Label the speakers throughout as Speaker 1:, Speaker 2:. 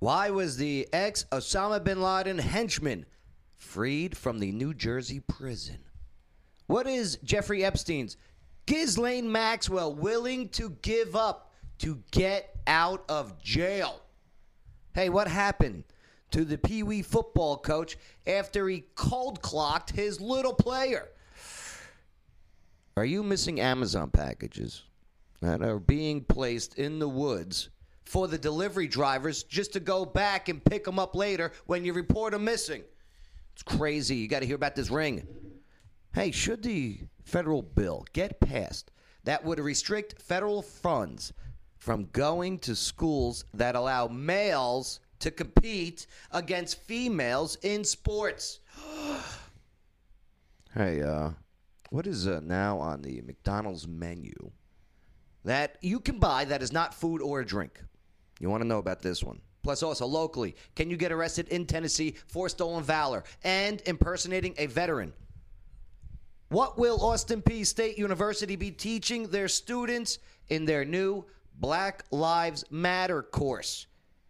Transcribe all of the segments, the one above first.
Speaker 1: Why was the ex Osama bin Laden henchman freed from the New Jersey prison? What is Jeffrey Epstein's Ghislaine Maxwell willing to give up to get out of jail? Hey, what happened to the Pee Wee football coach after he cold clocked his little player? Are you missing Amazon packages that are being placed in the woods for the delivery drivers just to go back and pick them up later when you report them missing? It's crazy. You got to hear about this ring. Hey, should the federal bill get passed that would restrict federal funds from going to schools that allow males to compete against females in sports? hey, uh, what is uh, now on the McDonald's menu that you can buy that is not food or a drink? You want to know about this one. Plus, also locally, can you get arrested in Tennessee for stolen valor and impersonating a veteran? What will Austin P State University be teaching their students in their new Black Lives Matter course?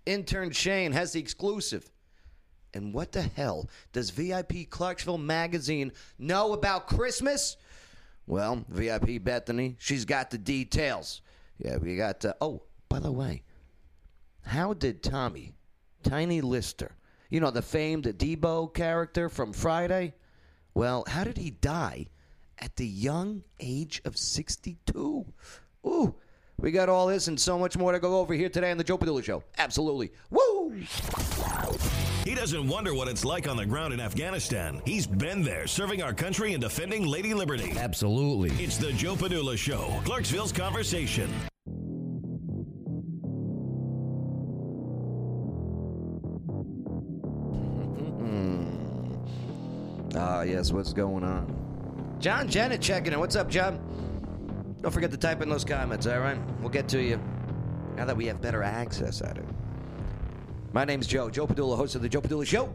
Speaker 1: Intern Shane has the exclusive. And what the hell does VIP Clarksville Magazine know about Christmas? Well, VIP Bethany, she's got the details. Yeah, we got. Uh, oh, by the way, how did Tommy, Tiny Lister, you know, the famed Debo character from Friday? Well, how did he die at the young age of 62? Ooh, we got all this and so much more to go over here today on the Joe Padula Show. Absolutely. Woo!
Speaker 2: He doesn't wonder what it's like on the ground in Afghanistan. He's been there, serving our country and defending Lady Liberty.
Speaker 3: Absolutely.
Speaker 2: It's the Joe Padula Show, Clarksville's conversation.
Speaker 1: Ah, yes, what's going on? John Janet checking in. What's up, John? Don't forget to type in those comments, all right? We'll get to you now that we have better access at it. My name's Joe, Joe Padula, host of The Joe Padula Show.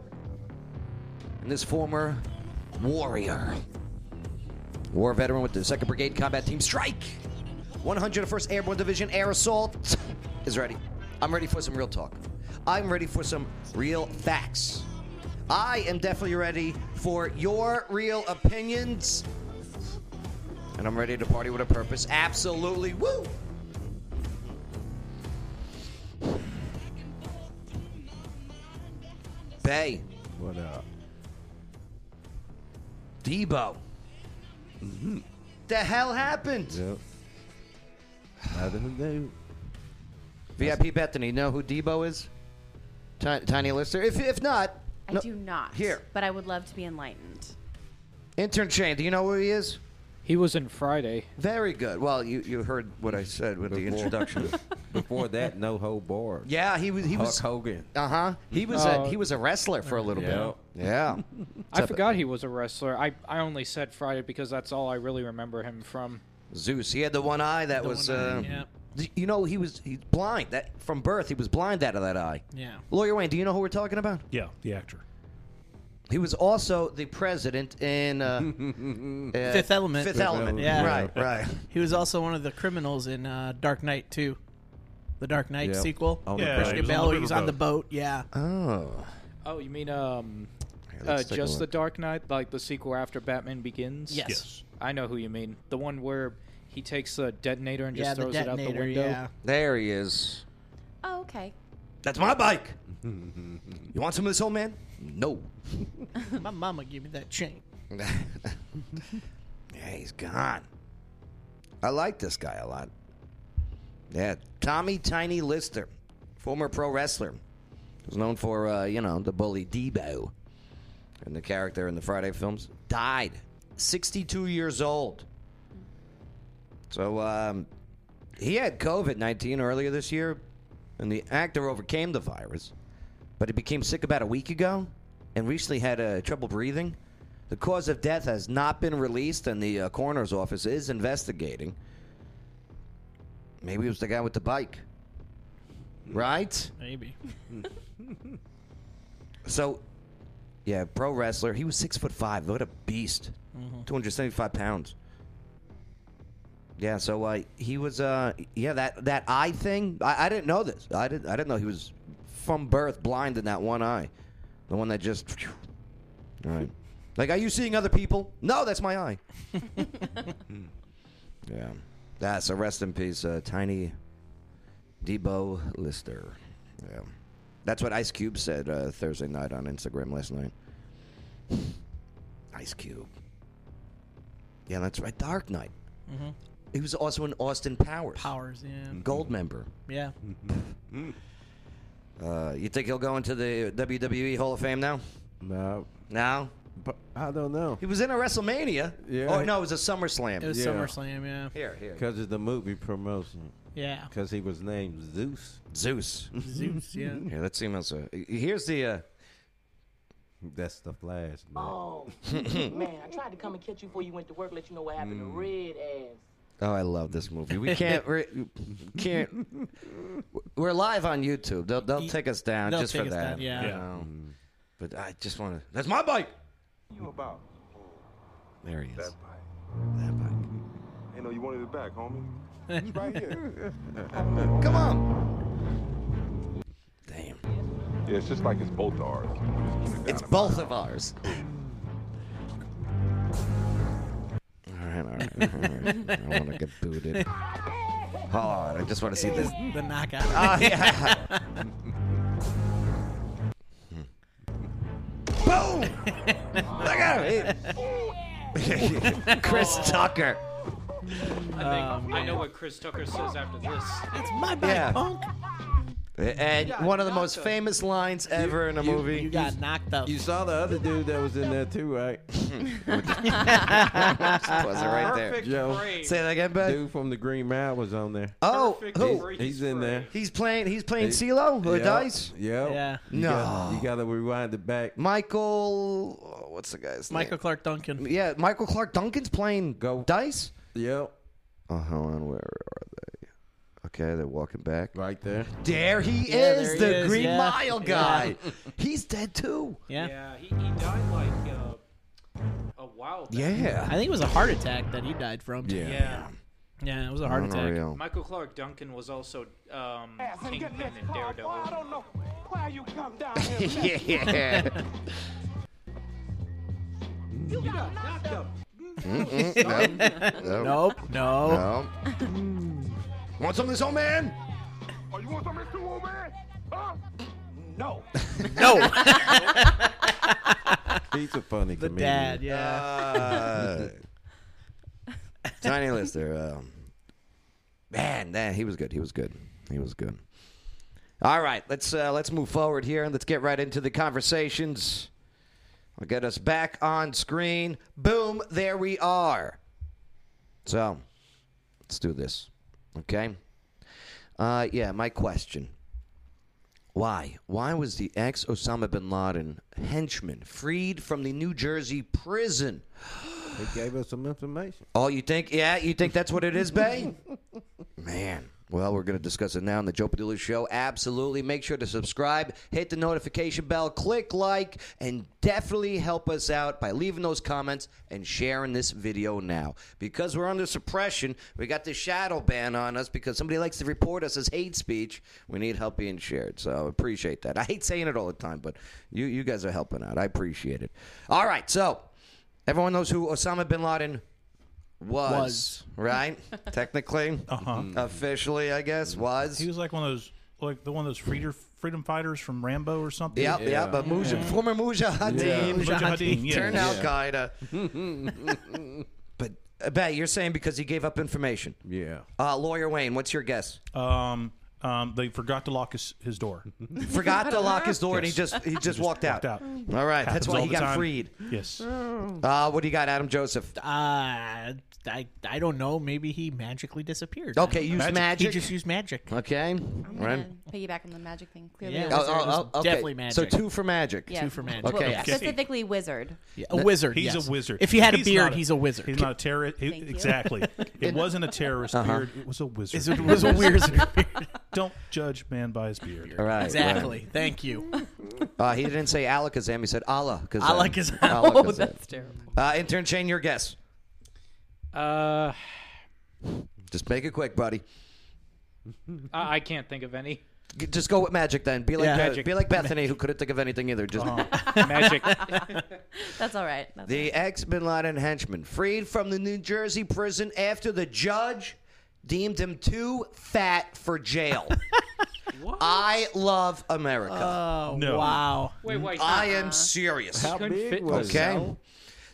Speaker 1: And this former warrior, war veteran with the 2nd Brigade Combat Team Strike, 101st Airborne Division Air Assault, is ready. I'm ready for some real talk. I'm ready for some real facts. I am definitely ready for your real opinions. And I'm ready to party with a purpose. Absolutely. Woo! Bay.
Speaker 4: What up?
Speaker 1: Debo. Mm-hmm. The hell happened?
Speaker 4: Yep. Nothing to do.
Speaker 1: VIP Bethany, know who Debo is? Ti- Tiny Lister? If, if not,
Speaker 5: I
Speaker 1: no-
Speaker 5: do not.
Speaker 1: Here.
Speaker 5: But I would love to be enlightened.
Speaker 1: Intern Shane, do you know who he is?
Speaker 6: He was in Friday.
Speaker 1: Very good. Well, you, you heard what I said with the
Speaker 4: Before.
Speaker 1: introduction.
Speaker 4: Before that, no whole bar.
Speaker 1: yeah, he was he
Speaker 4: Hulk
Speaker 1: was
Speaker 4: Hogan.
Speaker 1: Uh huh. He was
Speaker 6: Oh.
Speaker 1: a he was a wrestler for a little
Speaker 4: Yep.
Speaker 1: bit. Yeah.
Speaker 6: I forgot he was a wrestler. I, I only said Friday because that's all I really remember him from.
Speaker 1: Zeus. He had the one eye that
Speaker 7: The
Speaker 1: was.
Speaker 7: one eye,
Speaker 1: uh,
Speaker 7: yeah.
Speaker 1: d- You know, he was he's blind. That from birth, he was blind out of that eye.
Speaker 7: Yeah.
Speaker 1: Lawyer Wayne, do you know who we're talking about?
Speaker 7: Yeah, the actor.
Speaker 1: He was also the president in uh, uh,
Speaker 7: Fifth Element.
Speaker 1: Fifth Element.
Speaker 4: Element,
Speaker 7: yeah.
Speaker 1: Right. Right.
Speaker 8: He was also one of the criminals in uh, Dark Knight 2, the Dark Knight
Speaker 4: Yep.
Speaker 8: sequel.
Speaker 4: On
Speaker 7: Yeah,
Speaker 4: the
Speaker 7: he
Speaker 4: ground.
Speaker 8: Christian
Speaker 7: was on
Speaker 8: Bale,
Speaker 7: the
Speaker 8: he was on the
Speaker 7: riverboat.
Speaker 8: boat. Yeah,
Speaker 1: Oh.
Speaker 6: Oh, you mean um, uh,
Speaker 1: let's take a
Speaker 6: just the
Speaker 1: look.
Speaker 6: Dark Knight, like the sequel after Batman Begins?
Speaker 8: Yes.
Speaker 7: Yes.
Speaker 6: I know who you mean. The one where he takes the detonator and just
Speaker 8: yeah, the
Speaker 6: throws it out the
Speaker 8: detonator.
Speaker 6: window.
Speaker 8: yeah,
Speaker 1: There he is.
Speaker 5: Oh, okay.
Speaker 1: That's my bike. you want some of this, old man? No.
Speaker 8: my mama gave me that chain.
Speaker 1: yeah, he's gone. I like this guy a lot. Yeah, Tommy Tiny Lister, former pro wrestler, was known for uh, you know the bully Debo, and the character in the Friday films died, 62 years old. So um, he had COVID 19 earlier this year, and the actor overcame the virus, but he became sick about a week ago, and recently had uh, trouble breathing. The cause of death has not been released, and the uh, coroner's office is investigating. Maybe it was the guy with the bike. Right?
Speaker 8: Maybe.
Speaker 1: So, yeah, pro wrestler. He was six foot five. What a beast! hundred seventy-five pounds. Yeah. So uh, he was. Uh, yeah, that that eye thing. I, I didn't know this. I didn't. I didn't know he was from birth blind in that one eye. The one that just. phew. All right. Like, are you seeing other people? No, that's my eye. Hmm. yeah. That's a rest in peace, uh, Tiny Debo Lister. Yeah. That's what Ice Cube said uh, Thursday night on Instagram last night. Ice Cube. Yeah, that's right. Dark Knight.
Speaker 3: Mm-hmm.
Speaker 1: He was also in Austin Powers. Mm-hmm.
Speaker 8: Powers, yeah.
Speaker 1: Gold member.
Speaker 8: Yeah.
Speaker 4: Mm-hmm.
Speaker 7: Mm.
Speaker 1: Uh, you think he'll go into the WWE Hall of Fame now?
Speaker 4: No,
Speaker 1: Now?
Speaker 4: but I don't know.
Speaker 1: He was in a WrestleMania.
Speaker 4: Yeah.
Speaker 1: Oh, no, it was a SummerSlam.
Speaker 8: It was
Speaker 4: Yeah.
Speaker 8: SummerSlam, yeah.
Speaker 1: here, here.
Speaker 4: Because of the movie promotion.
Speaker 8: Yeah.
Speaker 4: Because he was named Zeus.
Speaker 1: Zeus.
Speaker 8: Zeus, yeah.
Speaker 1: Here, let's see him else. uh, Here's the. Uh,
Speaker 4: That's the flash. Man.
Speaker 3: Oh, man, I tried to come and catch you before you went to work, let you know what happened
Speaker 1: Hmm.
Speaker 3: to Red Ass.
Speaker 1: oh, I love this movie. We can't. We're, can't. We're live on YouTube. They'll, they'll take us down
Speaker 8: They'll
Speaker 1: just
Speaker 8: take
Speaker 1: for
Speaker 8: us
Speaker 1: that.
Speaker 8: down, yeah.
Speaker 1: you
Speaker 8: Yeah.
Speaker 1: know. But I just want to. That's my bike.
Speaker 7: you about?
Speaker 1: There he is.
Speaker 7: bike.
Speaker 1: That bike.
Speaker 7: Hey, no, you wanted it back, homie. It's right here.
Speaker 1: Come on. Damn.
Speaker 7: Yeah, it's just like it's both ours.
Speaker 1: It's both of ours. all right, all right. All right. I want to get booted. Hard. I just want to see this.
Speaker 8: The knockout.
Speaker 1: Oh, yeah. Boom! Look at him. Chris Tucker.
Speaker 6: I
Speaker 7: Um,
Speaker 8: Um,
Speaker 6: think I know what Chris Tucker says after this.
Speaker 8: it's my bad
Speaker 1: Yeah.
Speaker 8: punk.
Speaker 1: And one of the most famous lines ever in a movie.
Speaker 8: You got knocked up.
Speaker 4: You saw the other dude that was in there too, right?
Speaker 1: was it right there.
Speaker 6: Perfect
Speaker 4: Yo.
Speaker 6: frame.
Speaker 1: Say that again, bud.
Speaker 4: Dude from the Green Mile was on there.
Speaker 1: Oh,
Speaker 6: Perfect
Speaker 1: who?
Speaker 6: frame.
Speaker 4: He's in there.
Speaker 1: He's playing. He's playing
Speaker 4: Hey.
Speaker 1: CeeLo or
Speaker 4: Yep.
Speaker 1: Dice.
Speaker 4: Yep.
Speaker 8: Yeah.
Speaker 4: You gotta-
Speaker 1: No.
Speaker 4: you got to rewind it back.
Speaker 1: Michael, oh, what's the guy's
Speaker 8: Michael
Speaker 1: name?
Speaker 8: Clark Duncan.
Speaker 1: Yeah, Michael Clark Duncan's playing
Speaker 4: Go.
Speaker 1: dice.
Speaker 4: Yep.
Speaker 1: Oh, hold on, where are they? Okay, they're walking back.
Speaker 4: Right there.
Speaker 1: There he
Speaker 8: Yeah,
Speaker 1: is,
Speaker 8: there he
Speaker 1: the
Speaker 8: is,
Speaker 1: Green
Speaker 8: yeah.
Speaker 1: Mile
Speaker 8: Yeah.
Speaker 1: guy. He's dead too.
Speaker 8: Yeah.
Speaker 6: Yeah, he, he died like uh, a while back.
Speaker 8: I
Speaker 1: Yeah,
Speaker 8: think it was a heart attack that he died from.
Speaker 4: Yeah.
Speaker 6: Yeah.
Speaker 8: Yeah, it was a heart attack.
Speaker 1: unreal.
Speaker 6: Michael Clark Duncan was also um, Kingpin in
Speaker 7: I
Speaker 6: Daredevil.
Speaker 7: don't know why you come down here.
Speaker 1: Yeah,
Speaker 8: Nope. No.
Speaker 1: no. Want some of this, old man?
Speaker 7: oh, you want something too, old man? Huh? No.
Speaker 4: He's a funny
Speaker 8: The
Speaker 4: comedian.
Speaker 8: dad, yeah.
Speaker 1: Uh, Tiny Lister. Um, man, man, he was good. He was good. He was good. All right, let's uh, let's move forward here and let's get right into the conversations. I'll get us back on screen. Boom! There we are. So, let's do this. Okay. Uh, yeah, my question. Why? Why was the ex Osama bin Laden henchman freed from the New Jersey prison?
Speaker 4: He gave us some information.
Speaker 1: Oh, you think? Yeah, you think that's what it is, Bay? Man. Well, we're going to discuss it now on the Joe Padula Show. Absolutely. Make sure to subscribe, hit the notification bell, click like, and definitely help us out by leaving those comments and sharing this video now. Because we're under suppression, we got this shadow ban on us because somebody likes to report us as hate speech. We need help being shared. So I appreciate that. I hate saying it all the time, but you, you guys are helping out. I appreciate it. All right. So everyone knows who Osama bin Laden was,
Speaker 8: Was.
Speaker 1: right? Technically, Mm. officially, I guess was.
Speaker 9: Uh-huh. Mm. He was like one of those, like the one of those freedom freedom fighters from Rambo or something.
Speaker 1: yep, yep. A Muj- former Mujahideen,
Speaker 9: Mujahideen, yeah.
Speaker 1: turn Al Qaeda. but uh, Bay, you're saying because he gave up information.
Speaker 4: Yeah.
Speaker 1: Uh, Lawyer Wayne, what's your guess?
Speaker 9: Um, um, they forgot to lock his, his door.
Speaker 1: Forgot to lock his door and he just he just, walked, out.
Speaker 9: walked out.
Speaker 1: All right, that's
Speaker 9: Happens
Speaker 1: why
Speaker 9: all
Speaker 1: he
Speaker 9: the
Speaker 1: got
Speaker 9: time.
Speaker 1: freed.
Speaker 9: Yes.
Speaker 4: Oh.
Speaker 1: Uh, what do you got, Adam Joseph?
Speaker 8: Uh, I I don't know. Maybe he magically disappeared.
Speaker 1: Okay, use magic.
Speaker 9: Magic.
Speaker 8: He just used magic.
Speaker 1: okay,
Speaker 5: I'm
Speaker 1: right.
Speaker 5: gonna piggyback on the magic thing. Clearly,
Speaker 8: Yeah.
Speaker 5: a
Speaker 8: Oh,
Speaker 5: wizard.
Speaker 8: oh, was definitely
Speaker 1: So
Speaker 8: magic.
Speaker 1: two for magic.
Speaker 5: yeah.
Speaker 8: two for magic.
Speaker 5: Well,
Speaker 1: Okay. Okay.
Speaker 5: specifically wizard.
Speaker 8: Yeah, a wizard.
Speaker 9: He's
Speaker 8: yes.
Speaker 9: a wizard.
Speaker 8: If he had a beard,
Speaker 9: not
Speaker 8: he's a wizard.
Speaker 9: He's not a terrorist. he-
Speaker 5: Thank you.
Speaker 9: Exactly. it wasn't a terrorist
Speaker 1: Uh-huh.
Speaker 9: beard. It was a wizard.
Speaker 8: Is it was a wizard.
Speaker 9: Don't judge man by his beard.
Speaker 1: All right, right.
Speaker 8: exactly. Thank you.
Speaker 1: Uh, he didn't say Alakazam. He said Allah.
Speaker 8: Alakazam.
Speaker 1: Alakazam.
Speaker 5: terrible.
Speaker 1: Uh, intern Shane, your guess.
Speaker 6: Uh,
Speaker 1: Just make it quick, buddy.
Speaker 6: I, I can't think of any.
Speaker 1: G- Just go with magic then. Be like
Speaker 8: Yeah.
Speaker 1: uh,
Speaker 6: Magic.
Speaker 1: be like Bethany, who couldn't think of anything either. Just
Speaker 6: Magic.
Speaker 5: That's all right. That's
Speaker 1: the ex Bin Laden henchman freed from the New Jersey prison after the judge deemed him too fat for jail. I love America.
Speaker 9: No.
Speaker 8: Wow.
Speaker 6: wait, wait.
Speaker 1: I
Speaker 5: Uh-huh.
Speaker 1: am serious.
Speaker 4: Oh, How
Speaker 6: couldn't
Speaker 4: big
Speaker 6: fit
Speaker 4: was
Speaker 1: Okay.
Speaker 4: it?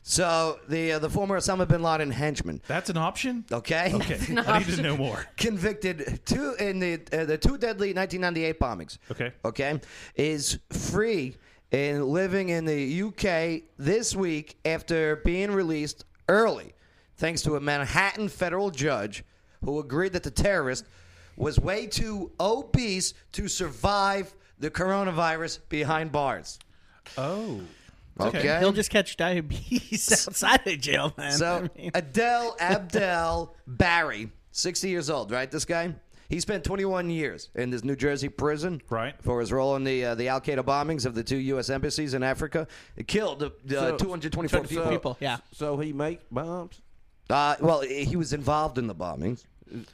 Speaker 1: So the uh, the former Osama bin Laden henchman.
Speaker 9: That's an option?
Speaker 1: Okay.
Speaker 9: Okay. I need to know more.
Speaker 1: Convicted two in the uh, the two deadly 1998 bombings.
Speaker 9: Okay.
Speaker 1: Okay, is free and living in the UK this week after being released early, thanks to a Manhattan federal judge who agreed that the terrorist was way too obese to survive the coronavirus behind bars.
Speaker 9: Oh.
Speaker 1: Okay.
Speaker 8: He'll just catch diabetes outside of jail, man.
Speaker 1: So
Speaker 8: I mean,
Speaker 1: Adele Abdel Barry, 60 years old, right? This guy. He spent 21 years in this New Jersey prison,
Speaker 9: Right.
Speaker 1: for his role in the uh, the Al Qaeda bombings of the two U.S. embassies in Africa. It killed uh,
Speaker 4: So-
Speaker 1: 224
Speaker 4: so-
Speaker 1: people.
Speaker 8: people, yeah.
Speaker 4: So he makes bombs.
Speaker 1: Uh, well, he was involved in the bombings.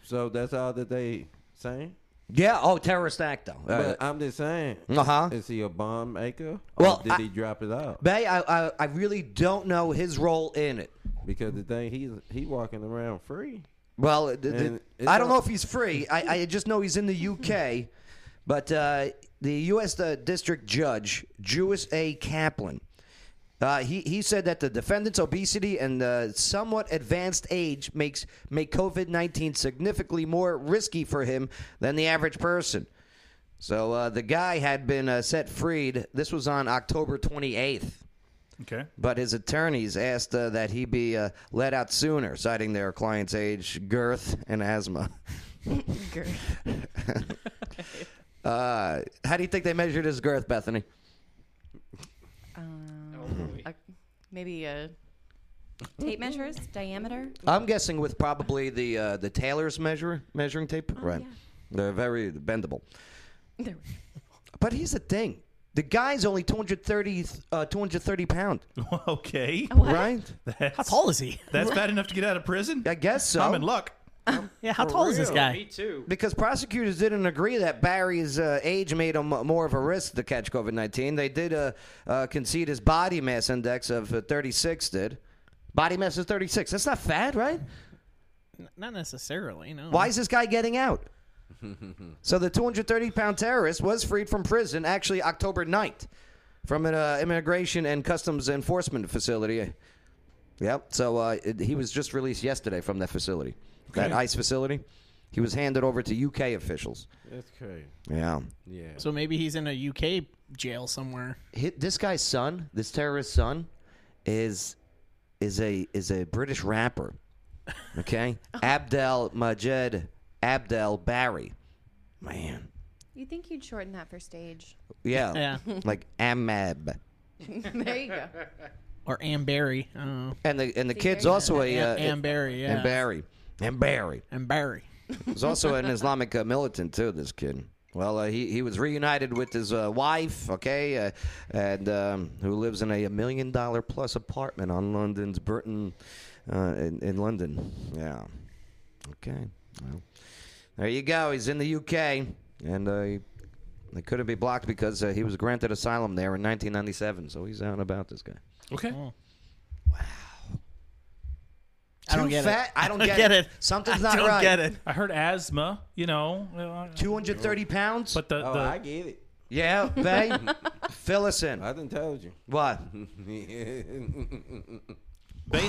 Speaker 4: So that's all that they saying.
Speaker 1: Yeah. Oh, terrorist act though. Uh,
Speaker 4: But I'm just saying.
Speaker 1: Uh-huh.
Speaker 4: Is he a bomb maker?
Speaker 1: Well,
Speaker 4: or did
Speaker 1: I-
Speaker 4: he drop it out?
Speaker 1: Bay, I, I I really don't know his role in it.
Speaker 4: Because the thing he's he walking around free.
Speaker 1: Well, th- th-
Speaker 4: And it's
Speaker 1: I don't
Speaker 4: all-
Speaker 1: know if he's free. I, I just know he's in the UK. But uh, the U.S. Uh, District Judge, Jewis A. Kaplan, uh, he, he said that the defendant's obesity and uh, somewhat advanced age makes make COVID 19 significantly more risky for him than the average person. So uh, the guy had been uh, set freed. This was on October 28th
Speaker 9: Okay.
Speaker 1: but his attorneys asked uh, that he be uh, let out sooner, citing their client's age, girth, and asthma.
Speaker 5: good.
Speaker 1: Uh, how do you think they measured his girth, Bethany?
Speaker 8: Oh,
Speaker 5: Uh, maybe uh, tape measures diameter.
Speaker 1: I'm guessing with probably the uh, the tailor's measure measuring tape,
Speaker 8: Oh,
Speaker 1: right?
Speaker 5: yeah.
Speaker 1: They're very bendable.
Speaker 5: There we
Speaker 1: But here's the thing: the guy's only 230 uh, 230 pound,
Speaker 9: okay.
Speaker 1: right?
Speaker 8: how tall is he?
Speaker 9: That's bad enough to get out of prison?
Speaker 1: I guess so.
Speaker 9: I'm in luck.
Speaker 8: Yeah, how tall is this
Speaker 4: real.
Speaker 8: guy?
Speaker 6: Me too.
Speaker 1: Because prosecutors didn't agree that Barry's uh, age made him more of a risk to catch COVID 19. They did uh, uh, concede his body mass index of uh, 36, did. Body mass is 36. That's not fat, right?
Speaker 8: N- Not necessarily, no.
Speaker 1: Why is this guy getting out? so the 230 pound terrorist was freed from prison actually October 9th from an uh, immigration and customs enforcement facility. Yep. So uh, it- he was just released yesterday from that facility, that ICE facility. He was handed over to UK officials.
Speaker 4: That's crazy.
Speaker 1: Yeah.
Speaker 4: Yeah.
Speaker 8: So maybe he's in a UK jail somewhere.
Speaker 1: Hi- this guy's son, this terrorist son, is is a is a British rapper. Okay, Abdel Majed Abdel Barry, man,
Speaker 5: You think you'd shorten that for stage?
Speaker 1: yeah,
Speaker 8: Yeah.
Speaker 1: like Amab,
Speaker 5: There you go.
Speaker 8: Or Amberry. Oh.
Speaker 1: and the and the kid's
Speaker 5: there you
Speaker 1: also a uh,
Speaker 8: Am- Amberry, yeah.
Speaker 1: and Barry and Barry.
Speaker 8: Amberry.
Speaker 1: He's also an Islamic uh, militant too. This kid. Well, uh, he he was reunited with his uh, wife, okay, uh, and um, who lives in a, million dollar plus apartment on London's Burton, uh, in, in London. Yeah. Okay. Well, there you go. He's in the UK, and uh, he, they couldn't be blocked because uh, he was granted asylum there in 1997. So he's out and about this guy.
Speaker 9: Okay.
Speaker 8: I don't
Speaker 1: Too
Speaker 8: get
Speaker 1: fat?
Speaker 8: it.
Speaker 1: I don't get, it. Something's not
Speaker 8: I don't
Speaker 1: right.
Speaker 8: get it.
Speaker 9: I heard asthma, you know. well, I-
Speaker 1: 230 pounds.
Speaker 9: But the,
Speaker 4: oh,
Speaker 9: the
Speaker 4: I get it.
Speaker 1: yeah, babe. Fill us in.
Speaker 4: I done told you.
Speaker 1: What?
Speaker 9: Bay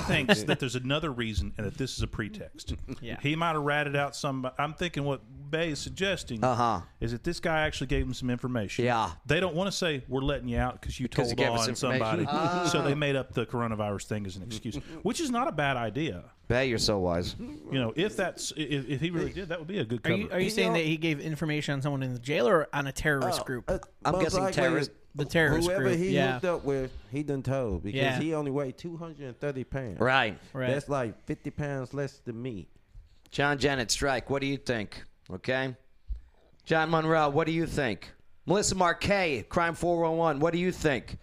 Speaker 9: thinks that there's another reason and that this is a pretext.
Speaker 8: Yeah.
Speaker 9: He might have ratted out somebody. I'm thinking what Bay is suggesting
Speaker 1: Uh-huh.
Speaker 9: is that this guy actually gave him some information.
Speaker 1: Yeah.
Speaker 9: They don't want to say, we're letting you out because you
Speaker 1: Because he
Speaker 9: told
Speaker 1: gave us
Speaker 9: on somebody.
Speaker 1: information.
Speaker 9: So they made up the coronavirus thing as an excuse, which is not a bad idea.
Speaker 1: Bay, you're so wise.
Speaker 9: You know, if that's if, if he really did, that would be a good
Speaker 8: Are
Speaker 9: cover.
Speaker 8: you, are you saying that he gave information on someone in the jail or on a terrorist group?
Speaker 1: Oh, uh, I'm
Speaker 4: Most
Speaker 1: guessing
Speaker 4: likely
Speaker 1: terrorist-
Speaker 8: The terrorist
Speaker 4: Whoever
Speaker 8: group,
Speaker 4: he
Speaker 8: yeah.
Speaker 4: hooked up with, he done told because
Speaker 8: Yeah.
Speaker 4: he only weighed 230 pounds.
Speaker 1: Right.
Speaker 8: Right.
Speaker 4: That's like 50 pounds less than me.
Speaker 1: John Janet Strike, what do you think? Okay. John Monroe, what do you think? Melissa Marquet, Crime 411, what do you think?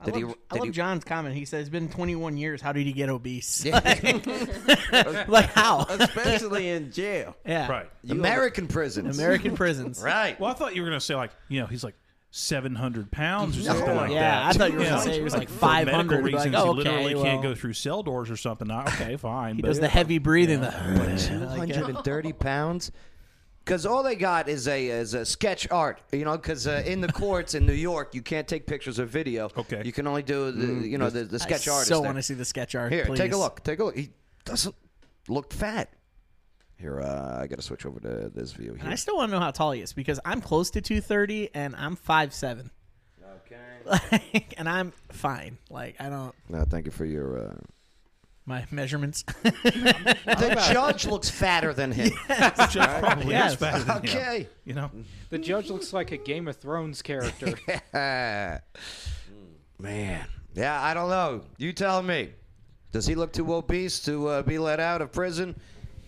Speaker 8: I
Speaker 1: Did
Speaker 8: love,
Speaker 1: he-
Speaker 8: I
Speaker 1: did
Speaker 8: love
Speaker 1: he-
Speaker 8: John's comment. He said, "It's been 21 years. How did he get obese?
Speaker 1: Yeah.
Speaker 8: like how?
Speaker 4: Especially in jail.
Speaker 8: yeah,
Speaker 9: Right.
Speaker 1: American prisons.
Speaker 8: American prisons.
Speaker 1: Right.
Speaker 9: Well, I thought you were going to say, like, you know, he's like 700 pounds or something like
Speaker 8: yeah, I
Speaker 9: that.
Speaker 8: thought you were
Speaker 9: Yeah.
Speaker 8: gonna say it was like
Speaker 9: for
Speaker 8: 500.
Speaker 9: medical
Speaker 8: Like,
Speaker 9: reasons,
Speaker 8: oh,
Speaker 9: he literally
Speaker 8: okay, well,
Speaker 9: can't go through cell doors or something. I- Okay, fine.
Speaker 8: He
Speaker 9: but
Speaker 8: does the heavy breathing. The, like, uh,
Speaker 1: 230 pounds because all they got is a is a sketch art you know because uh, in the courts in new york you can't take pictures or video
Speaker 9: Okay.
Speaker 1: you can only do the you know the, the sketch
Speaker 8: Mm. I
Speaker 1: artist
Speaker 8: so
Speaker 1: thing.
Speaker 8: want to see the sketch art.
Speaker 1: here
Speaker 8: please.
Speaker 1: take a look take a look he doesn't look fat here uh, i gotta switch over to this view
Speaker 8: And
Speaker 1: here
Speaker 8: I still want to know how tall he is because I'm close to 230 and I'm 5'7.
Speaker 1: okay
Speaker 8: Like, and I'm fine. Like, I don't,
Speaker 1: no, thank you for your uh...
Speaker 8: my measurements.
Speaker 1: the judge looks fatter than him
Speaker 9: which is probably
Speaker 8: Yes.
Speaker 9: is better than him,
Speaker 1: okay
Speaker 9: You know?
Speaker 6: The judge looks like a Game of Thrones character.
Speaker 1: Man. Yeah, I don't know. You tell me. Does he look too obese to uh, be let out of prison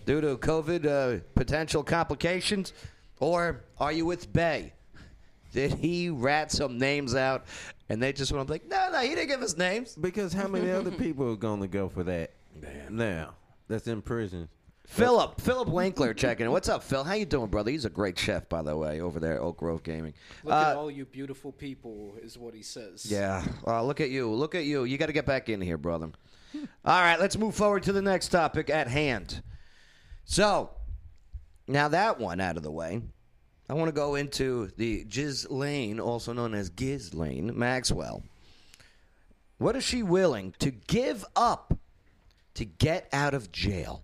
Speaker 1: due to COVID uh, potential complications? Or are you with Bay? Did he rat some names out and they just want to be like, no, no, he didn't give us names?
Speaker 4: Because how many other people are going to go for that now that's in prison?
Speaker 1: Philip, Philip Winkler checking in. What's up, Phil? How you doing, brother? He's a great chef, by the way, over there at Oak Grove Gaming.
Speaker 10: Look at
Speaker 1: Uh,
Speaker 10: all you beautiful people, is what he says.
Speaker 1: Yeah. Uh, look at you. Look at you. You got to get back in here, brother. All right, let's move forward to the next topic at hand. So, now that one out of the way, I want to go into the Giz Lane, also known as Giz Lane Maxwell. What is she willing to give up to get out of jail?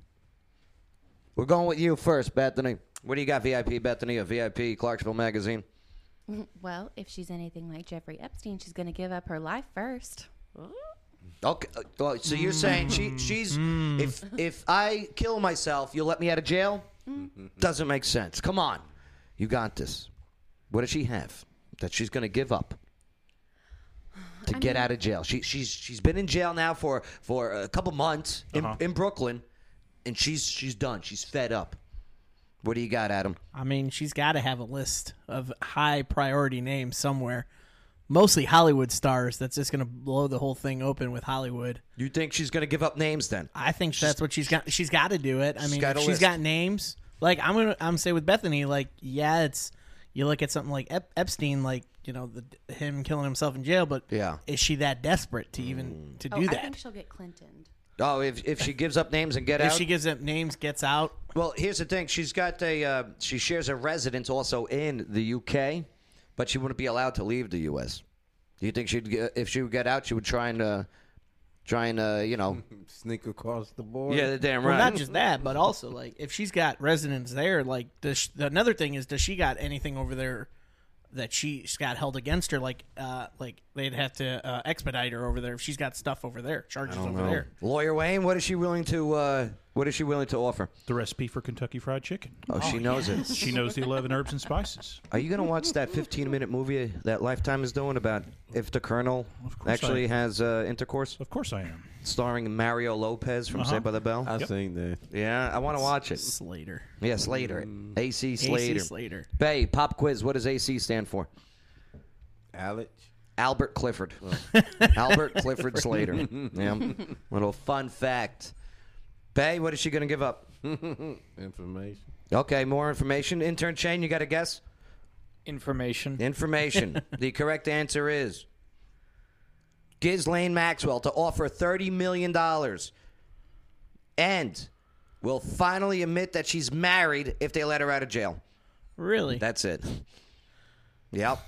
Speaker 1: We're going with you first, Bethany. What do you got, VIP Bethany of VIP Clarksville Magazine?
Speaker 5: Well, if she's anything like Jeffrey Epstein, she's going to give up her life first. Oh,
Speaker 1: Okay, uh, well, so you're saying she she's if if I kill myself, you'll let me out of jail? Doesn't make sense. Come on, you got this. What does she have that she's going to give up to get out of jail? She she's she's been in jail now for for a couple months in, in Brooklyn, and she's she's done. She's fed up. What do you got, Adam?
Speaker 8: I mean, she's got to have a list of high priority names somewhere, mostly Hollywood stars. That's just going to blow the whole thing open with Hollywood.
Speaker 1: You think she's going to give up names then?
Speaker 8: I think that's what she's got. She's got to do it. I mean,
Speaker 1: got a
Speaker 8: she's
Speaker 1: list.
Speaker 8: got names. Like I'm gonna, I'm say with Bethany, like yeah, it's you look at something like Ep- Epstein, like you know, the, him killing himself in jail. But
Speaker 1: Yeah. Mm.
Speaker 8: is she that desperate to even
Speaker 11: Oh,
Speaker 8: to do
Speaker 5: I
Speaker 8: that?
Speaker 5: think she'll get Clinton.
Speaker 1: Oh, if if she gives up names and get
Speaker 8: If
Speaker 1: out,
Speaker 8: she gives up names, gets out.
Speaker 1: Well, here's the thing. She's got a uh, she shares a residence also in the UK, but she wouldn't be allowed to leave the US. Do you think she'd get, if she would get out, she would try and uh, try and uh, you know?
Speaker 4: Sneak across the board.
Speaker 1: yeah, damn
Speaker 8: Well,
Speaker 1: right.
Speaker 8: not just that, but also like if she's got residence there, like does sh another thing is does she got anything over there that she's got held against her? Like, uh, like they'd have to uh, expedite her over there if she's got stuff over there, charges over there.
Speaker 1: Lawyer Wayne, what is she willing to uh, what is she willing to offer?
Speaker 9: The recipe for Kentucky Fried Chicken.
Speaker 1: Oh, she knows it.
Speaker 9: She knows the 11 herbs and spices.
Speaker 1: Are you gonna watch that 15 minute movie that Lifetime is doing about if the Colonel
Speaker 9: Of course
Speaker 1: actually
Speaker 9: I-
Speaker 1: has uh, intercourse,
Speaker 9: Of course I am. Uh-huh.
Speaker 1: starring Mario Lopez from Saved by the Bell?
Speaker 4: I seen that.
Speaker 1: yeah, I want to watch it.
Speaker 8: Slater,
Speaker 1: Yeah, Slater,
Speaker 9: Mm.
Speaker 1: AC Slater.
Speaker 8: AC Slater.
Speaker 1: Bay, pop quiz. What does AC stand for?
Speaker 4: Alex.
Speaker 1: Albert Clifford. Albert Clifford Slater. Yeah. Little fun fact. Bay, what is she going to give up?
Speaker 4: Information.
Speaker 1: Okay, more information. Intern Shane, you got a guess?
Speaker 6: Information.
Speaker 1: Information. the correct answer is Ghislaine Maxwell to offer $30 million and will finally admit that she's married if they let her out of jail.
Speaker 8: Really?
Speaker 1: That's it. Yep.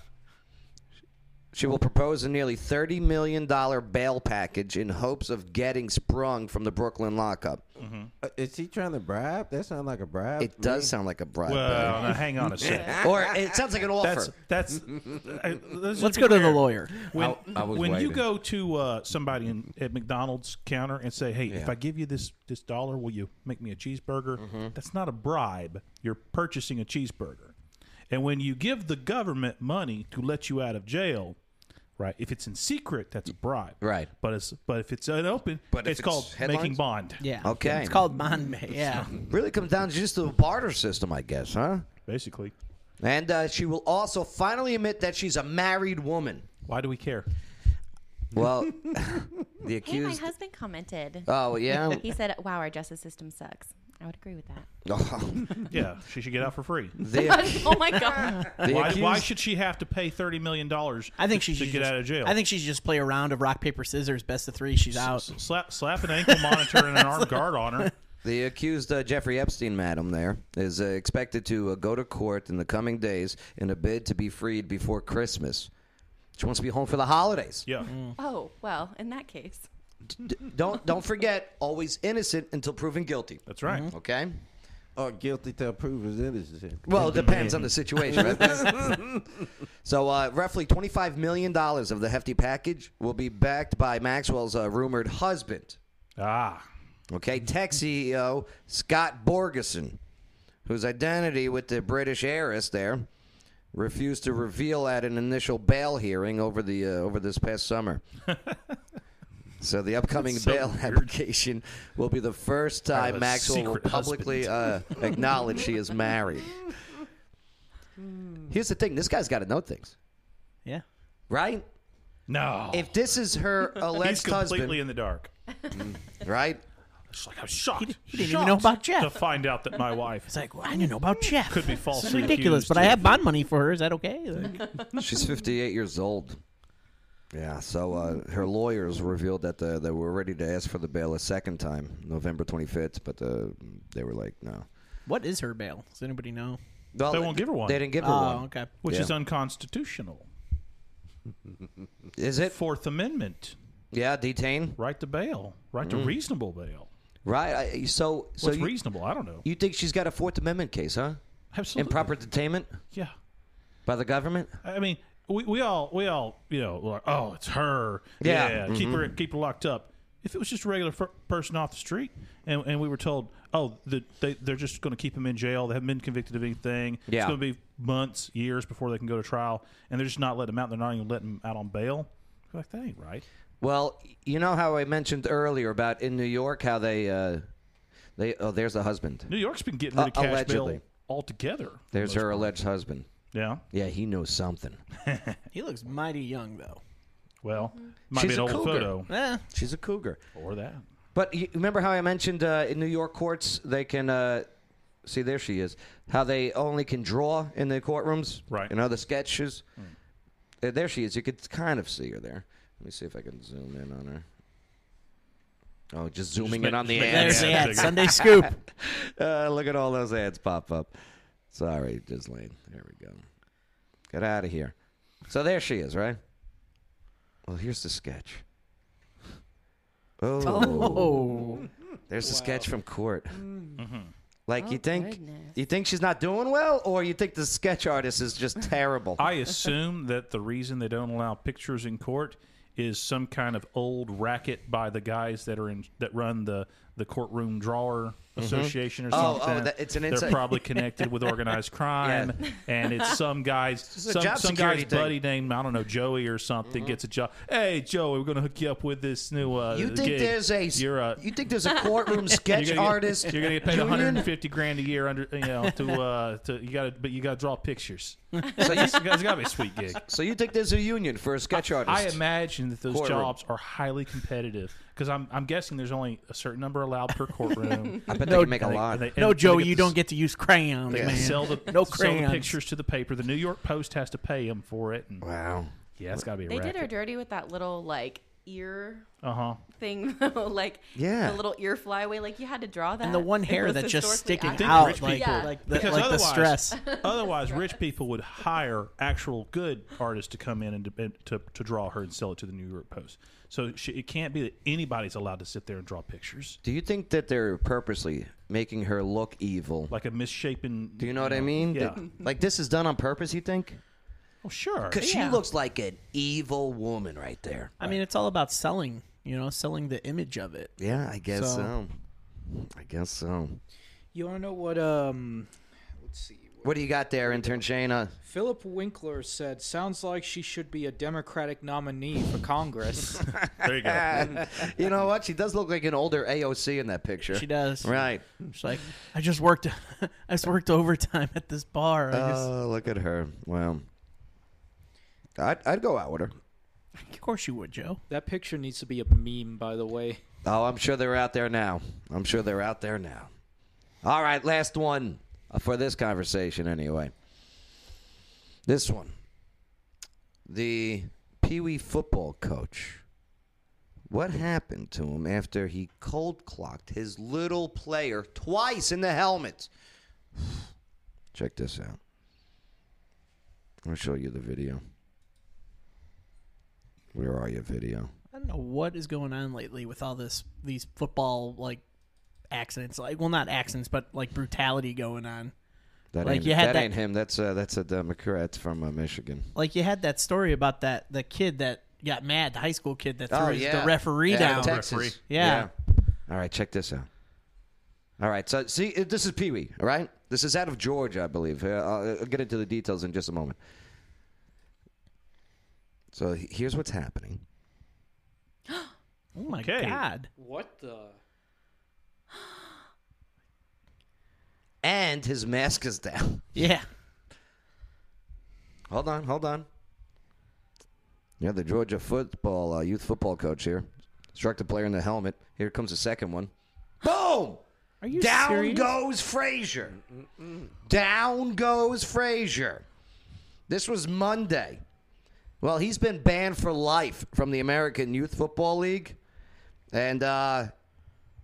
Speaker 1: She will propose a nearly $30 million bail package in hopes of getting sprung from the Brooklyn lockup.
Speaker 9: Mm-hmm.
Speaker 4: Uh, is he trying to bribe? That sounds like a bribe.
Speaker 1: It does sound like a bribe.
Speaker 9: Well, now, hang on a second.
Speaker 1: Barry. or it sounds like an offer.
Speaker 9: That's that's. uh, I- let's just
Speaker 8: Let's
Speaker 9: be
Speaker 8: go to the
Speaker 9: clear.
Speaker 8: lawyer.
Speaker 9: When,
Speaker 4: I- I was
Speaker 9: when you
Speaker 4: waiting.
Speaker 9: go to uh, somebody in, at McDonald's counter and say, "Hey, if
Speaker 4: Yeah.
Speaker 9: I give you this this dollar, will you make me a cheeseburger?"
Speaker 1: Mm-hmm.
Speaker 9: That's not a bribe. You're purchasing a cheeseburger. And when you give the government money to let you out of jail, right? If it's in secret, that's a bribe.
Speaker 1: Right.
Speaker 9: But it's but if it's in open,
Speaker 1: But if
Speaker 9: it's
Speaker 1: it's
Speaker 9: called making
Speaker 1: headlines?
Speaker 9: bond.
Speaker 8: Yeah.
Speaker 1: Okay.
Speaker 8: It's called Bond. Yeah.
Speaker 1: really comes down to just the barter system, I guess, huh?
Speaker 9: Basically,
Speaker 1: And uh, she will also finally admit that she's a married woman.
Speaker 9: why do we care?
Speaker 1: Well, the
Speaker 5: Hey, my
Speaker 1: accused.
Speaker 5: husband commented.
Speaker 1: oh yeah.
Speaker 5: He said, "Wow, our justice system sucks." I would agree with that.
Speaker 1: Oh.
Speaker 9: Yeah, she should get out for free.
Speaker 1: the,
Speaker 5: oh my god!
Speaker 1: the
Speaker 9: Why, why
Speaker 1: accused-
Speaker 9: should she have to pay thirty million dollars?
Speaker 8: I think she
Speaker 9: to
Speaker 8: should
Speaker 9: get
Speaker 8: just,
Speaker 9: out of jail.
Speaker 8: I think she should just play a round of rock paper scissors, best of three. She's out.
Speaker 9: slap slap an ankle monitor and an armed guard on her.
Speaker 1: The accused uh, Jeffrey Epstein, madam, there is uh, expected to uh, go to court in the coming days in a bid to be freed before Christmas. She wants to be home for the holidays.
Speaker 9: Yeah,
Speaker 11: Mm.
Speaker 5: Oh well, in that case,
Speaker 1: D- don't don't forget, always innocent until proven guilty.
Speaker 9: that's right.
Speaker 1: Okay.
Speaker 4: Or guilty till proven innocent.
Speaker 1: Well, it depends on the situation. Right? so, uh, roughly twenty-five million dollars of the hefty package will be backed by Maxwell's uh, rumored husband,
Speaker 9: Ah,
Speaker 1: okay, tech CEO Scott Borgeson, whose identity with the British heiress there refused to reveal at an initial bail hearing over the uh, over this past summer. So the upcoming
Speaker 9: so
Speaker 1: bail
Speaker 9: weird.
Speaker 1: application will be the first time
Speaker 9: a
Speaker 1: Maxwell will
Speaker 9: secret
Speaker 1: publicly uh, acknowledge she is married. Here's the thing: this guy's got to know things,
Speaker 8: Yeah.
Speaker 1: right?
Speaker 9: no,
Speaker 1: If this is her
Speaker 9: he's
Speaker 1: alleged
Speaker 9: completely
Speaker 1: husband,
Speaker 9: in the dark.
Speaker 1: right?
Speaker 9: It's like I'm shocked. He,
Speaker 8: didn't even know about Jeff.
Speaker 9: to find out that my wife
Speaker 8: It's like well, I didn't know about Jeff.
Speaker 9: could be falsely
Speaker 8: It's ridiculous,
Speaker 9: accused
Speaker 8: but I have bond money for her. Is that okay? Like,
Speaker 1: She's 58 years old. Yeah, so uh, her lawyers revealed that the, they were ready to ask for the bail a second time, November 25th, but uh, they were like, no.
Speaker 8: what is her bail? Does anybody know?
Speaker 1: Well,
Speaker 9: They won't give her one.
Speaker 1: They didn't give her one.
Speaker 8: Oh, okay.
Speaker 9: which
Speaker 1: Yeah.
Speaker 9: is unconstitutional.
Speaker 1: Is it?
Speaker 9: Fourth Amendment,
Speaker 1: Yeah, detain.
Speaker 9: right to bail, right to reasonable bail.
Speaker 1: Mm. Right. I, so, so
Speaker 9: What's
Speaker 1: you,
Speaker 9: reasonable? I don't know.
Speaker 1: you think she's got a Fourth Amendment case, huh?
Speaker 9: Absolutely.
Speaker 1: Improper detainment
Speaker 9: Yeah.
Speaker 1: by the government.
Speaker 9: I mean, we, we all we all you know like oh it's her
Speaker 1: Yeah. Mm-hmm.
Speaker 9: keep her keep her locked up. If it was just a regular f- person off the street and, and we were told oh the, they they're just going to keep him in jail they haven't been convicted of anything
Speaker 1: Yeah.
Speaker 9: it's going to be months years before they can go to trial and they're just not letting him out they're not even letting him out on bail We're like that ain't right
Speaker 1: Well, you know how I mentioned earlier about in New York how they, uh, they. Oh, there's the husband.
Speaker 9: New York's been getting rid of
Speaker 1: Uh,
Speaker 9: cash
Speaker 1: allegedly.
Speaker 9: bail altogether for the
Speaker 1: There's
Speaker 9: most
Speaker 1: her
Speaker 9: part.
Speaker 1: alleged husband.
Speaker 9: yeah
Speaker 1: Yeah, he knows something.
Speaker 8: He looks mighty young though.
Speaker 9: well might
Speaker 1: She's
Speaker 9: be an
Speaker 1: a
Speaker 9: old
Speaker 1: cougar.
Speaker 9: photo
Speaker 8: Eh,
Speaker 1: She's a cougar.
Speaker 9: or that
Speaker 1: But you remember how I mentioned uh, in New York courts they can uh, see there she is how they only can draw in the courtrooms,
Speaker 9: Right. Hmm.
Speaker 1: You know the sketches. Uh, there she is. You could kind of see her there. Let me see if I can zoom in on her. Oh, just zooming
Speaker 9: make-
Speaker 1: in on
Speaker 9: just
Speaker 1: the
Speaker 9: make
Speaker 1: ads.
Speaker 8: there's
Speaker 9: Yeah,
Speaker 8: the
Speaker 9: yeah,
Speaker 8: ad.
Speaker 9: bigger.
Speaker 8: Sunday scoop.
Speaker 1: Uh, look at all those ads pop up. Sorry, Dislane. There we go. Get out of here. So there she is, right? Well, here's the sketch. Oh,
Speaker 8: Oh,
Speaker 1: there's the sketch from court.
Speaker 8: Mm.
Speaker 1: Mm-hmm. Like
Speaker 8: Oh,
Speaker 1: you think
Speaker 5: goodness.
Speaker 1: you think she's not doing well, or you think the sketch artist is just terrible?
Speaker 9: I assume that the reason they don't allow pictures in court is some kind of old racket by the guys that are in that run the the courtroom drawer association or
Speaker 1: Oh, oh,
Speaker 9: something.
Speaker 1: that- it's an
Speaker 9: They're
Speaker 1: inside-
Speaker 9: probably connected with organized crime, and it's some guys,
Speaker 1: a
Speaker 9: some,
Speaker 1: job
Speaker 9: some
Speaker 1: security
Speaker 9: guy's
Speaker 1: thing. Mm-hmm.
Speaker 9: buddy named I don't know Joey or something gets a job. Hey Joey, we're gonna hook you up with this new. Uh,
Speaker 1: you think
Speaker 9: gig.
Speaker 1: there's a
Speaker 9: You're a
Speaker 1: you think there's a courtroom sketch
Speaker 9: you're gonna
Speaker 1: artist?
Speaker 9: Get, you're gonna get paid
Speaker 1: union?
Speaker 9: 150 grand a year under you know to uh to you got to but you got to draw pictures. So you guys got to be a sweet gig.
Speaker 1: So you think there's a union for a sketch artist?
Speaker 9: I imagine that those
Speaker 1: Courtroom.
Speaker 9: jobs are highly competitive because I'm, I'm guessing there's only a certain number allowed per courtroom.
Speaker 1: I bet
Speaker 8: No,
Speaker 1: they can make a
Speaker 9: And they-
Speaker 1: lot.
Speaker 9: and they-
Speaker 8: no,
Speaker 9: and they
Speaker 8: Joey,
Speaker 9: the
Speaker 8: you
Speaker 9: s-
Speaker 8: don't get to use crayons,
Speaker 9: They
Speaker 8: man.
Speaker 9: sell the
Speaker 8: No
Speaker 9: sell the
Speaker 8: crayons.
Speaker 9: pictures to the paper. The New York Post has to pay them for it. And,
Speaker 1: wow.
Speaker 9: yeah, that's gotta be. A
Speaker 5: they did her dirty with that little like ear
Speaker 9: Uh huh.
Speaker 5: thing, though. like
Speaker 1: Yeah.
Speaker 5: the little ear fly away. Like you had to draw that.
Speaker 8: and the one
Speaker 5: It
Speaker 8: hair
Speaker 5: was
Speaker 8: that's just
Speaker 5: historically
Speaker 8: sticking
Speaker 5: accurate.
Speaker 8: out,
Speaker 9: rich
Speaker 8: like,
Speaker 5: people- Yeah.
Speaker 8: like, the,
Speaker 9: Because
Speaker 8: like the
Speaker 9: otherwise,
Speaker 8: stress.
Speaker 9: otherwise, rich people would hire actual good artists to come in and to, and to, to draw her and sell it to the New York Post. So she, it can't be that anybody's allowed to sit there and draw pictures
Speaker 1: Do you think that they're purposely making her look evil?
Speaker 9: like a misshapen.
Speaker 1: Do you know what I mean?
Speaker 9: Yeah.
Speaker 1: That- like this is done on purpose. You think?
Speaker 9: oh, sure.
Speaker 1: Because she looks like an evil woman right there.
Speaker 8: I mean, it's all about selling. You know, selling the image of it.
Speaker 1: Yeah, I guess so.
Speaker 8: So-
Speaker 1: I guess so.
Speaker 10: You want to know what? Um, let's see.
Speaker 1: What do you got there, intern Shayna?
Speaker 6: Philip Winkler said, "Sounds like she should be a Democratic nominee for Congress."
Speaker 9: There you go.
Speaker 1: you know what? She does look like an older AOC in that picture.
Speaker 8: She does.
Speaker 1: Right.
Speaker 8: She's like, I just worked, I just worked overtime at this
Speaker 1: Uh,
Speaker 8: bar. I just,
Speaker 1: Oh, look at her. Wow. I'd, I'd go out with her.
Speaker 8: Of course you would, Joe.
Speaker 6: That picture needs to be a meme, by the way.
Speaker 1: Oh, I'm sure they're out there now. I'm sure they're out there now. All right, last one uh, for this conversation, anyway. This one. The Pee Wee football coach. What happened to him after he cold clocked his little player twice in the helmet? Check this out. I'll show you the video. Where are you, video?
Speaker 8: I don't know what is going on lately with all this these football like accidents, like well not accidents, but like brutality going on.
Speaker 1: That,
Speaker 8: Like,
Speaker 1: ain't,
Speaker 8: you had
Speaker 1: that
Speaker 8: that-
Speaker 1: ain't him. That's uh, that's a Democrat from uh, Michigan.
Speaker 8: Like you had that story about that the kid that got mad, the high school kid that threw
Speaker 1: Oh,
Speaker 8: his,
Speaker 1: yeah.
Speaker 8: the referee
Speaker 1: Yeah,
Speaker 8: down.
Speaker 1: Texas.
Speaker 12: Referee.
Speaker 8: Yeah.
Speaker 1: All right, check this out. All right, so see, uh, this is Pee Wee, all right? This is out of Georgia, I believe. Uh, I'll, I'll get into the details in just a moment. So he- here's what's happening.
Speaker 8: Oh my
Speaker 9: Okay.
Speaker 8: god.
Speaker 6: What the?
Speaker 1: And his mask is down.
Speaker 8: Yeah.
Speaker 1: Hold on, hold on. Yeah, the Georgia football uh, youth football coach here struck the player in the helmet. Here comes the second one. Boom!
Speaker 8: Are you
Speaker 1: Down
Speaker 8: serious?
Speaker 1: goes Frazier. Down goes Frazier. This was Monday. Well, he's been banned for life from the American Youth Football League, and uh,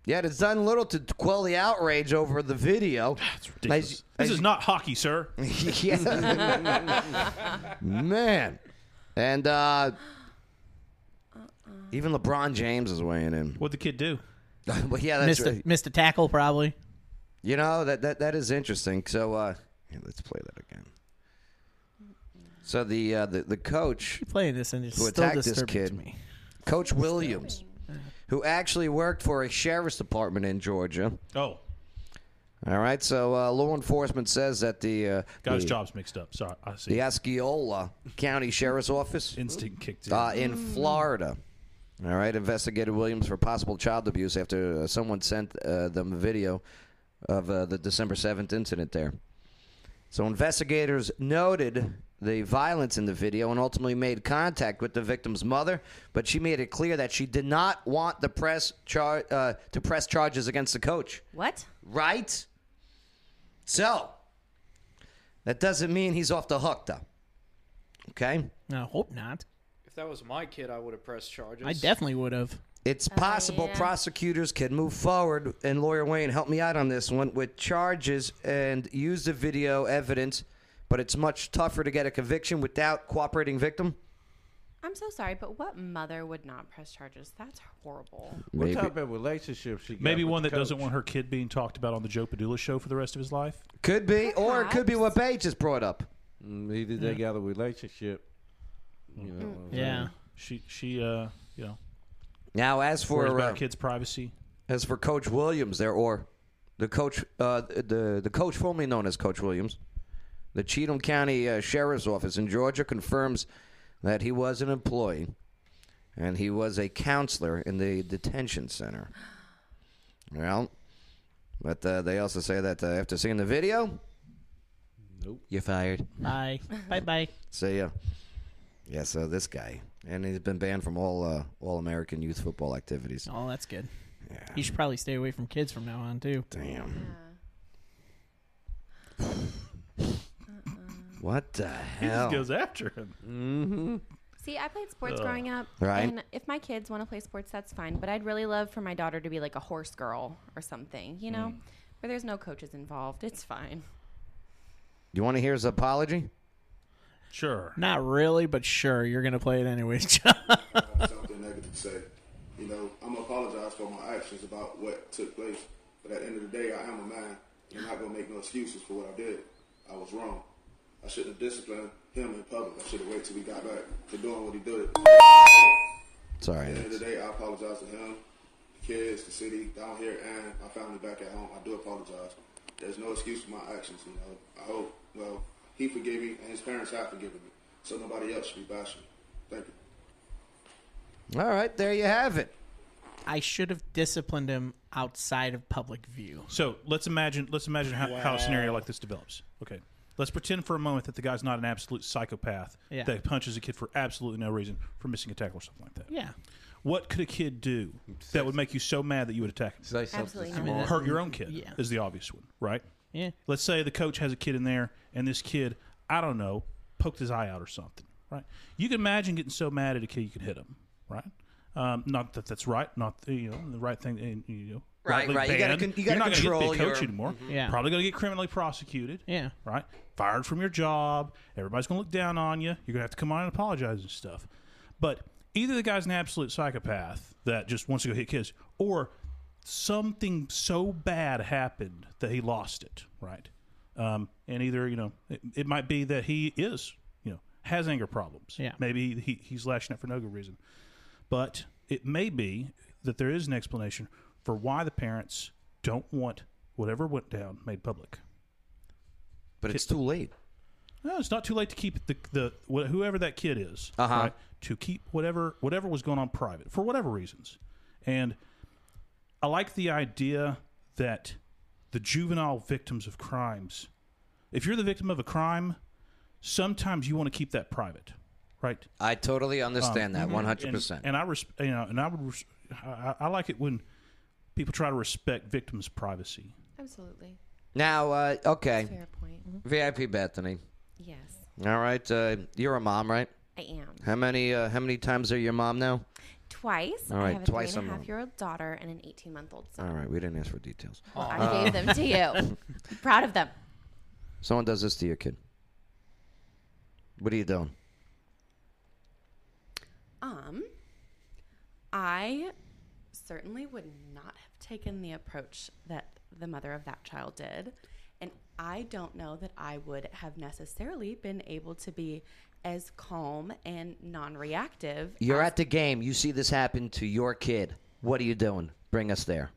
Speaker 1: yet it's done little to quell the outrage over the video.
Speaker 9: It's ridiculous.
Speaker 1: As-
Speaker 9: this
Speaker 1: as-
Speaker 9: is not hockey, sir.
Speaker 1: yeah. Man. And uh, even LeBron James is weighing in.
Speaker 9: What'd the kid do?
Speaker 1: well, yeah, that's
Speaker 8: Missed a,
Speaker 1: right.
Speaker 8: missed a tackle probably.
Speaker 1: You know that that that is interesting. So uh, yeah, let's play that again. So the uh, the the coach,
Speaker 8: Keep playing this and it's
Speaker 1: Who
Speaker 8: still
Speaker 1: attacked this
Speaker 8: disturbing
Speaker 1: kid.
Speaker 8: to me.
Speaker 1: Coach Williams, who actually worked for a sheriff's department in Georgia.
Speaker 9: Oh,
Speaker 1: All right, so uh, law enforcement says that the uh,
Speaker 9: got his
Speaker 1: the-
Speaker 9: jobs mixed up. Sorry, I see.
Speaker 1: the Osceola County Sheriff's Office
Speaker 9: Instinct kicked in.
Speaker 1: uh, in Florida. All right, investigated Williams for possible child abuse after uh, someone sent uh, them a video of uh, the December 7th incident there. So, investigators noted the violence in the video and ultimately made contact with the victim's mother, but she made it clear that she did not want the press char- uh, to press charges against the coach.
Speaker 5: What?
Speaker 1: Right? So, that doesn't mean he's off the hook, though. Okay?
Speaker 8: No, I hope not.
Speaker 6: If that was my kid, I would have pressed charges.
Speaker 8: I definitely would have.
Speaker 1: It's possible
Speaker 5: yeah.
Speaker 1: prosecutors can move forward, and lawyer Wayne, help me out on this one, with charges and use the video evidence, but it's much tougher to get a conviction without cooperating victim.
Speaker 5: I'm so sorry, but what mother would not press charges? That's horrible.
Speaker 1: Maybe.
Speaker 4: What type of relationship she got
Speaker 9: Maybe
Speaker 4: with
Speaker 9: one
Speaker 4: the
Speaker 9: that doesn't
Speaker 4: coach?
Speaker 9: want her kid being talked about on the Joe Padula show for the rest of his life.
Speaker 1: Could be, or it could be what Paige just brought up.
Speaker 4: Mm, Either they got a relationship. You know, what I'm
Speaker 8: Yeah.
Speaker 9: She she uh you know
Speaker 1: Now, as
Speaker 9: worries
Speaker 1: for
Speaker 9: about
Speaker 1: uh,
Speaker 9: her kids' privacy.
Speaker 1: as for Coach Williams, there or the coach, uh, the the coach formerly known as Coach Williams, the Cheatham County uh, Sheriff's Office in Georgia confirms that he was an employee and he was a counselor in the detention center. Well, but uh, they also say that uh, after seeing the video, nope, you're fired.
Speaker 8: Bye. bye bye.
Speaker 1: See ya. Yeah, so this guy, and he's been banned from all uh, all American youth football activities.
Speaker 8: Oh, that's good. You should probably stay away from kids from now on too.
Speaker 1: Damn. What the
Speaker 9: He
Speaker 1: hell?
Speaker 9: just goes after him.
Speaker 1: Mm-hmm.
Speaker 5: See, I played sports growing up,
Speaker 1: Right.
Speaker 5: and if my kids want to play sports, that's fine. But I'd really love for my daughter to be like a horse girl or something, you know, where there's no coaches involved. It's fine.
Speaker 1: you want to hear his apology?
Speaker 9: Sure.
Speaker 8: Not really, but sure, you're gonna play it anyways, John.
Speaker 12: something negative to say. You know, I'm gonna apologize for my actions about what took place, but at the end of the day, I am a man. I'm not gonna make no excuses for what I did. I was wrong. I shouldn't have disciplined him in public. I should have waited till we got back to doing what he did.
Speaker 1: Sorry.
Speaker 12: At the end of the day, I apologize to him, the kids, the city down here, and my family back at home. I do apologize. There's no excuse for my actions. You know, I hope. Well, he forgave me, and his parents have forgiven me, so nobody else should be bashing. me. Thank you.
Speaker 1: All right, there you have it.
Speaker 8: I should have disciplined him outside of public view.
Speaker 9: So let's imagine let's imagine how, how a scenario like this develops. Okay. Let's pretend for a moment that the guy's not an absolute psychopath
Speaker 8: Yeah.
Speaker 9: that punches a kid for absolutely no reason for missing a tackle or something like that.
Speaker 8: Yeah.
Speaker 9: What could a kid do that would make you so mad that you would attack him? Say
Speaker 8: something Absolutely not. small.
Speaker 9: Hurt your own kid
Speaker 8: Yeah.
Speaker 9: is the obvious one, right?
Speaker 8: Yeah.
Speaker 9: Let's say the coach has a kid in there, and this kid, I don't know, poked his eye out or something, right? You can imagine getting so mad at a kid you could hit him, right? Um, not that that's right, not the, you know the right thing, and you know,
Speaker 1: Right,
Speaker 9: rightly
Speaker 1: right. You gotta con-
Speaker 9: banned.
Speaker 1: you
Speaker 9: You're
Speaker 1: gotta
Speaker 9: not gonna
Speaker 1: control
Speaker 9: get to be a coach
Speaker 1: your-
Speaker 9: anymore.
Speaker 1: Mhm. Yeah.
Speaker 9: Probably going to get criminally prosecuted.
Speaker 8: Yeah.
Speaker 9: Right? Fired from your job. Everybody's going to look down on you. You're going to have to come on and apologize and stuff. But either the guy's an absolute psychopath that just wants to go hit kids, or something so bad happened that he lost it, right? Um, and either, you know, it, it might be that he is, you know, has anger problems.
Speaker 8: Yeah.
Speaker 9: Maybe he, he's lashing out for no good reason. But it may be that there is an explanation for why the parents don't want whatever went down made public.
Speaker 1: But it's too late.
Speaker 9: No, it's not too late to keep the the wh- whoever that kid is
Speaker 1: Uh-huh.
Speaker 9: to keep whatever whatever was going on private for whatever reasons. And I like the idea that the juvenile victims of crimes, if you're the victim of a crime, sometimes you want to keep that private, right?
Speaker 1: I totally understand
Speaker 9: Um,
Speaker 1: that one hundred percent.
Speaker 9: And, and I res- you know, and I would, res- I, I I like it when people try to respect victims' privacy.
Speaker 11: Absolutely.
Speaker 1: Now, uh, okay,
Speaker 11: Fair point. Mhm.
Speaker 1: VIP Bethany.
Speaker 11: Yes,
Speaker 1: All right, uh, you're a mom, right?
Speaker 11: I am.
Speaker 1: How many uh, how many times are you a mom now?
Speaker 11: Twice.
Speaker 1: All right,
Speaker 11: I have a
Speaker 1: twice
Speaker 11: three
Speaker 1: a
Speaker 11: and a
Speaker 1: month.
Speaker 11: half year old daughter and an 18 month old son.
Speaker 1: All right, we didn't ask for details.
Speaker 11: Well,
Speaker 1: Uh,
Speaker 11: I gave them to you. Proud of them.
Speaker 1: Someone does this to your kid. What are you doing?
Speaker 11: Um, I certainly would not have taken the approach that the mother of that child did. And I don't know that I would have necessarily been able to be as calm and non reactive.
Speaker 1: You're at the game. You see this happen to your kid. What are you doing? Bring us there.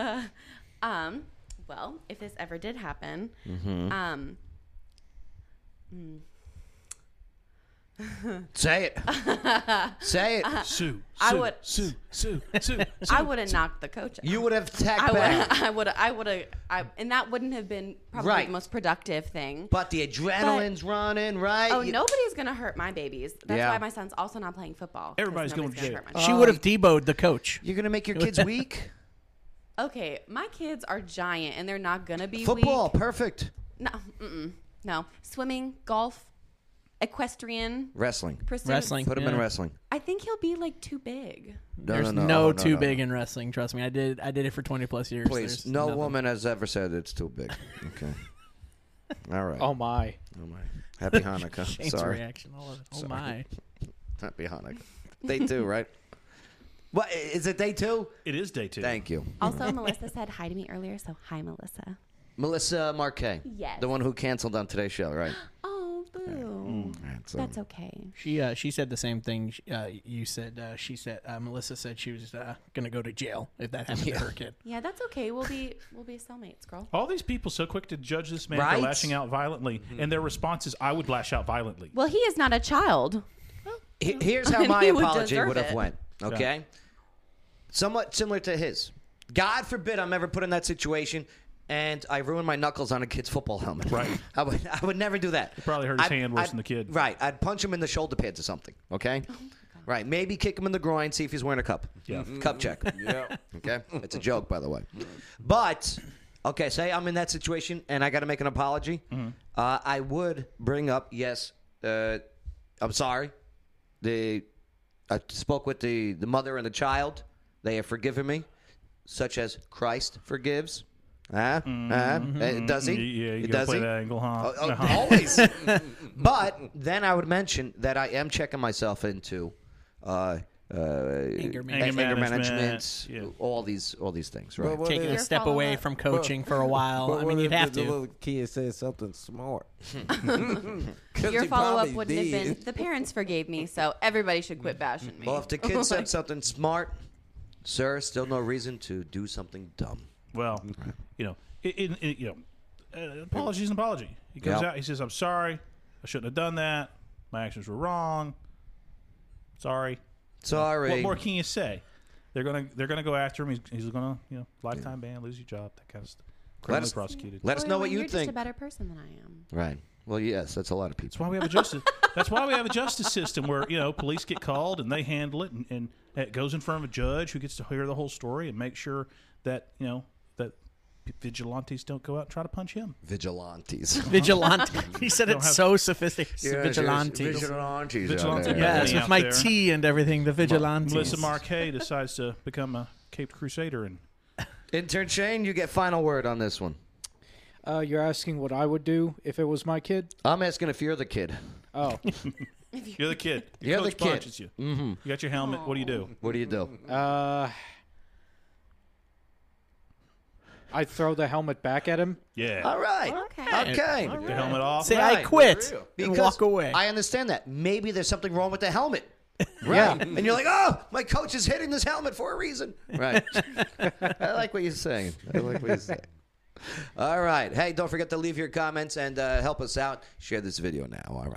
Speaker 11: um, well, if this ever did happen,
Speaker 1: Mhm.
Speaker 11: um, mm.
Speaker 1: Say it. Say it.
Speaker 9: Sue.
Speaker 11: I would-
Speaker 9: Sue. Sue. Sue.
Speaker 11: mm. I would have knocked the coach. out.
Speaker 1: You would have
Speaker 11: I
Speaker 1: tacked back.
Speaker 11: would. I would. I would have. I, and that wouldn't have been probably
Speaker 1: Right.
Speaker 11: the most productive thing.
Speaker 1: But the adrenaline's running, right?
Speaker 11: Oh,
Speaker 1: You-
Speaker 11: nobody's gonna hurt my babies. That's
Speaker 1: Yeah.
Speaker 11: why my son's also not playing football. 'cause
Speaker 9: Everybody's going
Speaker 11: nobody's
Speaker 9: to
Speaker 11: gonna
Speaker 9: jail.
Speaker 11: hurt my
Speaker 8: She
Speaker 11: son.
Speaker 8: would have deboed the coach.
Speaker 1: Uh, You're gonna make your kids weak.
Speaker 11: Okay, my kids are giant, and they're not gonna be
Speaker 1: Football,
Speaker 11: Weak.
Speaker 1: perfect.
Speaker 11: No, mm-mm, no. Swimming, golf, equestrian,
Speaker 1: Wrestling.
Speaker 11: pursuit.
Speaker 1: Put him in wrestling.
Speaker 11: I think he'll be like too big.
Speaker 1: No,
Speaker 8: There's
Speaker 1: no, Oh, no, no,
Speaker 8: too
Speaker 1: no.
Speaker 8: big in wrestling. Trust me, I did. I did it for 20 plus years.
Speaker 1: Please,
Speaker 8: There's
Speaker 1: no
Speaker 8: nothing.
Speaker 1: woman has ever said it's too big. Okay. All right.
Speaker 13: Oh my.
Speaker 1: Oh my. Happy Hanukkah.
Speaker 8: Shane's
Speaker 1: Sorry.
Speaker 8: reaction. all of it. Oh
Speaker 1: Sorry.
Speaker 8: my.
Speaker 1: Happy Hanukkah. Day two, right? What is it? Day two?
Speaker 9: It is day two.
Speaker 1: Thank you.
Speaker 11: Also, Melissa said hi to me earlier, so hi, Melissa.
Speaker 1: Melissa Marquet.
Speaker 11: Yes.
Speaker 1: The one who canceled on today's show, right?
Speaker 11: Oh, boo.
Speaker 1: Mm. That's,
Speaker 11: That's okay.
Speaker 8: She uh, she said the same thing. sh- Uh, you said uh, she said uh, Melissa said she was uh, gonna go to jail if that happened to her kid.
Speaker 11: Yeah, that's okay. We'll be we'll be cellmates, girl.
Speaker 9: All these people so quick to judge this man
Speaker 1: Right?
Speaker 9: for lashing out violently, and their response is, "I would lash out violently."
Speaker 11: Well, he is not a child.
Speaker 1: He- Here's how
Speaker 11: And
Speaker 1: my
Speaker 11: he would
Speaker 1: apology
Speaker 11: deserve
Speaker 1: would have
Speaker 11: it.
Speaker 1: went. Okay. Somewhat similar to his. God forbid I'm ever put in that situation. And I ruined my knuckles on a kid's football helmet. Right. I would, I would never do that.
Speaker 9: Probably hurt his
Speaker 1: I'd-
Speaker 9: hand worse
Speaker 1: I'd-
Speaker 9: than the kid.
Speaker 1: Right. I'd punch him in the shoulder pads or something. Okay.
Speaker 11: Oh
Speaker 1: right. Maybe kick him in the groin, see if he's wearing a cup. Mm-hmm.
Speaker 9: Yeah.
Speaker 1: Cup check.
Speaker 4: Yeah.
Speaker 1: Okay. It's a joke, by the way. But okay, say I'm in that situation and I got to make an apology.
Speaker 9: Mm-hmm.
Speaker 1: Uh, I would bring up yes. Uh, I'm sorry. The I spoke with the the mother and the child. They have forgiven me, such as Christ forgives. Huh? Huh? Uh, does he?
Speaker 9: Yeah, Mm-hmm. you gotta
Speaker 1: does
Speaker 9: play
Speaker 1: he?
Speaker 9: that angle, huh?
Speaker 1: Oh, oh,
Speaker 9: Uh-huh.
Speaker 1: Always. but then I would mention that I am checking myself into uh, uh, anger,
Speaker 9: management.
Speaker 1: management,
Speaker 9: Yeah.
Speaker 1: all these all these things, right?
Speaker 4: what
Speaker 8: Taking
Speaker 4: if- uh,
Speaker 8: a step away from coaching for a while.
Speaker 4: But
Speaker 8: I
Speaker 4: what
Speaker 8: mean,
Speaker 4: if
Speaker 8: you'd have
Speaker 4: the,
Speaker 8: to.
Speaker 4: The little kid said something smart. 'Cause
Speaker 11: Your
Speaker 4: he
Speaker 11: follow up
Speaker 4: probably
Speaker 11: wouldn't have
Speaker 4: did.
Speaker 11: been the parents forgave me, so everybody should quit bashing me.
Speaker 1: Well, if the kid said something smart, sir, still no reason to do something dumb.
Speaker 9: Well, you know, it, it, it- you know, uh, apology's an apology. He comes
Speaker 1: Yeah.
Speaker 9: out, he says, "I'm sorry, I shouldn't have done that. My actions were wrong. Sorry."
Speaker 1: Sorry.
Speaker 9: What more can you say? They're gonna they're gonna go after him. He's, he's gonna you know lifetime ban, lose your job, that kind of stuff.
Speaker 1: Let
Speaker 9: criminally
Speaker 1: us,
Speaker 9: prosecuted.
Speaker 1: let us know what
Speaker 5: you're
Speaker 1: you
Speaker 5: just a
Speaker 1: think.
Speaker 5: better person than I am.
Speaker 1: Right. Well, yes, that's a lot of people.
Speaker 9: That's why we have a justice. that's why we have a justice system where you know police get called and they handle it, and, and it goes in front of a judge who gets to hear the whole story and make sure that you know that vigilantes don't go out and try to punch him.
Speaker 1: Vigilantes.
Speaker 8: Vigilante. He said
Speaker 9: Don't
Speaker 8: it's
Speaker 9: have-
Speaker 8: so sophisticated.
Speaker 9: Yes, yes,
Speaker 8: vigilantes.
Speaker 9: vigilantes out Vigilantes there.
Speaker 8: Yes,
Speaker 9: company
Speaker 8: with
Speaker 9: out
Speaker 8: my
Speaker 9: there.
Speaker 8: tea and everything. The vigilantes.
Speaker 9: Melissa Marquet decides to become a Caped Crusader and
Speaker 1: Intern Shane, you get final word on this one.
Speaker 6: Uh, you're asking what I would do if it was my kid.
Speaker 1: I'm asking if you're the kid.
Speaker 6: Oh,
Speaker 9: you're the kid.
Speaker 1: You're the
Speaker 9: Coach
Speaker 1: kid.
Speaker 9: punches you.
Speaker 8: Hmm.
Speaker 1: Mhm.
Speaker 9: You got your helmet. What do you do?
Speaker 1: What do you do?
Speaker 6: Uh, I throw the helmet back at him.
Speaker 9: Yeah.
Speaker 1: All right.
Speaker 9: Okay.
Speaker 1: Okay.
Speaker 9: Take the helmet off.
Speaker 8: Say, I quit, and
Speaker 1: Because
Speaker 8: walk away.
Speaker 1: I understand that. Maybe there's something wrong with the helmet. Right.
Speaker 6: Yeah.
Speaker 1: And you're like, oh, my coach is hitting this helmet for a reason. Right. I like what you're saying. I like what you're saying. All right. Hey, don't forget to leave your comments and uh, help us out. Share this video now. All right.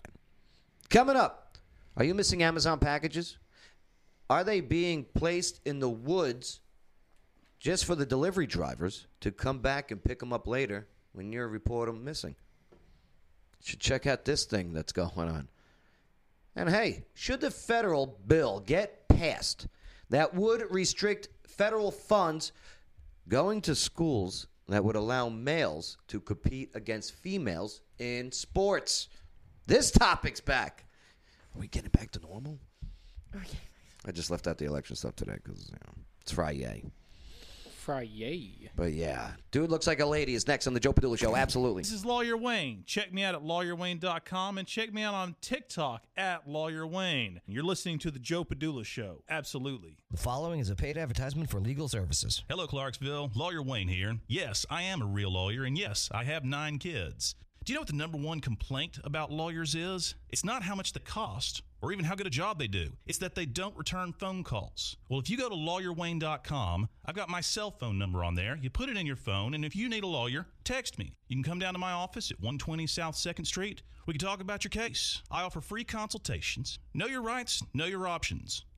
Speaker 1: Coming up, are you missing Amazon packages? Are they being placed in the woods just for the delivery drivers to come back and pick them up later when you report them missing? Should check out this thing that's going on. And hey, should the federal bill get passed that would restrict federal funds going to schools that would allow males to compete against females in sports? This topic's back. Are we getting back to normal? I just left out the election stuff today because you know, it's Friday.
Speaker 6: Fry yay.
Speaker 1: But yeah, dude looks like a lady is next on the Joe Padula show. Absolutely.
Speaker 9: This is Lawyer Wayne. Check me out at lawyerwayne.com and check me out on TikTok at Lawyer Wayne. You're listening to The Joe Padula Show. Absolutely.
Speaker 14: The following is a paid advertisement for legal services.
Speaker 2: Hello, Clarksville. Lawyer Wayne here. Yes, I am a real lawyer, and yes, I have nine kids. Do you know what the number one complaint about lawyers is? It's not how much they cost or even how good a job they do, it's that they don't return phone calls. Well, if you go to lawyerwayne.com, I've got my cell phone number on there. You put it in your phone, and if you need a lawyer, text me. You can come down to my office at 120 South 2nd Street. We can talk about your case. I offer free consultations. Know your rights, know your options.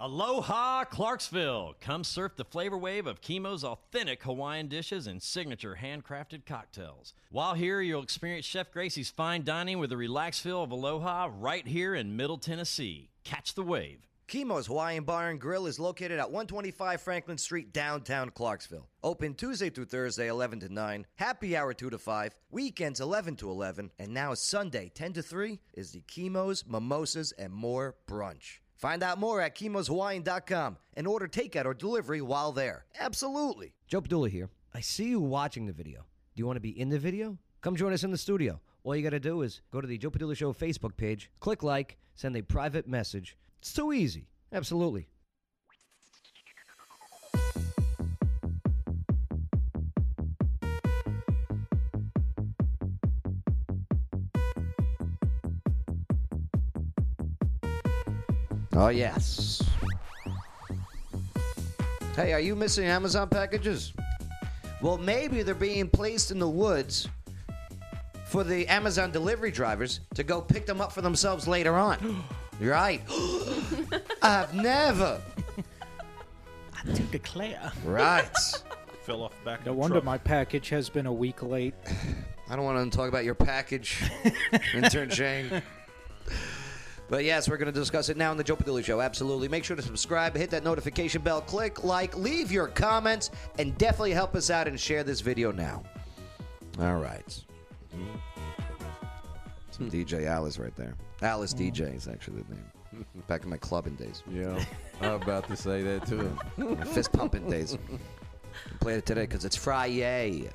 Speaker 15: Aloha Clarksville! Come surf the flavor wave of Chemo's authentic Hawaiian dishes and signature handcrafted cocktails. While here, you'll experience Chef Gracie's fine dining with a relaxed feel of Aloha right here in Middle Tennessee. Catch the wave.
Speaker 1: Chemo's Hawaiian Bar and Grill is located at 125 Franklin Street, downtown Clarksville. Open Tuesday through Thursday, 11 to 9, happy hour 2 to 5, weekends 11 to 11, and now Sunday, 10 to 3, is the Chemo's Mimosas and More Brunch. Find out more at chemosHawaiian.com and order takeout or delivery while there. Absolutely.
Speaker 14: Joe Padula here. I see you watching the video. Do you want to be in the video? Come join us in the studio. All you got to do is go to the Joe Padula Show Facebook page, click like, send a private message. It's too easy. Absolutely.
Speaker 1: Oh, yes. Hey, are you missing Amazon packages? Well, maybe they're being placed in the woods for the Amazon delivery drivers to go pick them up for themselves later on. You're right. I've never.
Speaker 8: I do declare.
Speaker 1: Right.
Speaker 9: Fell off the back
Speaker 6: No
Speaker 9: of the
Speaker 6: wonder
Speaker 9: truck.
Speaker 6: my package has been a week late.
Speaker 1: I don't want to talk about your package, intern Shane. But yes, we're going to discuss it now on the Joe Padilla Show. Absolutely. Make sure to subscribe, hit that notification bell, click like, leave your comments, and definitely help us out and share this video now. All right. Some DJ Alice right there. Alice DJ is actually the name. Back in my clubbing days.
Speaker 4: Yeah. I'm about to say that too.
Speaker 1: My fist pumping days. I played it today because it's Friday.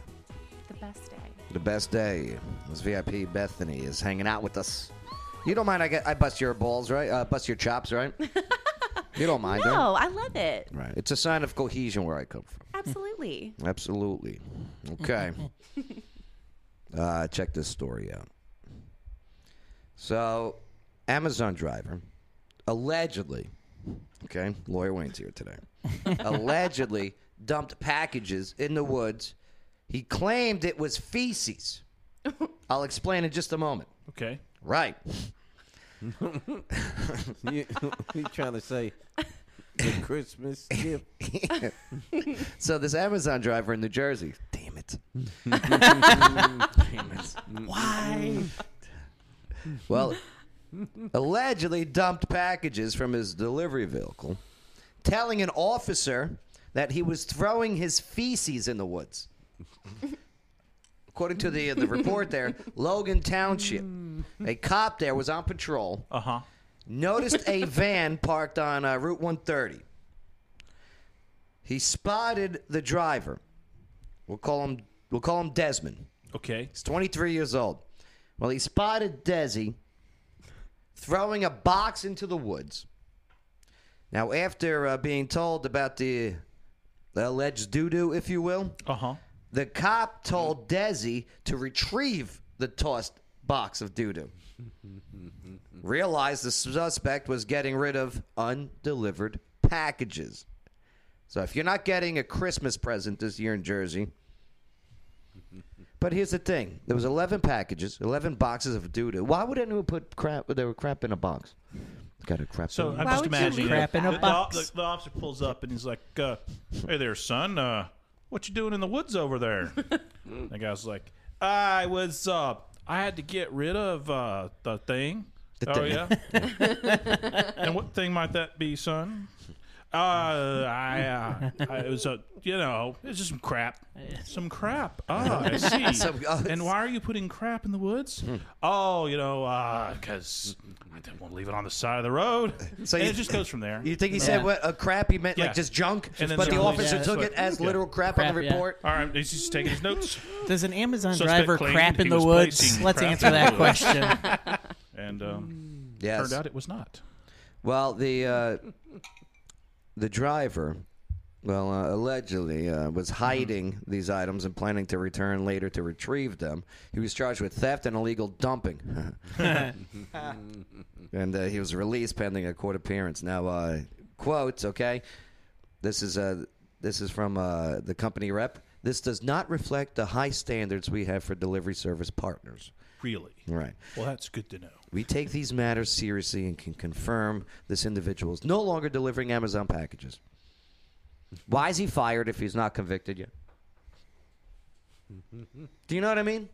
Speaker 5: The best day.
Speaker 1: The best day. This VIP Bethany is hanging out with us. You don't mind I get I bust your balls, right? Uh, bust your chops, right? you don't mind,
Speaker 5: No,
Speaker 1: right?
Speaker 5: I love it.
Speaker 1: Right. It's a sign of cohesion where I come from.
Speaker 5: Absolutely.
Speaker 1: Absolutely. Okay. uh, check this story out. So, Amazon driver allegedly, okay, lawyer Wayne's here today, allegedly dumped packages in the woods. He claimed it was feces. I'll explain in just a moment.
Speaker 9: Okay.
Speaker 1: Right.
Speaker 4: you, you trying to say the Christmas gift?
Speaker 1: so this Amazon driver in New Jersey, damn it. damn it.
Speaker 7: Why?
Speaker 1: Well, allegedly dumped packages from his delivery vehicle, telling an officer that he was throwing his feces in the woods. According to the uh, the report there, Logan Township, a cop there was on patrol.
Speaker 9: Uh-huh.
Speaker 1: Noticed a van parked on uh, Route 130. He spotted the driver. We'll call him we'll call him Desmond.
Speaker 9: Okay.
Speaker 1: He's 23 years old. Well, he spotted Desi throwing a box into the woods. Now, after uh, being told about the, the alleged doo doo, if you will,
Speaker 9: uh-huh.
Speaker 1: the cop told Desi to retrieve the tossed box of doo doo. Realized the suspect was getting rid of undelivered packages. So, if you're not getting a Christmas present this year in Jersey, but here's the thing: there was 11 packages, 11 boxes of doo doo. Why would anyone put crap? They were crap in a box. Got a crap.
Speaker 9: So
Speaker 1: in a
Speaker 9: I'm
Speaker 1: box.
Speaker 9: just imagining
Speaker 8: crap in a
Speaker 9: the,
Speaker 8: box?
Speaker 9: The, the officer pulls up and he's like, uh, "Hey there, son. Uh, what you doing in the woods over there?" the guy's like, "I was. Uh, I had to get rid of uh, the thing.
Speaker 1: The
Speaker 9: oh
Speaker 1: thing.
Speaker 9: yeah. and what thing might that be, son?" Uh, I, uh, I, it was a, you know, it's just some crap, some crap. Ah, I see.
Speaker 7: Some- oh,
Speaker 9: and why are you putting crap in the woods? Oh, you know, because I didn't want to leave it on the side of the road.
Speaker 1: So
Speaker 9: and
Speaker 1: you-
Speaker 9: it just goes from there.
Speaker 1: You think he said what a crap he meant,
Speaker 9: Yeah.
Speaker 1: like just junk?
Speaker 9: And then
Speaker 1: but the
Speaker 9: some police-
Speaker 1: officer
Speaker 9: Yeah,
Speaker 1: took
Speaker 9: so-
Speaker 1: it as
Speaker 9: yeah.
Speaker 1: literal crap, on the
Speaker 9: Crap, yeah.
Speaker 1: report.
Speaker 9: All right, he's just taking his notes.
Speaker 8: Does an Amazon
Speaker 9: Suspect
Speaker 8: driver
Speaker 9: claimed
Speaker 8: crap
Speaker 9: he
Speaker 8: in the
Speaker 9: was
Speaker 8: woods?
Speaker 9: placing
Speaker 8: Let's
Speaker 9: crap
Speaker 8: answer
Speaker 9: in the
Speaker 8: that
Speaker 9: woods.
Speaker 8: question.
Speaker 9: and um,
Speaker 1: Yes.
Speaker 9: turned out it was not.
Speaker 1: Well, the uh, the driver, well, uh, allegedly uh, was hiding these items and planning to return later to retrieve them. He was charged with theft and illegal dumping, Hmm. and uh, he was released pending a court appearance. Now, uh, quotes. Okay, this is uh, this is from uh, the company rep. This does not reflect the high standards we have for delivery service partners.
Speaker 9: Really?
Speaker 1: Right.
Speaker 9: Well, that's good to know.
Speaker 1: We take these matters seriously and can confirm this individual is no longer delivering Amazon packages. Why is he fired if he's not convicted yet? Do you know what I mean?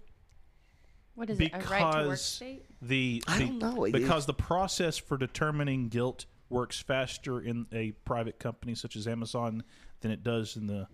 Speaker 5: What is it? A right to work
Speaker 9: because
Speaker 5: state?
Speaker 9: the
Speaker 1: I
Speaker 9: the-
Speaker 1: don't know. It-
Speaker 9: because the process for determining guilt works faster in a private company such as Amazon than it does in the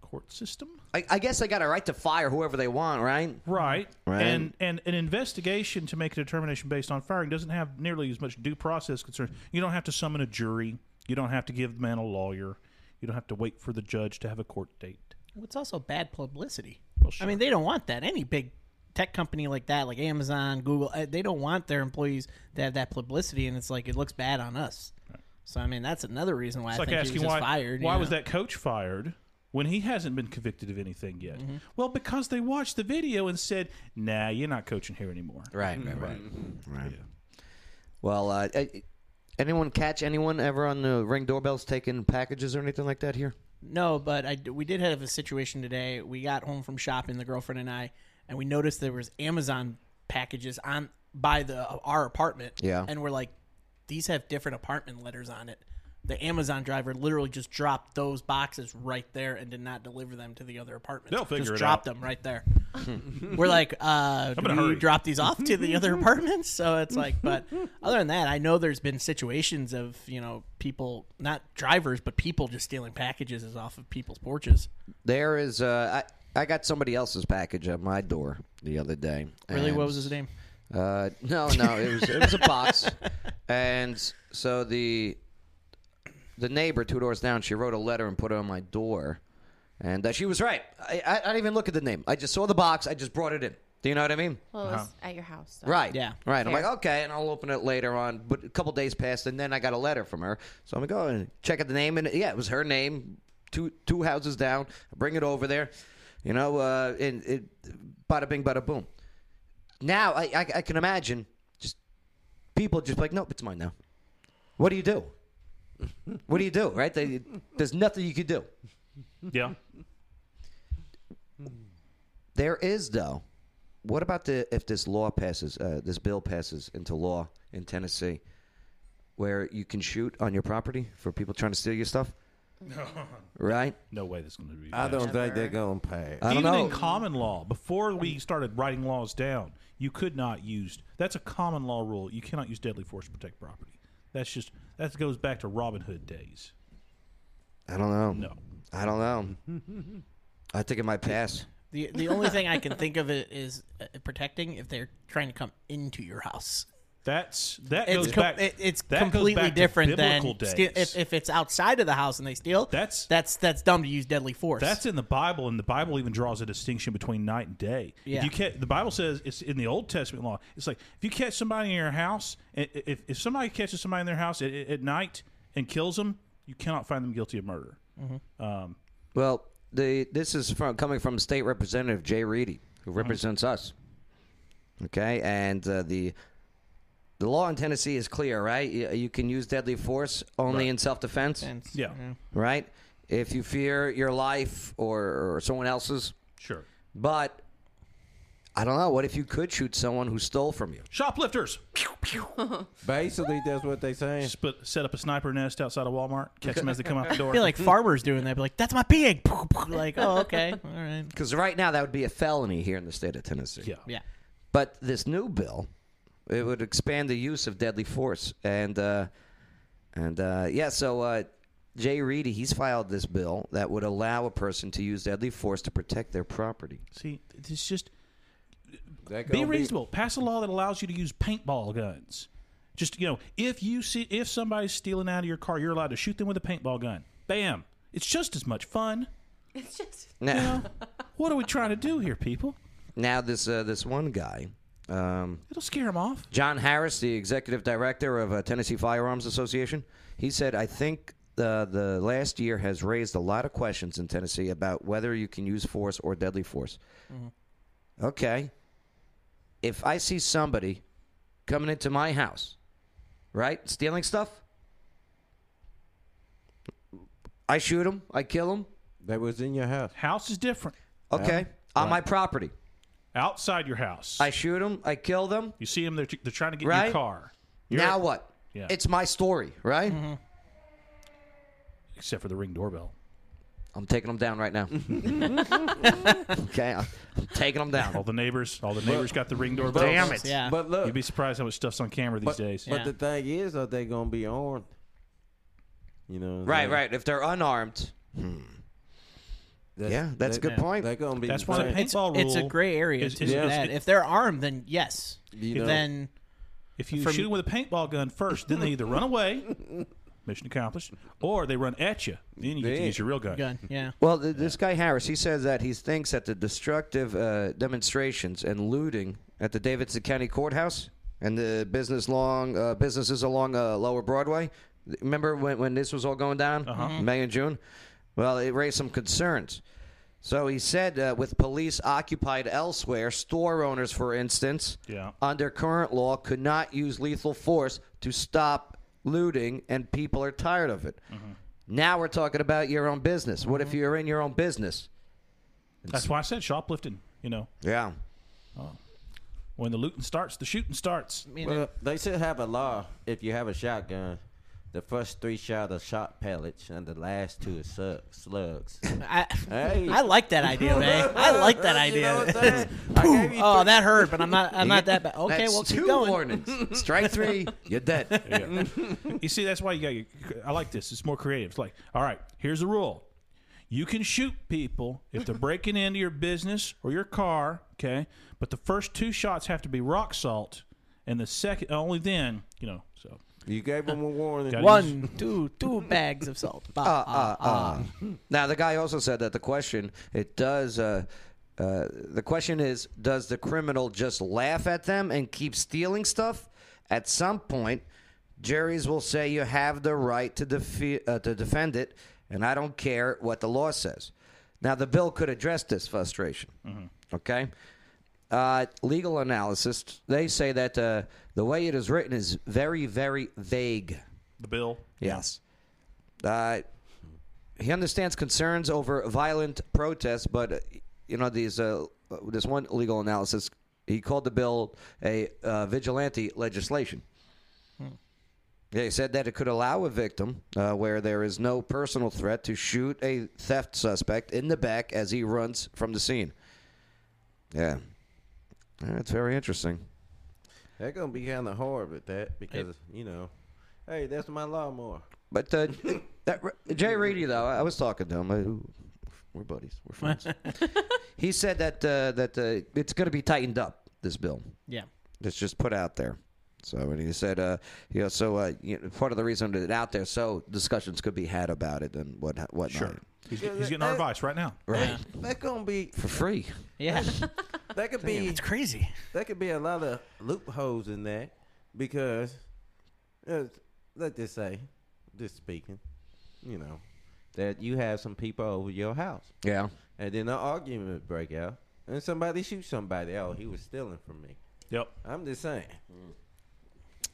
Speaker 9: court system.
Speaker 1: I, I guess they got a right to fire whoever they want, right?
Speaker 9: Right.
Speaker 1: Right.
Speaker 9: And and an investigation to make a determination based on firing doesn't have nearly as much due process concern. You don't have to summon a jury. You don't have to give the man a lawyer. You don't have to wait for the judge to have a court date.
Speaker 8: Well, it's also bad publicity. I mean, they don't want that. Any big tech company like that, like Amazon, Google, uh, they don't want their employees to have that publicity, and it's like it looks bad on us. So I mean, that's another reason why
Speaker 9: It's
Speaker 8: I
Speaker 9: like
Speaker 8: think
Speaker 9: asking
Speaker 8: he was just
Speaker 9: why
Speaker 8: fired. you
Speaker 9: why
Speaker 8: know?
Speaker 9: was that coach fired when he hasn't been convicted of anything yet?
Speaker 8: Mm-hmm.
Speaker 9: Well, because they watched the video and said, "Nah, you're not coaching here anymore." Mm-hmm.
Speaker 1: Right, right, right. Right. Well, uh, a- anyone catch anyone ever on the ring doorbells taking packages or anything like that here?
Speaker 8: No, but I, we did have a situation today. We got home from shopping, the girlfriend and I, and we noticed there was Amazon packages on by the our apartment.
Speaker 1: Yeah.
Speaker 8: and we're like, these have different apartment letters on it. The Amazon driver literally just dropped those boxes right there and did not deliver them to the other apartment.
Speaker 9: They'll figure
Speaker 8: just
Speaker 9: it
Speaker 8: dropped
Speaker 9: out.
Speaker 8: them right there. we're like, uh,
Speaker 9: I'm
Speaker 8: do
Speaker 9: in a
Speaker 8: we
Speaker 9: hurry.
Speaker 8: drop these off to the other apartments? So it's like, but other than that, I know there's been situations of you know people, not drivers, but people just stealing packages is off of people's porches.
Speaker 1: There is. Uh, I I got somebody else's package at my door the other day.
Speaker 8: Really?
Speaker 1: and-
Speaker 8: What was his name?
Speaker 1: Uh, no, no. It was it was a box, and so the the neighbor two doors down. She wrote a letter and put it on my door, and uh, she was right. I, I I didn't even look at the name. I just saw the box. I just brought it in. Do you know what I mean?
Speaker 5: Well,
Speaker 11: Uh-huh.
Speaker 5: it was at your house. so-
Speaker 1: Right. Right.
Speaker 5: Fair.
Speaker 1: I'm like, okay, and I'll open it later on. But a couple days passed, and then I got a letter from her. So I'm like, oh, and check out the name, and yeah, it was her name two two houses down. Bring it over there, you know. Uh, and it, bada bing, bada boom. Now I, I I can imagine just people just like, nope, it's mine now. What do you do? What do you do? Right? They, there's nothing you could do.
Speaker 9: Yeah.
Speaker 1: There is though. What about the if this law passes, uh, this bill passes into law in Tennessee, where you can shoot on your property for people trying to steal your stuff? Right?
Speaker 9: No way that's going to be.
Speaker 4: I don't
Speaker 9: passed.
Speaker 4: think they're going to pay.
Speaker 1: I don't
Speaker 9: Even
Speaker 1: know.
Speaker 9: in common law, before we started writing laws down, you could not use. That's a common law rule. You cannot use deadly force to protect property. That's just that goes back to Robin Hood days.
Speaker 1: I don't know. No. I don't know. I think it might pass.
Speaker 8: The the only thing I can think of it is uh, protecting if they're trying to come into your house.
Speaker 9: That's that
Speaker 8: it's
Speaker 9: goes
Speaker 8: com-
Speaker 9: back.
Speaker 8: it- it's
Speaker 9: that goes
Speaker 8: completely
Speaker 9: back to
Speaker 8: different
Speaker 9: biblical
Speaker 8: than steal,
Speaker 9: days.
Speaker 8: if, if it's outside of the house and they steal.
Speaker 9: That's
Speaker 8: that's that's dumb to use deadly force.
Speaker 9: That's in the Bible, and the Bible even draws a distinction between night and day. If
Speaker 8: Yeah.
Speaker 9: you ca- the Bible says it's in the Old Testament law. It's like if you catch somebody in your house, i- i- if, if somebody catches somebody in their house at, at night and kills them, you cannot find them guilty of murder.
Speaker 1: Mm-hmm.
Speaker 9: Um,
Speaker 1: Well, the this is from coming from State Representative Jay Reedy, who represents us. Okay, and uh, the the law in Tennessee is clear, right? You, you can use deadly force only in self defense.
Speaker 9: Yeah.
Speaker 1: Right. If you fear your life or, or someone else's.
Speaker 9: Sure.
Speaker 1: But I don't know. What if you could shoot someone who stole from you?
Speaker 9: Shoplifters.
Speaker 4: Basically, that's what they saying.
Speaker 9: Split, set up a sniper nest outside of Walmart. Catch them as they come out the door.
Speaker 8: I feel like farmers doing that. Be like, that's my pig. like, oh okay, all right.
Speaker 1: Because right now that would be a felony here in the state of Tennessee. Yeah.
Speaker 8: Yeah.
Speaker 1: But this new bill, it would expand the use of deadly force, and uh, and uh, yeah, so uh, Jay Reedy he's filed this bill that would allow a person to use deadly force to protect their property.
Speaker 9: See, it's just
Speaker 1: gonna
Speaker 9: be
Speaker 1: be-
Speaker 9: reasonable. Pass a law that allows you to use paintball guns. Just you know, if you see if somebody's stealing out of your car, you're allowed to shoot them with a paintball gun. Bam! It's just as much fun.
Speaker 5: It's just
Speaker 1: Now,
Speaker 9: what are we trying to do here, people?
Speaker 1: now this uh, this one guy. Um,
Speaker 9: It'll scare them off.
Speaker 1: John Harris, the executive director of uh, Tennessee Firearms Association, he said, "I think the the last year has raised a lot of questions in Tennessee about whether you can use force or deadly force."
Speaker 8: Mm-hmm.
Speaker 1: Okay, if I see somebody coming into my house, right, stealing stuff, I shoot him, I kill him.
Speaker 4: That was in your house.
Speaker 9: House is different.
Speaker 1: Okay,
Speaker 9: Yeah.
Speaker 1: on my property,
Speaker 9: Outside your house,
Speaker 1: I shoot them, I kill them.
Speaker 9: You see them; they're, they're trying to get in
Speaker 1: right?
Speaker 9: your car.
Speaker 1: now what?
Speaker 9: Yeah. Mm-hmm.
Speaker 1: It's my story, right?
Speaker 9: Except for the ring doorbell.
Speaker 1: I'm taking them down right now. okay, I'm I'm taking them down.
Speaker 9: All the neighbors, all the neighbors got the ring doorbell.
Speaker 1: Damn it!
Speaker 4: But look,
Speaker 9: you'd be surprised how much stuff's on camera these
Speaker 4: but,
Speaker 9: days.
Speaker 4: but the thing is, are they going to be armed? You know, what I'm
Speaker 1: Right,
Speaker 4: saying?
Speaker 1: right. If they're unarmed, yeah, that's a good point.
Speaker 4: They're going to be.
Speaker 9: That's why the
Speaker 4: paying.
Speaker 8: It's,
Speaker 9: paintball
Speaker 8: it's a
Speaker 9: rule
Speaker 8: gray area.
Speaker 9: is-
Speaker 8: to
Speaker 9: is-
Speaker 8: do
Speaker 9: is-
Speaker 8: that.
Speaker 9: it-
Speaker 8: if they're armed, then yes.
Speaker 4: You know-
Speaker 8: then
Speaker 9: If you
Speaker 8: From-
Speaker 9: shoot 'em with a paintball gun first, then they either run away, mission accomplished, or they run at you. Then you get to
Speaker 1: Yeah.
Speaker 9: use your real gun.
Speaker 8: gun. Yeah.
Speaker 1: Well, th- this guy Harris, he says that he thinks that the destructive uh, demonstrations and looting at the Davidson County Courthouse and the business long uh, businesses along uh, Lower Broadway. th- Remember when, when this was all going down,
Speaker 9: Uh-huh.
Speaker 1: May and June? Well, it raised some concerns. So he said, uh, with police occupied elsewhere, store owners, for instance,
Speaker 9: Yeah.
Speaker 1: under current law, could not use lethal force to stop looting, and people are tired of it.
Speaker 9: Mm-hmm.
Speaker 1: Now we're talking about your own business. What if you're in your own business?
Speaker 9: That's why I said shoplifting. You know,
Speaker 1: Yeah.
Speaker 9: Oh. when the looting starts, the shooting starts.
Speaker 4: Well, they should have a law. If you have a shotgun, the first three shot are shot pellets, and the last two are su- slugs.
Speaker 8: I,
Speaker 4: Hey.
Speaker 8: I like that idea, man. I like that
Speaker 4: You know
Speaker 8: idea.
Speaker 4: what I'm saying? I
Speaker 8: Poof.
Speaker 4: gave you
Speaker 8: oh,
Speaker 4: three-
Speaker 8: that hurt, but I'm not. I'm not that bad. Okay,
Speaker 1: That's
Speaker 8: well, keep
Speaker 1: two
Speaker 8: going.
Speaker 1: warnings. Strike three, you're dead.
Speaker 9: Yeah. you see, that's why you got. Your, I like this. It's more creative. It's like, all right, here's the rule: you can shoot people if they're breaking into your business or your car. Okay, but the first two shots have to be rock salt, and the second only then, you know. So
Speaker 4: You gave them a warning.
Speaker 9: Gotta use-
Speaker 8: One, two, two bags of salt. Bah,
Speaker 1: Uh, uh,
Speaker 8: ah, ah.
Speaker 1: uh. Now the guy also said that the question it does. Uh, uh, the question is, does the criminal just laugh at them and keep stealing stuff? At some point, juries will say you have the right to, defe- uh, to defend it, and I don't care what the law says. Now, the bill could address this frustration. Okay? Uh, legal analysis, they say that uh, the way it is written is very, very vague.
Speaker 9: The bill?
Speaker 1: Yes. Uh, he understands concerns over violent protests, but, uh, you know, these, uh, this one legal analysis, he called the bill a uh, vigilante legislation. Yeah, he said that it could allow a victim uh, where there is no personal threat to shoot a theft suspect in the back as he runs from the scene. Yeah. Yeah, That's very interesting.
Speaker 4: They're gonna be kind of hard with that because you know, hey, that's my lawnmower.
Speaker 1: But uh, that, Jay Reedy, though, I, I was talking to him. I- we're buddies. We're friends. he said that uh, that uh, it's going to be tightened up. This bill.
Speaker 8: Yeah.
Speaker 1: It's just put out there. So, and he said, uh, you know, so uh, you know, part of the reason that it's out there, so discussions could be had about it and what whatnot. Sure.
Speaker 9: He's, he's getting our advice right now.
Speaker 1: Right.
Speaker 4: That's gonna be
Speaker 1: For free.
Speaker 4: Yeah. that could be.
Speaker 8: Damn, it's crazy.
Speaker 4: That could be a lot of loopholes in that because, uh, let's just say, just speaking, you know, that you have some people over your house.
Speaker 1: Yeah.
Speaker 4: And then an argument break out, and somebody shoots somebody. Oh, he was stealing from me.
Speaker 9: Yep.
Speaker 4: I'm just saying. Mm-hmm.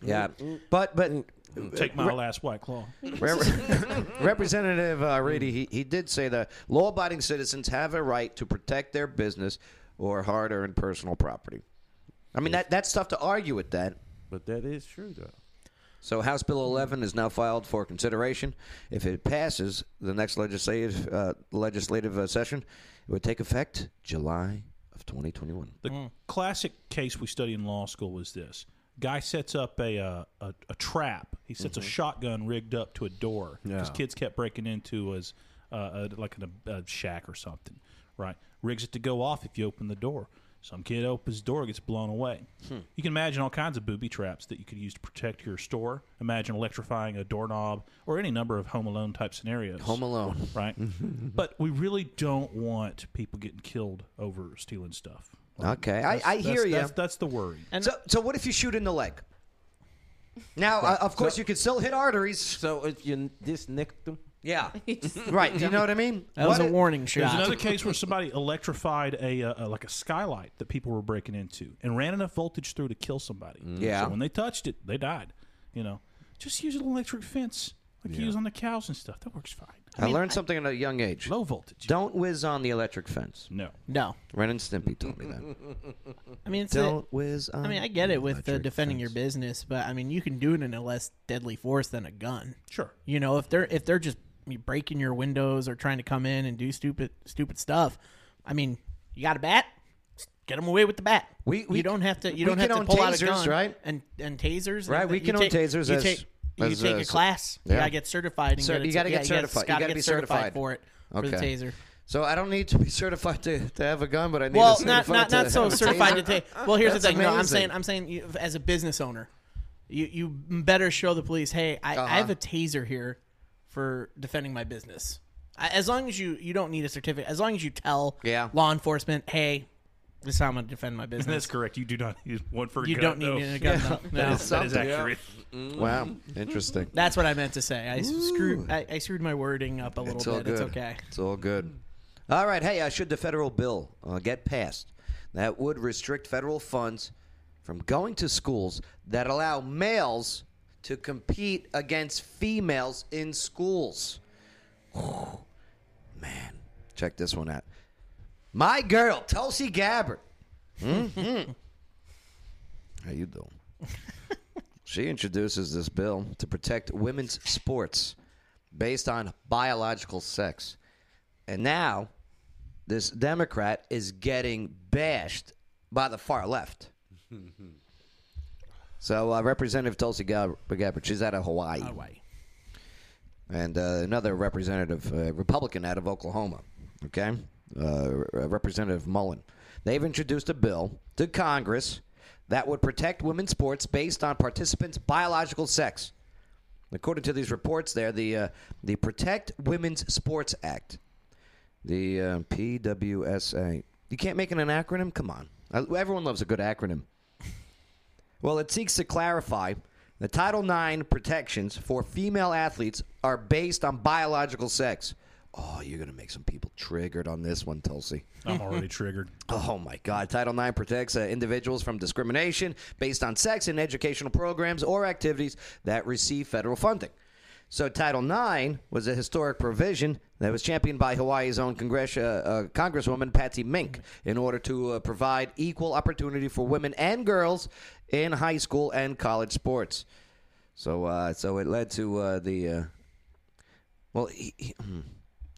Speaker 1: Yeah. But but
Speaker 9: Take my last white claw.
Speaker 1: Rep- Representative uh, Reedy, he, he did say that law abiding citizens have a right to protect their business or hard earned personal property. I mean, that that's tough to argue with that.
Speaker 4: But that is true, though.
Speaker 1: So, House Bill 11 is now filed for consideration. If it passes the next legislative, uh, legislative uh, session, it would take effect July of 2021.
Speaker 9: The classic case we study in law school was this: guy sets up a uh, a, a trap. He sets
Speaker 4: Mhm.
Speaker 9: a shotgun rigged up to a door because
Speaker 4: Yeah.
Speaker 9: kids kept breaking into his uh, a, like in a, a shack or something. Right? Rigs it to go off if you open the door. Some kid opens the door, gets blown away.
Speaker 11: Hmm.
Speaker 9: You can imagine all kinds of booby traps that you could use to protect your store. Imagine electrifying a doorknob or any number of Home Alone type scenarios.
Speaker 1: Home Alone.
Speaker 9: Right. but we really don't want people getting killed over stealing stuff.
Speaker 1: Okay,
Speaker 9: That's-
Speaker 1: I, I hear
Speaker 9: that's-
Speaker 1: you.
Speaker 9: That's, that's the worry.
Speaker 1: so, so what if you shoot in the leg? Now, uh, of course, you could still hit arteries.
Speaker 4: So if you disnicked them,
Speaker 1: yeah, right. You know what I mean? What if-
Speaker 9: There's another case where somebody electrified a uh, uh, like a skylight that people were breaking into and ran enough voltage through to kill somebody.
Speaker 1: Mm. Yeah.
Speaker 9: So when they touched it, they died. You know, just use an electric fence like you
Speaker 1: Yeah.
Speaker 9: use on the cows and stuff. That works fine.
Speaker 1: I, learned something at a young age.
Speaker 9: Low voltage.
Speaker 1: Don't whiz on the electric fence.
Speaker 9: No.
Speaker 8: No.
Speaker 1: Ren and Stimpy told me that.
Speaker 8: I mean, it's
Speaker 1: Don't
Speaker 8: a,
Speaker 1: whiz
Speaker 8: I mean,
Speaker 1: on
Speaker 8: I get it with the
Speaker 1: electric
Speaker 8: defending your business, but I mean, you can do it in a less deadly force than a gun.
Speaker 9: Sure.
Speaker 8: You know, if they're if they're just breaking your windows or trying to come in and do stupid stupid stuff, I mean, you got a bat, get them away with the bat.
Speaker 1: We,
Speaker 8: you don't have to
Speaker 1: we
Speaker 8: you don't have
Speaker 1: can
Speaker 8: to
Speaker 1: own
Speaker 8: pull out a
Speaker 1: tasers,
Speaker 8: gun,
Speaker 1: right?
Speaker 8: And and tasers,
Speaker 1: Right,
Speaker 8: and
Speaker 1: we
Speaker 8: you
Speaker 1: can own
Speaker 8: take-
Speaker 1: tasers
Speaker 8: You
Speaker 1: as-
Speaker 8: take, you
Speaker 1: as,
Speaker 8: take
Speaker 1: uh,
Speaker 8: a class.
Speaker 1: yeah.
Speaker 8: You gotta get certified and
Speaker 1: Cert-
Speaker 8: get a
Speaker 1: you got to
Speaker 8: yeah,
Speaker 1: get
Speaker 8: you gotta-
Speaker 1: certified.
Speaker 8: Gotta,
Speaker 1: you got to
Speaker 8: get
Speaker 1: be
Speaker 8: certified for it for the
Speaker 1: Okay.
Speaker 8: taser.
Speaker 1: So I don't need to be certified to, to have a gun, but I need
Speaker 8: Well,
Speaker 1: a
Speaker 8: not
Speaker 1: certified
Speaker 8: not
Speaker 1: to
Speaker 8: not so
Speaker 1: have a
Speaker 8: certified to
Speaker 1: taser?
Speaker 8: take. Well, here's
Speaker 1: That's
Speaker 8: the thing. No, I'm
Speaker 1: amazing.
Speaker 8: saying I'm saying you, as a business owner, you you better show the police, hey,
Speaker 1: Uh-huh.
Speaker 8: I, I have a taser here for defending my business. I, as long as you you don't need a certificate, as long as you tell
Speaker 1: Yeah.
Speaker 8: law enforcement, hey, this is how I'm going to defend my business.
Speaker 9: That's correct. You do not need one for a
Speaker 8: you
Speaker 9: gun,
Speaker 8: don't need
Speaker 9: no.
Speaker 8: it in a gun.
Speaker 9: Yeah.
Speaker 8: no.
Speaker 9: That
Speaker 8: No.
Speaker 9: is- that is Something. accurate. Yeah.
Speaker 1: Wow, interesting.
Speaker 8: That's what I meant to say. I screwed I, I screwed my wording up a little
Speaker 1: It's all
Speaker 8: bit.
Speaker 1: good.
Speaker 8: It's okay.
Speaker 1: It's all good. All right. Hey, uh, should the federal bill uh, get passed, that would restrict federal funds from going to schools that allow males to compete against females in schools. man, check this one out. My girl, Tulsi Gabbard. Mhm. How you doing? She introduces this bill to protect women's sports based on biological sex. And now this Democrat is getting bashed by the far left. So uh, Representative Tulsi Gab- Gabbard, she's out of Hawaii. Hawaii. And uh, another representative, uh, Republican out of Oklahoma, okay, uh, Re- Representative Mullen. They've introduced a bill to Congress that would protect women's sports based on participants' biological sex. According to these reports, there the uh, the Protect Women's Sports Act, the uh, PWSA. You can't make it an Uh, acronym. Come on, I, everyone loves a good acronym. Well, it seeks to clarify The Title IX protections for female athletes are based on biological sex. Oh, you're going to make some people triggered on this one, Tulsi.
Speaker 9: I'm already triggered.
Speaker 1: Oh, my God. Title IX protects uh, individuals from discrimination based on sex in educational programs or activities that receive federal funding. So, Title IX was a historic provision that was championed by Hawaii's own congress, uh, uh, Congresswoman Patsy Mink in order to uh, provide equal opportunity for women and girls in high school and college sports. So, uh, so it led to uh, the. Uh, well, he, he- hmm.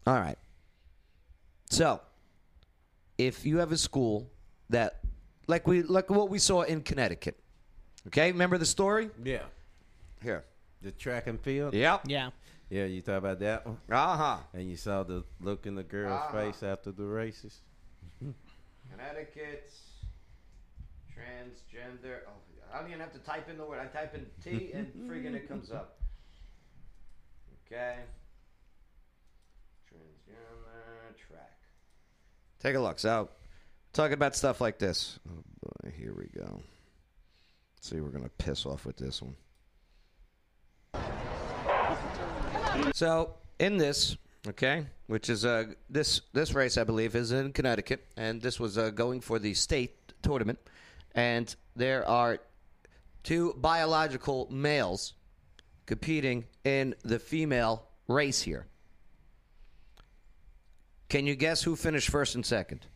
Speaker 1: all right. So, if you have a school that, like we like what we saw in Connecticut, okay, remember the story?
Speaker 4: Yeah.
Speaker 1: Here.
Speaker 4: The track and field?
Speaker 1: Yep.
Speaker 8: Yeah.
Speaker 4: Yeah, you talk about that one?
Speaker 1: Uh huh.
Speaker 4: And you saw the look in the girl's
Speaker 1: Uh-huh.
Speaker 4: face after the races?
Speaker 1: Connecticut transgender. Oh, I don't even have to type in the word. I type in T and friggin' it comes up. Okay. Transgender track. Take a look. So, talking about stuff like this. Oh boy, here we go. see, we're gonna piss off with this one. So in this, okay, which is uh, this this race, I believe, is in Connecticut, and this was uh, going for the state tournament, and there are two biological males competing in the female race here. Can you guess who finished first and second?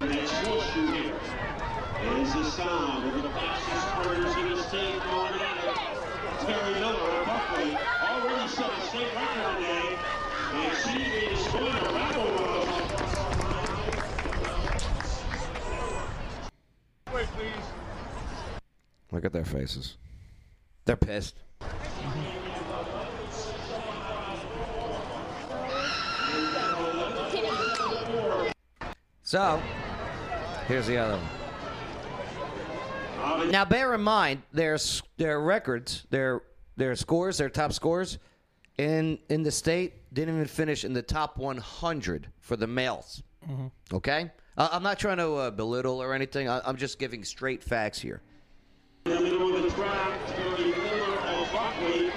Speaker 7: Is the sound of the fastest sprinters in the state going at it. Terry Miller of Buckley already set a state record today, and she is going to rival Wait, please.
Speaker 1: Look at their faces. They're pissed. So, here's the other one. Now, bear in mind their s- their records, their their scores, their top scores in in the state didn't even finish in the top 100 for the males.
Speaker 7: Mhm.
Speaker 1: Okay, uh, I'm not trying to uh, belittle or anything. I, I'm just giving straight facts here.
Speaker 7: In the middle of the track, Terry Miller of Buckley.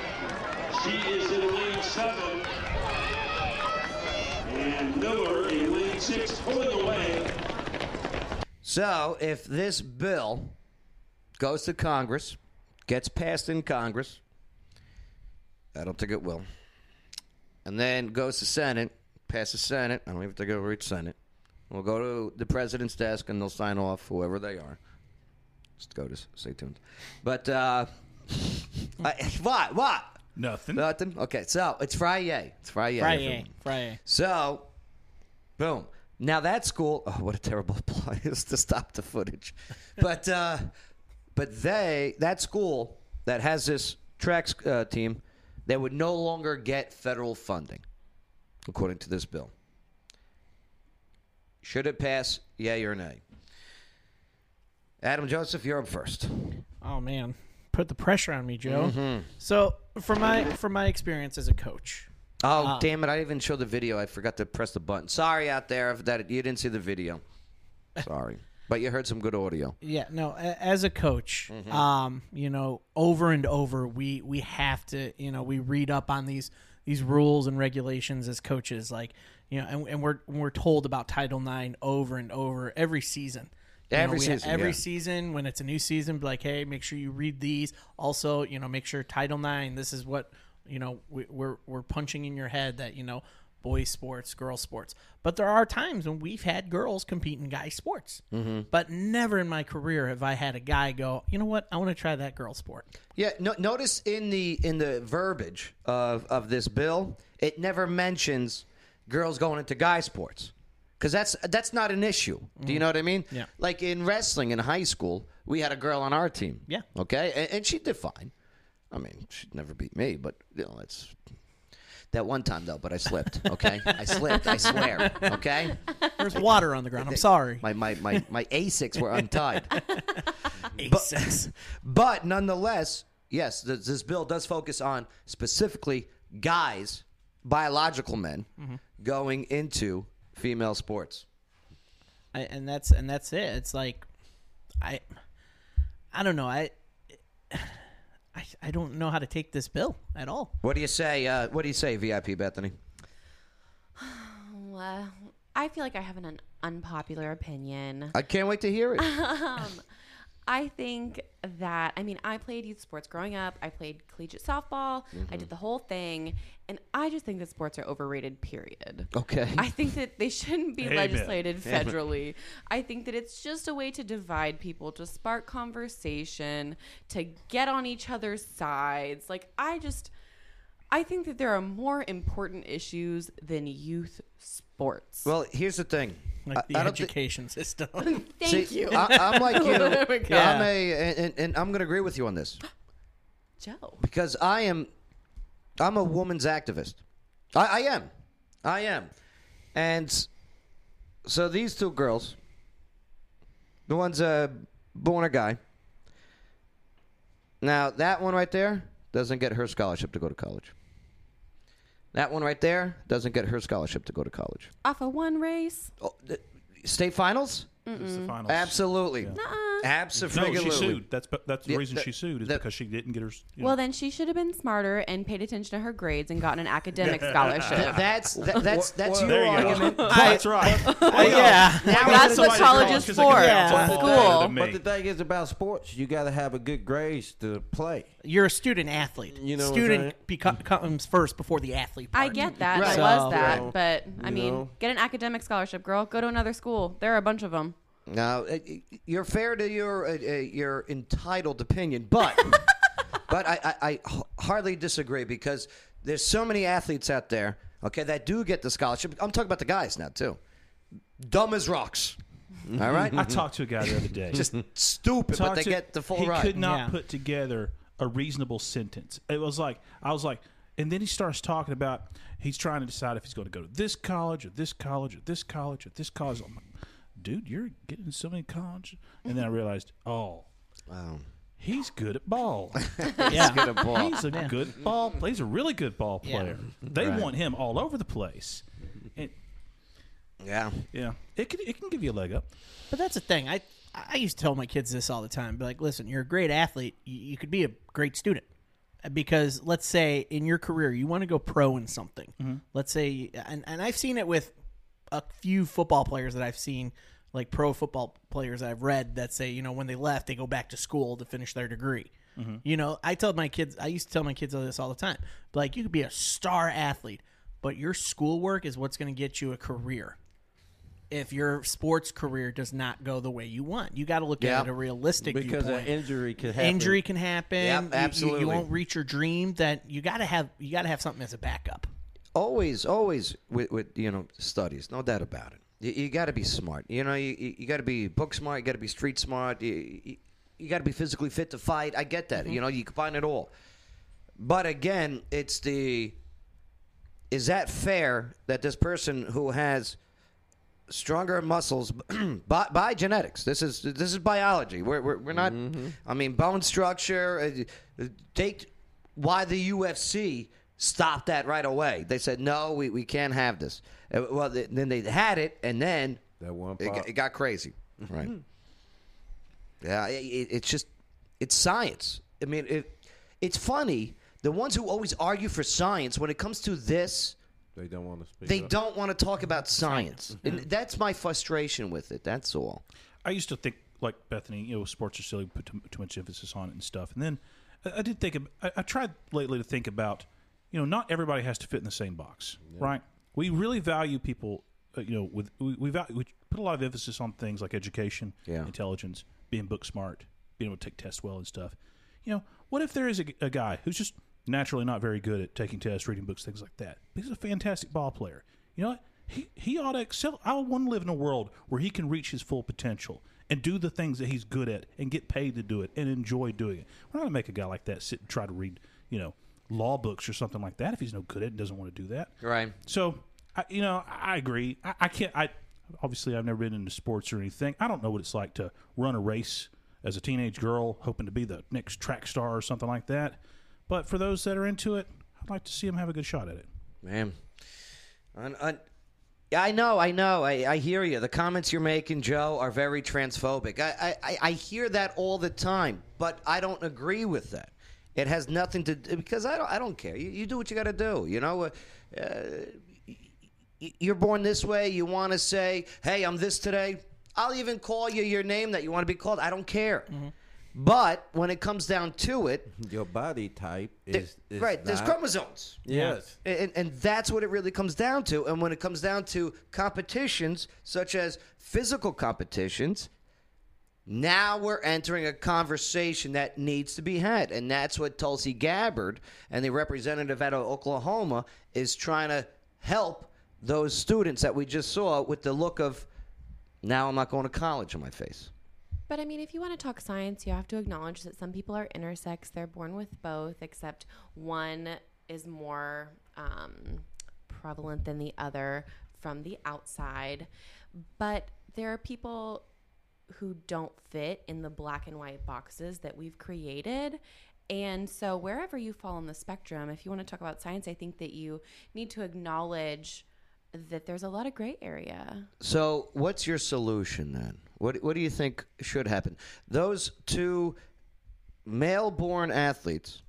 Speaker 7: She is in lane seven. And Miller in lane six, pulling away.
Speaker 1: So, if this bill goes to Congress, gets passed in Congress, I don't think it will, and then goes to Senate, passes Senate, I don't even think it'll reach Senate, we'll go to the president's desk and they'll sign off, whoever they are. Just go to stay tuned. But, uh, I- what? What?
Speaker 9: Nothing.
Speaker 1: Nothing? Okay, so it's Friday. It's Friday.
Speaker 8: Friday, Friday.
Speaker 1: So, boom. Now that school. Oh, what a terrible plot is to stop the footage. But uh, but they that school that has this tracks uh, team, they would no longer get federal funding, according to this bill. Should it pass? Yay or nay? Adam Joseph, you're up first.
Speaker 8: Oh man, put the pressure on me, Joe.
Speaker 1: Mhm.
Speaker 8: So from my from my experience as a coach,
Speaker 1: Oh
Speaker 8: Uh,
Speaker 1: damn it! I didn't even show the video. I forgot to press the button. Sorry out there if that you didn't see the video. Sorry, but you heard some good audio.
Speaker 8: yeah, no, a- as a coach,
Speaker 1: Mhm.
Speaker 8: um, you know, over and over, we we have to, you know, we read up on these these rules and regulations as coaches, like you know, and, and we're we're told about Title IX over and over every season. You know,
Speaker 1: Every
Speaker 8: we-
Speaker 1: season,
Speaker 8: every
Speaker 1: yeah.
Speaker 8: season when it's a new season, be like, hey, make sure you read these. Also, you know, make sure Title IX. This is what you know we, we're we're punching in your head that you know boys sports, girls sports. But there are times when we've had girls compete in guy sports.
Speaker 1: Mm-hmm.
Speaker 8: But never in my career have I had a guy go, you know what, I want to try that girl sport.
Speaker 1: Yeah. No, notice in the in the verbiage of of this bill, it never mentions girls going into guy sports because that's that's not an issue. Do you know what I mean?
Speaker 8: Mm. Yeah.
Speaker 1: Like in wrestling in high school, we had a girl on our team.
Speaker 8: Yeah.
Speaker 1: Okay, and, and she did fine. I mean, she'd never beat me, but you know, it's that one time though. But I slipped. Okay, I slipped. I swear. Okay.
Speaker 8: There's water on the ground. I'm sorry.
Speaker 1: My my my, my Asics were untied. Asics. But, nonetheless, yes, th- this bill does focus on specifically guys, biological men,
Speaker 5: Mm-hmm.
Speaker 8: Mhm.
Speaker 1: going into female sports.
Speaker 8: I, and that's and that's it. It's like I I don't know. I I, I don't know how to take this bill at all.
Speaker 1: What do you say? Uh, what do you say, VIP Bethany?
Speaker 5: Well, I feel like I have an, un- unpopular opinion.
Speaker 1: I can't wait to hear it.
Speaker 5: Um, I think that I mean I played youth sports growing up. I played collegiate softball. I
Speaker 1: Mhm.
Speaker 5: did the whole thing, and I just think that sports are overrated. Period.
Speaker 1: Okay.
Speaker 5: I think that they shouldn't be
Speaker 1: Amen.
Speaker 5: legislated
Speaker 1: Amen.
Speaker 5: federally. I think that it's just a way to divide people, to spark conversation, to get on each other's sides. Like I just. I think that there are more important issues than youth sports.
Speaker 1: Well, here's the thing.
Speaker 8: Like the education system.
Speaker 5: Thank
Speaker 1: See,
Speaker 5: you.
Speaker 1: I, I'm like you.
Speaker 5: There we go.
Speaker 1: I'm a, and, and I'm going to agree with you on this
Speaker 5: Joe.
Speaker 1: because I am, I'm a woman's activist. I, I am, I am, and so these two girls, the one's a born a guy. Now that one right there doesn't get her scholarship to go to college. That one right there doesn't get her scholarship to go to college.
Speaker 5: Off of one race.
Speaker 1: State finals?
Speaker 9: It's the finals.
Speaker 1: Absolutely.
Speaker 9: No,
Speaker 1: Absolutely.
Speaker 9: she sued. That's that's the
Speaker 1: Yeah,
Speaker 9: reason
Speaker 1: that-
Speaker 9: she sued is because she didn't get her. s- you know.
Speaker 5: Well, then she should have been smarter and paid attention to her grades and gotten an academic scholarship.
Speaker 1: Th- that's that, that's that's
Speaker 9: there
Speaker 1: your
Speaker 9: you go.
Speaker 1: argument.
Speaker 9: That's right.
Speaker 5: yeah.
Speaker 1: Now
Speaker 5: That's
Speaker 1: we're
Speaker 5: what
Speaker 1: somebody's
Speaker 5: college
Speaker 1: wrong.
Speaker 5: is for. School.
Speaker 4: But the thing is about sports, you got to have a good grades to play.
Speaker 8: You're a student athlete.
Speaker 4: You know what I'm saying?
Speaker 8: student beco- comes first before the athlete.
Speaker 5: I
Speaker 8: part.
Speaker 5: get that. I
Speaker 8: So-
Speaker 5: was that. but, I
Speaker 1: you
Speaker 5: mean,
Speaker 1: know.
Speaker 5: get an academic scholarship, girl. Go to another school. There are a bunch of them.
Speaker 1: Now uh, you're fair to your uh, uh, your entitled opinion, but but I, I, I h- hardly disagree because there's so many athletes out there, okay, that do get the scholarship. I'm talking about the guys now too, dumb as rocks. All right, Mm-hmm.
Speaker 9: I talked to a guy the other day.
Speaker 1: Just stupid, but
Speaker 9: Talked
Speaker 1: they
Speaker 9: to-
Speaker 1: get the full
Speaker 9: He
Speaker 1: ride.
Speaker 9: could not
Speaker 1: Yeah.
Speaker 9: put together a reasonable sentence. It was like I was like, and then he starts talking about he's trying to decide if he's going to go to this college or this college or this college or this college. I'm like, dude, you're getting so many colleges. And then I realized, oh,
Speaker 1: wow.
Speaker 9: He's good at ball.
Speaker 1: Yeah. good at ball.
Speaker 9: He's a
Speaker 1: Yeah.
Speaker 9: good ball. Player. He's a really good ball
Speaker 1: Yeah.
Speaker 9: player. They
Speaker 1: Right.
Speaker 9: want him all over the place. And
Speaker 1: yeah,
Speaker 9: yeah, it can it can give you a leg up.
Speaker 8: But that's the thing. I I used to tell my kids this all the time. Be like, listen, you're a great athlete. You, you could be a great student because let's say in your career you want to go pro in something.
Speaker 9: Mm-hmm.
Speaker 10: Mhm.
Speaker 8: Let's say, and and I've seen it with a few football players that I've seen, like pro football players I've read that say, you know, when they left, they go back to school to finish their degree.
Speaker 1: Mm-hmm.
Speaker 10: Mhm.
Speaker 8: You know, I tell my kids, I used to tell my kids all this all the time. Like, you could be a star athlete, but your schoolwork is what's going to get you a career. If your sports career does not go the way you want, you got to look
Speaker 4: Yeah.
Speaker 8: at it a realistic
Speaker 4: Because an
Speaker 8: viewpoint.
Speaker 4: injury could happen.
Speaker 8: Injury can happen.
Speaker 4: Yep,
Speaker 8: You- you-
Speaker 4: absolutely.
Speaker 8: You, won't reach your dream. That you got to have. You got to have something as a backup.
Speaker 1: always, always with, with you know studies, no doubt about it. You, you got to be smart. You know, you, you got to be book smart. You got to be street smart. You, you, you got to be physically fit to fight. I get that. You know, you combine it all. But again, it's the is that fair that this person who has stronger muscles by, by genetics this is this is biology we're, we're, we're not
Speaker 4: Mm-hmm.
Speaker 1: i mean bone structure uh, uh, take why the ufc stopped that right away they said no we, we can't have this Uh, well th- then they had it and then
Speaker 4: that one
Speaker 1: it,
Speaker 4: pop. Mm-hmm.
Speaker 1: got- it got crazy right yeah, i it, it's just it's science. I mean, it, it's funny the ones who always argue for science when it comes to this,
Speaker 4: They don't want to speak.
Speaker 1: they
Speaker 4: up.
Speaker 1: don't want to talk about science, and that's my frustration with it. That's all.
Speaker 9: I used to think like Bethany, you know, sports are silly, put too, too much emphasis on it and stuff. And then I, I did think, ab- I, I tried lately to think about, you know, not everybody has to fit in the same box, right? We really value people, uh, you know, with we, we, value, we put a lot of emphasis on things like education,
Speaker 1: Yeah.
Speaker 9: intelligence, being book smart, being able to take tests well and stuff. You know, what if there is a, g- a guy who's just naturally not very good at taking tests, reading books, things like that? But he's a fantastic ball player. You know what? He, he ought to excel. I want to live in a world where he can reach his full potential and do the things that he's good at and get paid to do it and enjoy doing it. We're not going to make a guy like that sit and try to read, you know, law books or something like that if he's no good at it and doesn't want to do that.
Speaker 1: Right.
Speaker 9: So, I, you know, I I agree. I, I can't. I obviously I've never been into sports or anything. I don't know what it's like to run a race as a teenage girl, hoping to be the next track star or something like that. But for those that are into it, I'd like to see them have a good shot at it.
Speaker 1: Man. Un- un- yeah, I know, I know. I, I hear you. The comments you're making, Joe, are very transphobic. I, I- I, I hear that all the time, but I don't agree with that. It has nothing to do because I don't. I don't care. You, you do what you got to do. You know. Uh, uh, y- y- you're born this way. You want to say, "Hey, I'm this today." I'll even call you your name that you want to be called. I don't care. But when it comes down to it,
Speaker 4: Your body type
Speaker 1: There-
Speaker 4: is, is
Speaker 1: right, there's
Speaker 4: not-
Speaker 1: chromosomes.
Speaker 4: Yes.
Speaker 1: And, and that's what it really comes down to. And when it comes down to competitions, such as physical competitions, now we're entering a conversation that needs to be had. And that's what Tulsi Gabbard and the representative out of Oklahoma is trying to help those students that we just saw with the look of, now I'm not going to college on my face.
Speaker 11: But I mean, if you want to talk science, you have to acknowledge that some people are intersex. They're born with both, except one is more um, prevalent than the other from the outside. But there are people who don't fit in the black and white boxes that we've created. And so, wherever you fall on the spectrum, if you want to talk about science, I think that you need to acknowledge that there's a lot of gray area.
Speaker 1: So, what's your solution then? What What do you think should happen? Those two male-born athletes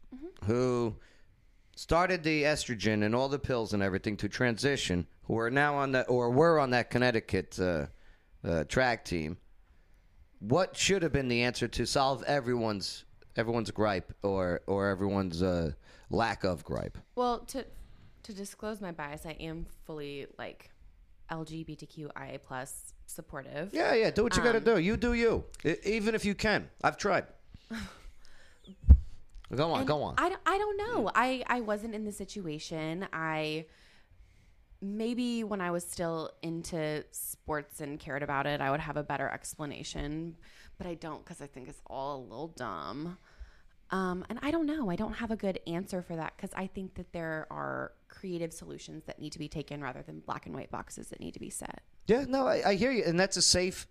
Speaker 1: who started the estrogen and all the pills and everything to transition, who are now on that or were on that Connecticut uh, uh, track team. What should have been the answer to solve everyone's everyone's gripe or or everyone's uh, lack of gripe?
Speaker 11: Well, to to disclose my bias, I am fully like LGBTQIA plus supportive.
Speaker 1: Yeah, yeah. Do what you got to
Speaker 11: Um,
Speaker 1: do. You do you, E- even if you can. I've tried. go on,
Speaker 11: and
Speaker 1: go on.
Speaker 11: I, don't- I don't know. I, I wasn't in the situation. I maybe when I was still into sports and cared about it, I would have a better explanation, but I don't because I think it's all a little dumb. Um, and I don't know. I don't have a good answer for that because I think that there are creative solutions that need to be taken rather than black and white boxes that need to be set.
Speaker 1: Yeah, no, I, I hear you, and that's a safe,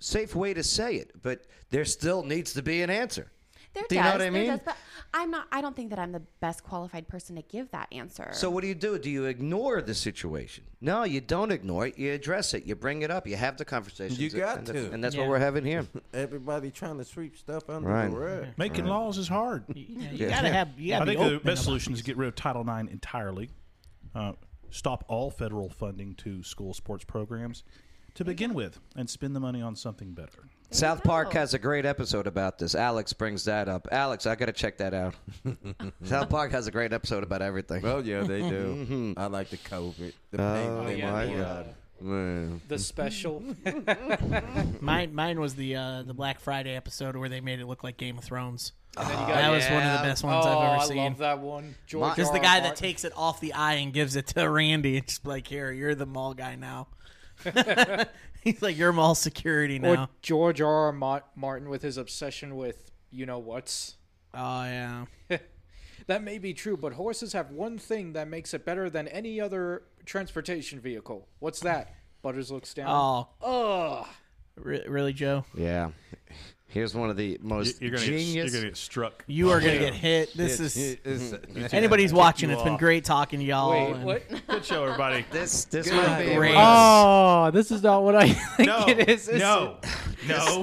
Speaker 1: safe way to say it. But there still needs to be an answer.
Speaker 11: There
Speaker 1: do you
Speaker 11: does,
Speaker 1: know what I
Speaker 11: there
Speaker 1: mean?
Speaker 11: does, but I'm not. I don't think that I'm the best qualified person to give that answer.
Speaker 1: So what do you do? Do you ignore the situation? No, you don't ignore it. You address it. You bring it up. You have the conversation.
Speaker 4: You got
Speaker 1: and
Speaker 4: to.
Speaker 1: That's, and that's what we're having here.
Speaker 4: Everybody trying to sweep stuff under
Speaker 1: Right.
Speaker 4: the rug.
Speaker 9: Making laws is hard.
Speaker 4: you gotta have- you gotta
Speaker 9: I
Speaker 4: be
Speaker 9: think
Speaker 4: open
Speaker 9: the best
Speaker 4: about
Speaker 9: solution is get rid of Title IX entirely. Uh, stop all federal funding to school sports programs to begin with, and spend the money on something better.
Speaker 1: South Park has a great episode about this. Alex brings that up. Alex, I got to check that out. South Park has a great episode about everything.
Speaker 4: Oh yeah, they do.
Speaker 1: Mhm.
Speaker 4: I like the COVID. The
Speaker 1: Oh,
Speaker 4: pain.
Speaker 1: my
Speaker 4: yeah.
Speaker 1: God.
Speaker 4: Man.
Speaker 6: The special.
Speaker 8: mine, mine was the uh, the Black Friday episode where they made it look like Game of Thrones. Ah,
Speaker 6: you got-
Speaker 8: that was one of
Speaker 6: Yeah.
Speaker 8: the best ones
Speaker 6: Oh,
Speaker 8: I've
Speaker 6: I
Speaker 8: ever
Speaker 6: love
Speaker 8: seen.
Speaker 6: that one. George
Speaker 8: Because
Speaker 6: R.
Speaker 8: the
Speaker 6: R.
Speaker 8: guy that
Speaker 6: Martin.
Speaker 8: takes it off the eye and gives it to Randy, it's just like, here, you're the mall guy now. He's like, you're mall security
Speaker 6: Or
Speaker 8: now.
Speaker 6: George R. R. Ma- Martin with his obsession with you know what's.
Speaker 8: Oh yeah.
Speaker 6: that may be true, but horses have one thing that makes it better than any other transportation vehicle. What's that? Butters looks down.
Speaker 8: Oh.
Speaker 6: Ugh.
Speaker 8: Re- really, Joe?
Speaker 1: Yeah. Here's one of the most
Speaker 9: You're gonna,
Speaker 1: genius.
Speaker 9: get, you're gonna get struck. uh,
Speaker 8: You are gonna
Speaker 9: Yeah.
Speaker 8: get hit. This
Speaker 1: It's-
Speaker 8: is
Speaker 1: it's-
Speaker 8: anybody's
Speaker 1: Kick
Speaker 8: watching.
Speaker 1: you
Speaker 8: It's been
Speaker 1: off.
Speaker 8: great talking to y'all.
Speaker 9: Wait,
Speaker 8: and-
Speaker 9: what? Good show, everybody.
Speaker 1: this this
Speaker 8: Good might be- gracious.
Speaker 10: Oh, this is not what I think
Speaker 9: No,
Speaker 10: it is. is
Speaker 9: no, no.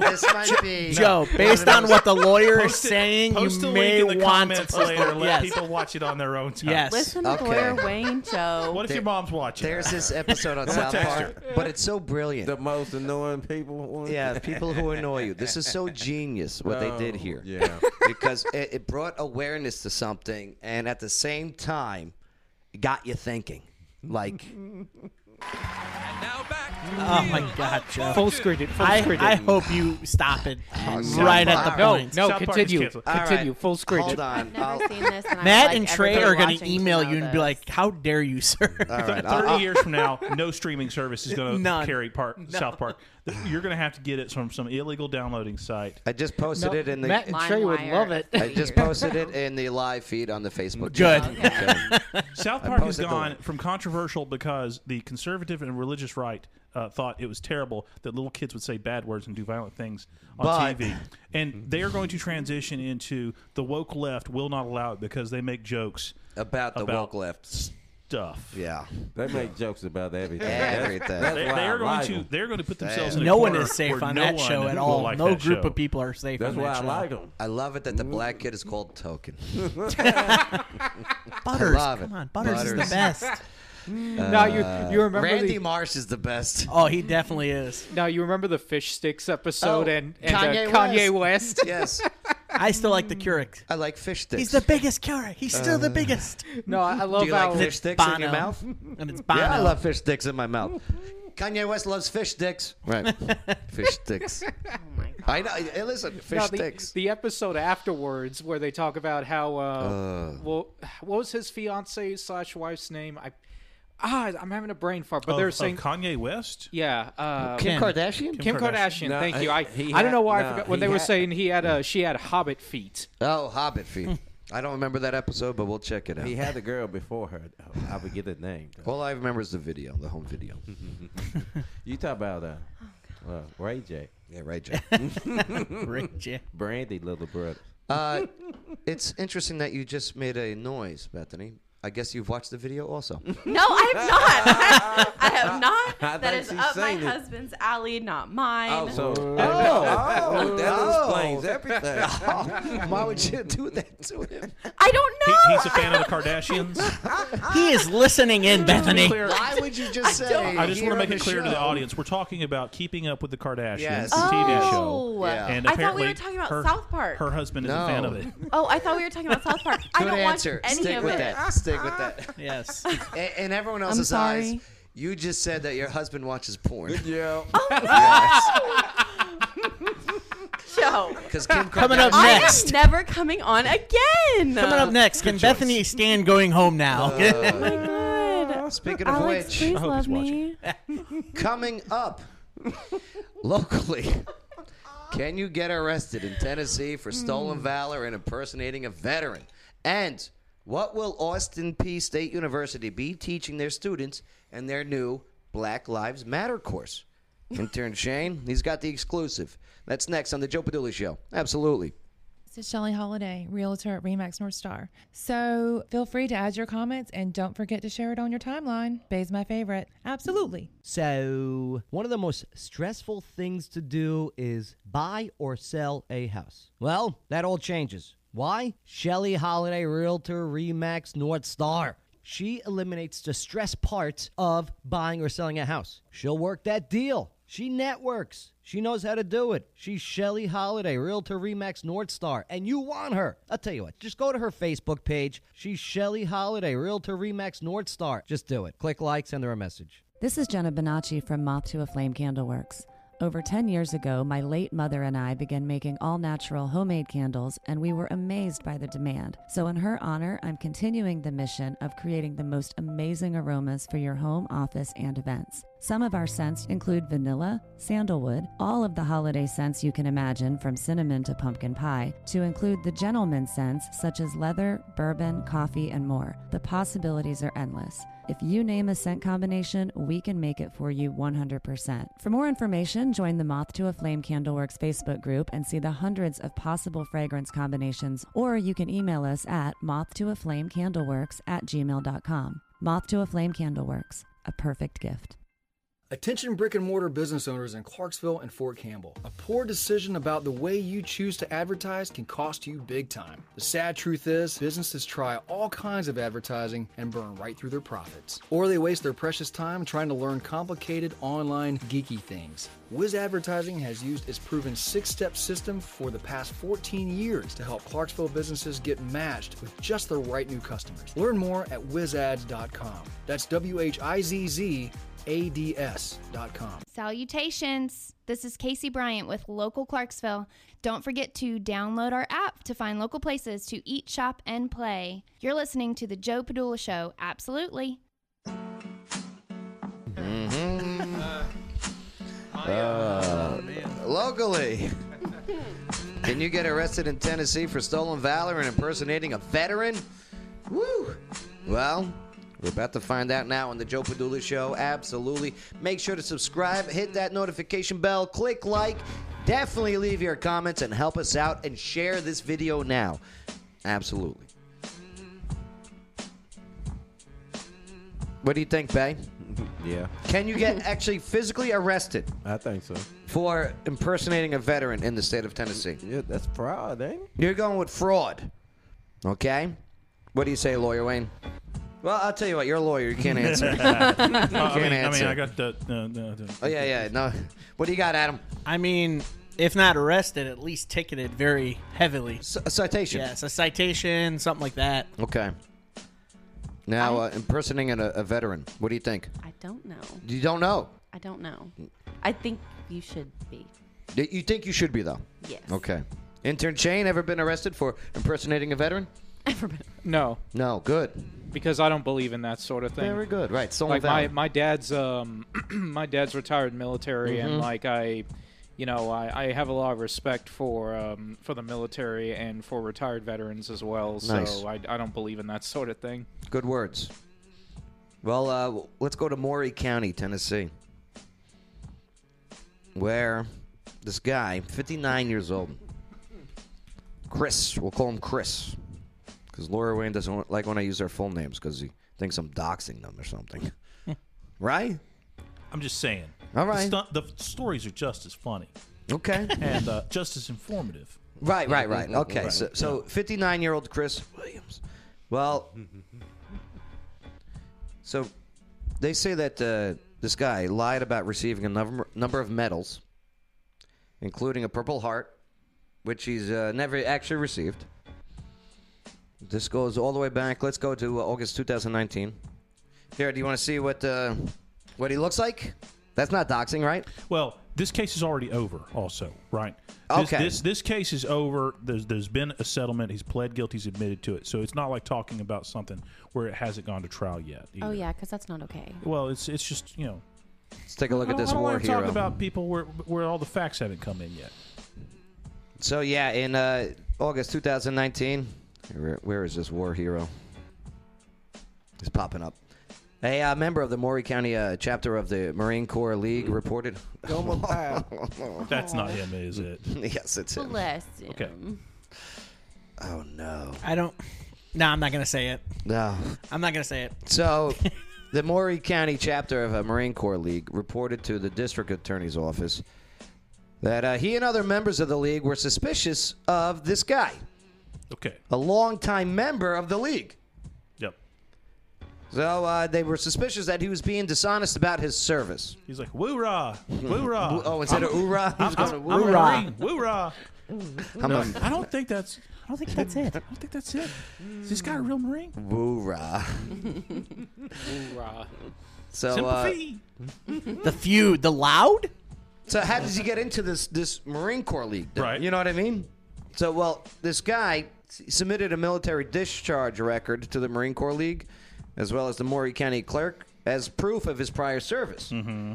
Speaker 1: This might be
Speaker 8: Joe, based on what the lawyer is saying,
Speaker 9: Post
Speaker 8: you
Speaker 9: a
Speaker 8: may
Speaker 9: link in the
Speaker 8: want
Speaker 9: comments
Speaker 8: to
Speaker 9: later. Let
Speaker 8: yes.
Speaker 9: people watch it on their own time.
Speaker 8: Yes.
Speaker 11: Listen to lawyer Wayne Joe.
Speaker 9: What if your mom's watching?
Speaker 1: There's this episode on
Speaker 9: I'm gonna
Speaker 1: South
Speaker 9: text
Speaker 1: Park, but it's so brilliant.
Speaker 4: The most annoying people. one.
Speaker 1: Yeah, people who annoy you. This is so genius what they did
Speaker 4: Oh,
Speaker 1: here.
Speaker 4: yeah.
Speaker 1: because it, it brought awareness to something, and at the same time, got you thinking. Like,
Speaker 8: Oh my God, Joe!
Speaker 1: Full screen it, full
Speaker 8: I,
Speaker 1: screen it.
Speaker 8: I hope you stop it
Speaker 6: Oh,
Speaker 1: South
Speaker 8: right at the
Speaker 1: Park.
Speaker 8: point.
Speaker 1: No, no, South Park is continue. canceled. All right, Continue, full screen
Speaker 8: screen.
Speaker 1: hold it. on. I've never I'll- seen this, and I
Speaker 8: Matt
Speaker 1: would
Speaker 8: and
Speaker 1: like
Speaker 8: Trey
Speaker 1: everybody
Speaker 8: are going to
Speaker 1: watching to
Speaker 8: email
Speaker 1: know
Speaker 8: you and be
Speaker 1: this.
Speaker 8: like, "How dare you, sir?"
Speaker 1: All
Speaker 9: Th-
Speaker 1: right,
Speaker 9: 30
Speaker 1: I'll-
Speaker 9: years from now, no streaming service is going to
Speaker 8: None.
Speaker 9: carry part
Speaker 8: No.
Speaker 9: South Park. Th- You're going to have to get it from some illegal downloading site.
Speaker 1: I just posted it in the. I just posted it in the live feed on the Facebook.
Speaker 9: Good.
Speaker 1: page. Okay.
Speaker 9: South
Speaker 1: I
Speaker 9: Park has
Speaker 1: posted the-
Speaker 9: gone from controversial because the conservative and religious right uh, thought it was terrible that little kids would say bad words and do violent things on
Speaker 1: But-
Speaker 9: TV. And they are going to transition into the woke left will not allow it because they make jokes
Speaker 1: about the woke
Speaker 9: left. stuff.
Speaker 1: Yeah,
Speaker 4: They make jokes about everything.
Speaker 9: Everything. They- they are going to- they're going to put themselves in a
Speaker 8: No one
Speaker 9: corner
Speaker 8: is Oh, safe
Speaker 9: where
Speaker 8: on
Speaker 9: no
Speaker 8: that
Speaker 9: one
Speaker 8: show at
Speaker 9: will
Speaker 8: all.
Speaker 9: like
Speaker 8: no
Speaker 9: that
Speaker 8: group
Speaker 9: show.
Speaker 8: of people are safe. on that show.
Speaker 1: I love it that the black kid is called Token.
Speaker 8: Butters,
Speaker 1: I love it. Uh,
Speaker 8: come on, Butters is the best.
Speaker 6: Now you- you remember
Speaker 1: Randy
Speaker 6: the-
Speaker 1: Marsh is the best.
Speaker 8: Oh, he definitely is.
Speaker 6: Now you remember the fish sticks episode
Speaker 8: Oh,
Speaker 6: and, and uh,
Speaker 8: Kanye
Speaker 6: Kanye
Speaker 1: West?
Speaker 6: West.
Speaker 1: yes.
Speaker 8: I still like the Keurig.
Speaker 1: I like fish sticks. Uh,
Speaker 8: He's the biggest Keurig. He's still the biggest.
Speaker 6: No, I- I love
Speaker 1: Do you like
Speaker 6: how-
Speaker 1: fish
Speaker 6: It's
Speaker 1: sticks in your
Speaker 6: Bono.
Speaker 1: mouth?
Speaker 8: And it's Bono.
Speaker 1: Yeah, I love fish sticks in my mouth. Kanye West loves fish sticks. Right. fish sticks. Oh my god. I know. Hey, listen, fish
Speaker 6: No, the,
Speaker 1: sticks.
Speaker 6: The episode afterwards where they talk about how uh,
Speaker 1: Uh.
Speaker 6: well, what was his fiance slash wife's name? I ah, I'm having a brain fart,
Speaker 8: Oh,
Speaker 6: but
Speaker 9: Of-
Speaker 6: they're
Speaker 9: of
Speaker 6: saying
Speaker 9: Kanye West.
Speaker 6: yeah, uh,
Speaker 9: Kim Kim. Kardashian?
Speaker 6: Kim
Speaker 9: Kim Kardashian.
Speaker 6: Kardashian.
Speaker 9: No,
Speaker 6: thank
Speaker 9: I-
Speaker 6: you. I
Speaker 9: he
Speaker 6: I don't know
Speaker 9: had-
Speaker 6: why
Speaker 9: no,
Speaker 6: I forgot when
Speaker 9: he
Speaker 6: they were
Speaker 9: had-
Speaker 6: saying he had a she had hobbit feet.
Speaker 1: Oh, Hobbit feet. I don't remember that episode, but we'll check it out.
Speaker 4: He had a girl before her. though. I forget the name.
Speaker 1: All I remember is the video, the home video.
Speaker 4: You talk about uh, uh, Ray J.
Speaker 1: Yeah, Ray J.
Speaker 8: Ray J.
Speaker 4: Brandy, little brother.
Speaker 1: Uh, it's interesting that you just made a noise, Bethany. I guess you've watched the video also.
Speaker 11: No, I have not. I have not.
Speaker 1: I
Speaker 11: that
Speaker 1: think
Speaker 11: is
Speaker 1: she's
Speaker 11: up my
Speaker 1: seen it.
Speaker 11: husband's alley, not mine.
Speaker 1: Oh, so- Oh.
Speaker 4: Oh, that explains
Speaker 1: everything. Why would you do that to him?
Speaker 11: I don't know.
Speaker 9: He, he's a fan of the Kardashians.
Speaker 8: He is listening in, Bethany.
Speaker 1: Why would you just
Speaker 11: I
Speaker 1: say?
Speaker 11: don't-
Speaker 9: I just
Speaker 1: here
Speaker 9: want to make
Speaker 1: on
Speaker 9: it clear to the
Speaker 1: show?
Speaker 9: audience: we're talking about Keeping Up with the Kardashians,
Speaker 1: Yes.
Speaker 9: the TV
Speaker 11: Oh.
Speaker 9: show.
Speaker 11: Yeah.
Speaker 9: And
Speaker 11: I thought we were
Speaker 9: apparently
Speaker 11: talking about
Speaker 9: her-
Speaker 11: South Park.
Speaker 9: Her husband is
Speaker 1: No.
Speaker 9: a fan of it.
Speaker 11: Oh, I thought we were talking about South Park. I
Speaker 1: Good
Speaker 11: don't
Speaker 1: answer.
Speaker 11: watch any
Speaker 1: Stick
Speaker 11: of
Speaker 1: with
Speaker 11: it.
Speaker 1: that. Stick with that.
Speaker 8: Yes.
Speaker 1: A- In everyone
Speaker 11: I'm
Speaker 1: else's eyes,
Speaker 11: sorry.
Speaker 1: you just said that your husband watches porn.
Speaker 4: Yeah.
Speaker 11: Joe.
Speaker 1: Because Kim
Speaker 8: Coming up
Speaker 1: Kardashian-
Speaker 8: next.
Speaker 11: I am never coming on again.
Speaker 8: Coming up next, can Bethany stand going home now? Oh,
Speaker 1: Uh,
Speaker 11: God.
Speaker 1: Speaking of
Speaker 11: Alex,
Speaker 1: which,
Speaker 11: please love me.
Speaker 1: coming up locally. Can you get arrested in Tennessee for stolen valor and impersonating a veteran? And what will Austin P State University be teaching their students in their new Black Lives Matter course? Intern Shane, he's got the exclusive. That's next on the Joe Padula Show. Absolutely.
Speaker 16: This is Shelly Holiday, Realtor at Remax North Star. So feel free to add your comments and don't forget to share it on your timeline. Bay's my favorite. Absolutely.
Speaker 14: So, one of the most stressful things to do is buy or sell a house. Well, that all changes. Why? Shelly Holiday Realtor Remax North Star. She eliminates the stress parts of buying or selling a house. She'll work that deal. She networks. She knows how to do it. She's Shelly Holiday, Realtor Remax North Star, and you want her. I'll tell you what, just go to her Facebook page. She's Shelly Holiday, Realtor Remax North Star. Just do it. Click like, send her a message.
Speaker 17: This is Jenna Bonacci from Moth to a Flame Candleworks. Over 10 years ago, my late mother and I began making all natural homemade candles, and we were amazed by the demand. So, in her honor, I'm continuing the mission of creating the most amazing aromas for your home, office, and events. Some of our scents include vanilla, sandalwood, all of the holiday scents you can imagine, from cinnamon to pumpkin pie, to include the gentleman scents such as leather, bourbon, coffee, and more. The possibilities are endless. If you name a scent combination, we can make it for you 100%. For more information, join the Moth to a Flame Candleworks Facebook group and see the hundreds of possible fragrance combinations, or you can email us at moth to a flame candleworks at gmail.com. Moth to a Flame Candleworks, a perfect gift.
Speaker 18: Attention brick and mortar business owners in Clarksville and Fort Campbell. A poor decision about the way you choose to advertise can cost you big time. The sad truth is, businesses try all kinds of advertising and burn right through their profits. Or they waste their precious time trying to learn complicated online geeky things. Wiz Advertising has used its proven six step system for the past 14 years to help Clarksville businesses get matched with just the right new customers. Learn more at wizads.com. That's W H I Z Z ads.com.
Speaker 19: Salutations! This is Casey Bryant with Local Clarksville. Don't forget to download our app to find local places to eat, shop, and play. You're listening to The Joe Padula Show, absolutely.
Speaker 1: Mm-hmm. Uh, locally, can you get arrested in Tennessee for stolen valor and impersonating a veteran? Woo! Well, we're about to find out now on the Joe Padula Show. Absolutely. Make sure to subscribe, hit that notification bell, click like, definitely leave your comments and help us out and share this video now. Absolutely. What do you think, Bay?
Speaker 4: Yeah,
Speaker 1: Can you get actually physically arrested
Speaker 4: I think so.
Speaker 1: for impersonating a veteran in the state of Tennessee?
Speaker 4: Yeah, that's fraud, ain't it?
Speaker 1: You're going with fraud. Okay? What do you say, lawyer Wayne? Well, I'll tell you what, you're a lawyer. You can't answer. you
Speaker 9: Uh,
Speaker 1: can't
Speaker 9: I, mean, I mean,
Speaker 1: answer.
Speaker 9: I got the. the- the- the-
Speaker 1: Oh yeah, yeah. No, what do you got, Adam?
Speaker 8: I mean, if not arrested, at least ticketed very heavily.
Speaker 1: a citation.
Speaker 8: Yes, a citation, something like that.
Speaker 1: Okay. Now, uh, impersonating a, a veteran. What do you think?
Speaker 5: I don't know.
Speaker 1: You don't know.
Speaker 5: I don't know. I think you should be.
Speaker 1: Y- You think you should be though.
Speaker 5: Yes.
Speaker 1: Okay. Intern Shane, ever been arrested for impersonating a veteran?
Speaker 6: No,
Speaker 1: No. Good.
Speaker 6: because I don't believe in that sort of thing.
Speaker 1: Very good. Right. So
Speaker 6: like my, my dad's um my dad's retired military
Speaker 1: Mhm.
Speaker 6: and like I you know I, I have a lot of respect for um for the military and for retired veterans as well so
Speaker 1: Nice.
Speaker 6: I, I don't believe in that sort of thing
Speaker 1: Good words. Well, uh, w- let's go to Maury County, Tennessee, where this guy, 59 years old, Chris, we'll call him Chris, because Laura Wayne doesn't want- like when I use their full names because he thinks I'm doxing them or something. right?
Speaker 9: I'm just saying.
Speaker 1: All right.
Speaker 9: The, stu- the f- stories are just as funny.
Speaker 1: Okay.
Speaker 9: And uh, just as informative.
Speaker 1: Right, right, right. Okay,
Speaker 9: Right.
Speaker 1: so so 59 year old Chris Williams. Well, so they say that uh, this guy lied about receiving a number, number of medals, including a Purple Heart, which he's uh, never actually received. This goes all the way back. Let's go to uh, August 2019. Here, do you want to see what uh, what he looks like? That's not doxing, right?
Speaker 9: Well, this case is already over. Also, right? This,
Speaker 1: Okay.
Speaker 9: This this case is over. There's there's been a settlement. He's pled guilty. He's admitted to it. So it's not like talking about something where it hasn't gone to trial yet.
Speaker 11: Oh
Speaker 9: either.
Speaker 11: yeah, because that's not okay.
Speaker 9: Well, it's it's just you know.
Speaker 1: Let's take a look
Speaker 9: I
Speaker 1: at
Speaker 9: don't-
Speaker 1: this
Speaker 9: I don't
Speaker 1: war
Speaker 9: wanna
Speaker 1: hero.
Speaker 9: Talk about people where where all the facts haven't come in yet.
Speaker 1: So yeah, in uh, August 2019, where, where is this war hero? It's popping up. A uh, member of the Maury County uh, chapter of the Marine Corps League reported.
Speaker 9: That's not him, is it?
Speaker 1: yes, it's him.
Speaker 11: Bless
Speaker 9: Okay.
Speaker 1: Oh no.
Speaker 8: I don't. No, I'm not gonna say it.
Speaker 1: No.
Speaker 8: I'm not gonna say it.
Speaker 1: So, the Maury County chapter of a Marine Corps League reported to the district attorney's office that uh, he and other members of the league were suspicious of this guy.
Speaker 9: Okay.
Speaker 1: A longtime member of the league.
Speaker 9: Yep.
Speaker 1: So uh, they were suspicious that he was being dishonest about his service.
Speaker 9: He's like, "Woorah, woorah!"
Speaker 1: Oh, instead of oorah, he's
Speaker 9: I'm,
Speaker 1: going
Speaker 9: I'm,
Speaker 1: to
Speaker 9: I'm a
Speaker 1: woorah.
Speaker 9: Marine. Woorah.
Speaker 1: I'm
Speaker 9: No,
Speaker 1: a-
Speaker 9: I don't think that's. I don't think that's it. I don't think that's it. Is this guy a real Marine?
Speaker 1: Woorah. Uh, So, uh,
Speaker 9: Sympathy.
Speaker 8: the feud, the loud.
Speaker 1: so how does he get into this this Marine Corps League? Right. You know what I mean? So, well, this guy s- submitted a military discharge record to the Marine Corps League, as well as the Maury County Clerk, as proof of his prior service. Mm-hmm.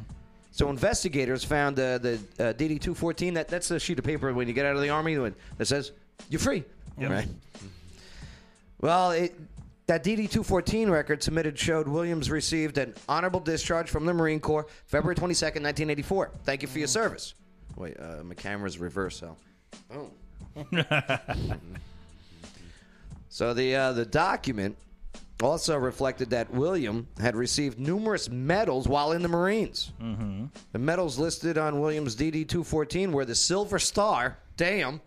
Speaker 1: So investigators found uh, the uh, DD two fourteen. That that's the sheet of paper when you get out of the army that says you're free.
Speaker 9: Yep.
Speaker 1: Right. Well, it, that DD two fourteen record submitted showed Williams received an honorable discharge from the Marine Corps February twenty second, nineteen eighty four. Thank you for your service. Wait, uh, my camera's reverse, so. Boom. So the uh, the document also reflected that William had received numerous medals while in the Marines. Mm-hmm. The medals listed on Williams' DD two fourteen were the Silver Star, damn,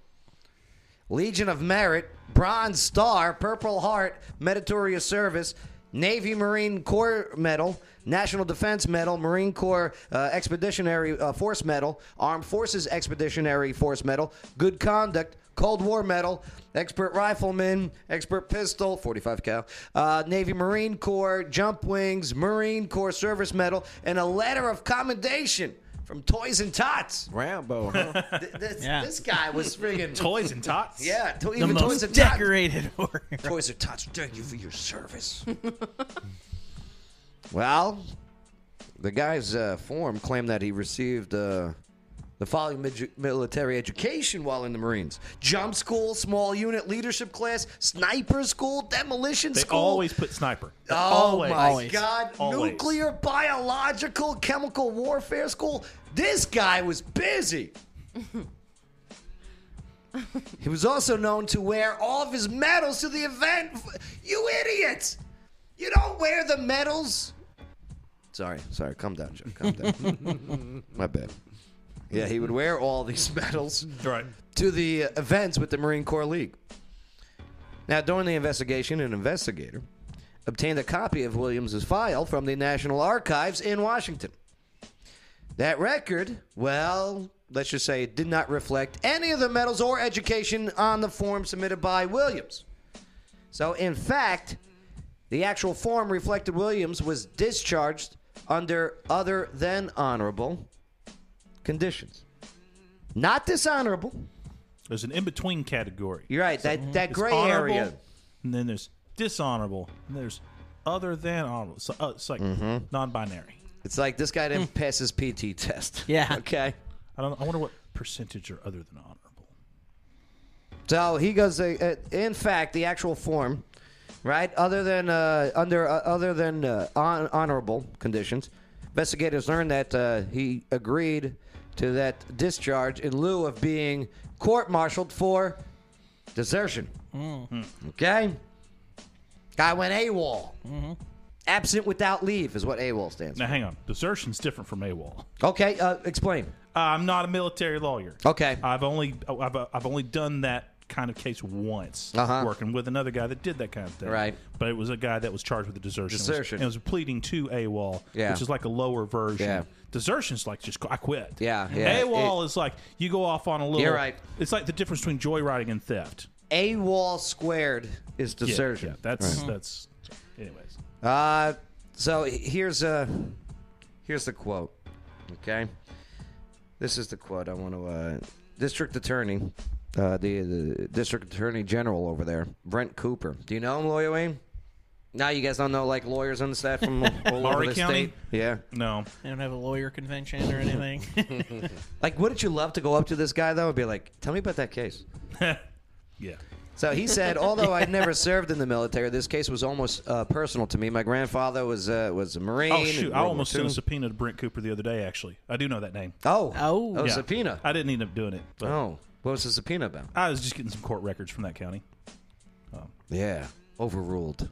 Speaker 1: Legion of Merit, Bronze Star, Purple Heart, Meritorious Service, Navy Marine Corps Medal, National Defense Medal, Marine Corps uh, Expeditionary uh, Force Medal, Armed Forces Expeditionary Force Medal, Good Conduct, Cold War Medal, Expert Rifleman, Expert Pistol, 45 cal, uh, Navy Marine Corps Jump Wings, Marine Corps Service Medal, and a letter of commendation from Toys and Tots.
Speaker 4: Rambo. Huh?
Speaker 1: This,
Speaker 4: Yeah.
Speaker 1: this guy was friggin'
Speaker 9: Toys and Tots.
Speaker 1: Yeah, to,
Speaker 4: The
Speaker 1: even
Speaker 4: most
Speaker 1: Toys and Tots.
Speaker 8: decorated warrior.
Speaker 1: Toys and Tots, thank you for your service. well, the guy's uh, form claimed that he received uh, the following mid- military education while in the Marines: jump school, small unit leadership class, sniper school, demolition
Speaker 9: They
Speaker 1: school.
Speaker 9: always put sniper.
Speaker 1: Oh
Speaker 9: always.
Speaker 1: my
Speaker 9: Always.
Speaker 1: God!
Speaker 9: Always.
Speaker 1: Nuclear, biological, chemical warfare school. This guy was busy. he was also known to wear all of his medals to the event. You idiots! You don't wear the medals Sorry, sorry. Calm down, Joe. Calm down. My bad. Yeah, he would wear all these medals
Speaker 2: right.
Speaker 1: to the uh, events with the Marine Corps League. Now, during the investigation, an investigator obtained a copy of Williams' file from the National Archives in Washington. That record, well, let's just say it did not reflect any of the medals or education on the form submitted by Williams. So, in fact, the actual form reflected Williams was discharged under other than honorable conditions. Not dishonorable.
Speaker 9: There's an in between category.
Speaker 1: You're right. That, that
Speaker 9: Mm-hmm. It's
Speaker 1: gray
Speaker 9: honorable,
Speaker 1: area.
Speaker 9: And then there's dishonorable. And there's other than honorable. So uh, it's like
Speaker 1: Mm-hmm.
Speaker 9: non binary.
Speaker 1: It's like this guy didn't pass his PT test.
Speaker 9: Yeah.
Speaker 1: Okay.
Speaker 9: I don't. I wonder what percentage are other than honorable.
Speaker 1: So he goes. Uh, uh, in fact, the actual form, right? Other than uh, under uh, other than uh, hon- honorable conditions, investigators learned that uh, he agreed to that discharge in lieu of being court-martialed for desertion.
Speaker 2: Hmm.
Speaker 1: Okay. Guy went AWOL. Absent without leave is what AWOL stands
Speaker 9: Now, hang on. Desertion's different from AWOL.
Speaker 1: for. Okay, uh, explain.
Speaker 9: I'm not a military lawyer.
Speaker 1: Okay.
Speaker 9: I've only oh, I've, uh, I've only done that kind of case once,
Speaker 1: Uh-huh.
Speaker 9: working with another guy that did that kind of thing.
Speaker 1: Right.
Speaker 9: But it was a guy that was charged with a desertion. It was-
Speaker 1: Desertion.
Speaker 9: And it was pleading to AWOL,
Speaker 1: Yeah.
Speaker 9: which is like a lower version.
Speaker 1: Yeah.
Speaker 9: Desertion's like just I quit.
Speaker 1: Yeah, Uh, yeah.
Speaker 9: AWOL is like you go off on a little.
Speaker 1: You're right.
Speaker 9: It's like the difference between joyriding and theft.
Speaker 1: AWOL squared is
Speaker 9: Yeah,
Speaker 1: desertion.
Speaker 9: yeah, that's
Speaker 1: Right.
Speaker 9: that's. Anyways,
Speaker 1: Uh, so h- here's uh here's the quote. Okay, this is the quote I want to. Uh, district attorney, uh, the the district attorney general over there, Brent Cooper. Do you know him, lawyer Wayne? Now you guys don't know like lawyers on the staff from all over
Speaker 8: Maury
Speaker 1: the
Speaker 8: County?
Speaker 1: state. Yeah.
Speaker 9: No.
Speaker 8: They don't have a lawyer convention or anything.
Speaker 1: Like, wouldn't you love to go up to this guy though and be like, "Tell me about that case."
Speaker 9: yeah.
Speaker 1: So he said, although I'd never served in the military, this case was almost uh, personal to me. My grandfather was uh, was a Marine.
Speaker 9: Oh
Speaker 1: in
Speaker 9: shoot!
Speaker 1: World
Speaker 9: I
Speaker 1: War
Speaker 9: almost sent a
Speaker 1: II.
Speaker 9: subpoena to Brent Cooper the other day. Actually, I do know that name.
Speaker 1: Oh, oh,
Speaker 9: Yeah.
Speaker 1: subpoena.
Speaker 9: I didn't end up doing it. But
Speaker 1: Oh, what was the subpoena about?
Speaker 9: I was just getting some court records from that county. Um,
Speaker 1: Yeah, overruled.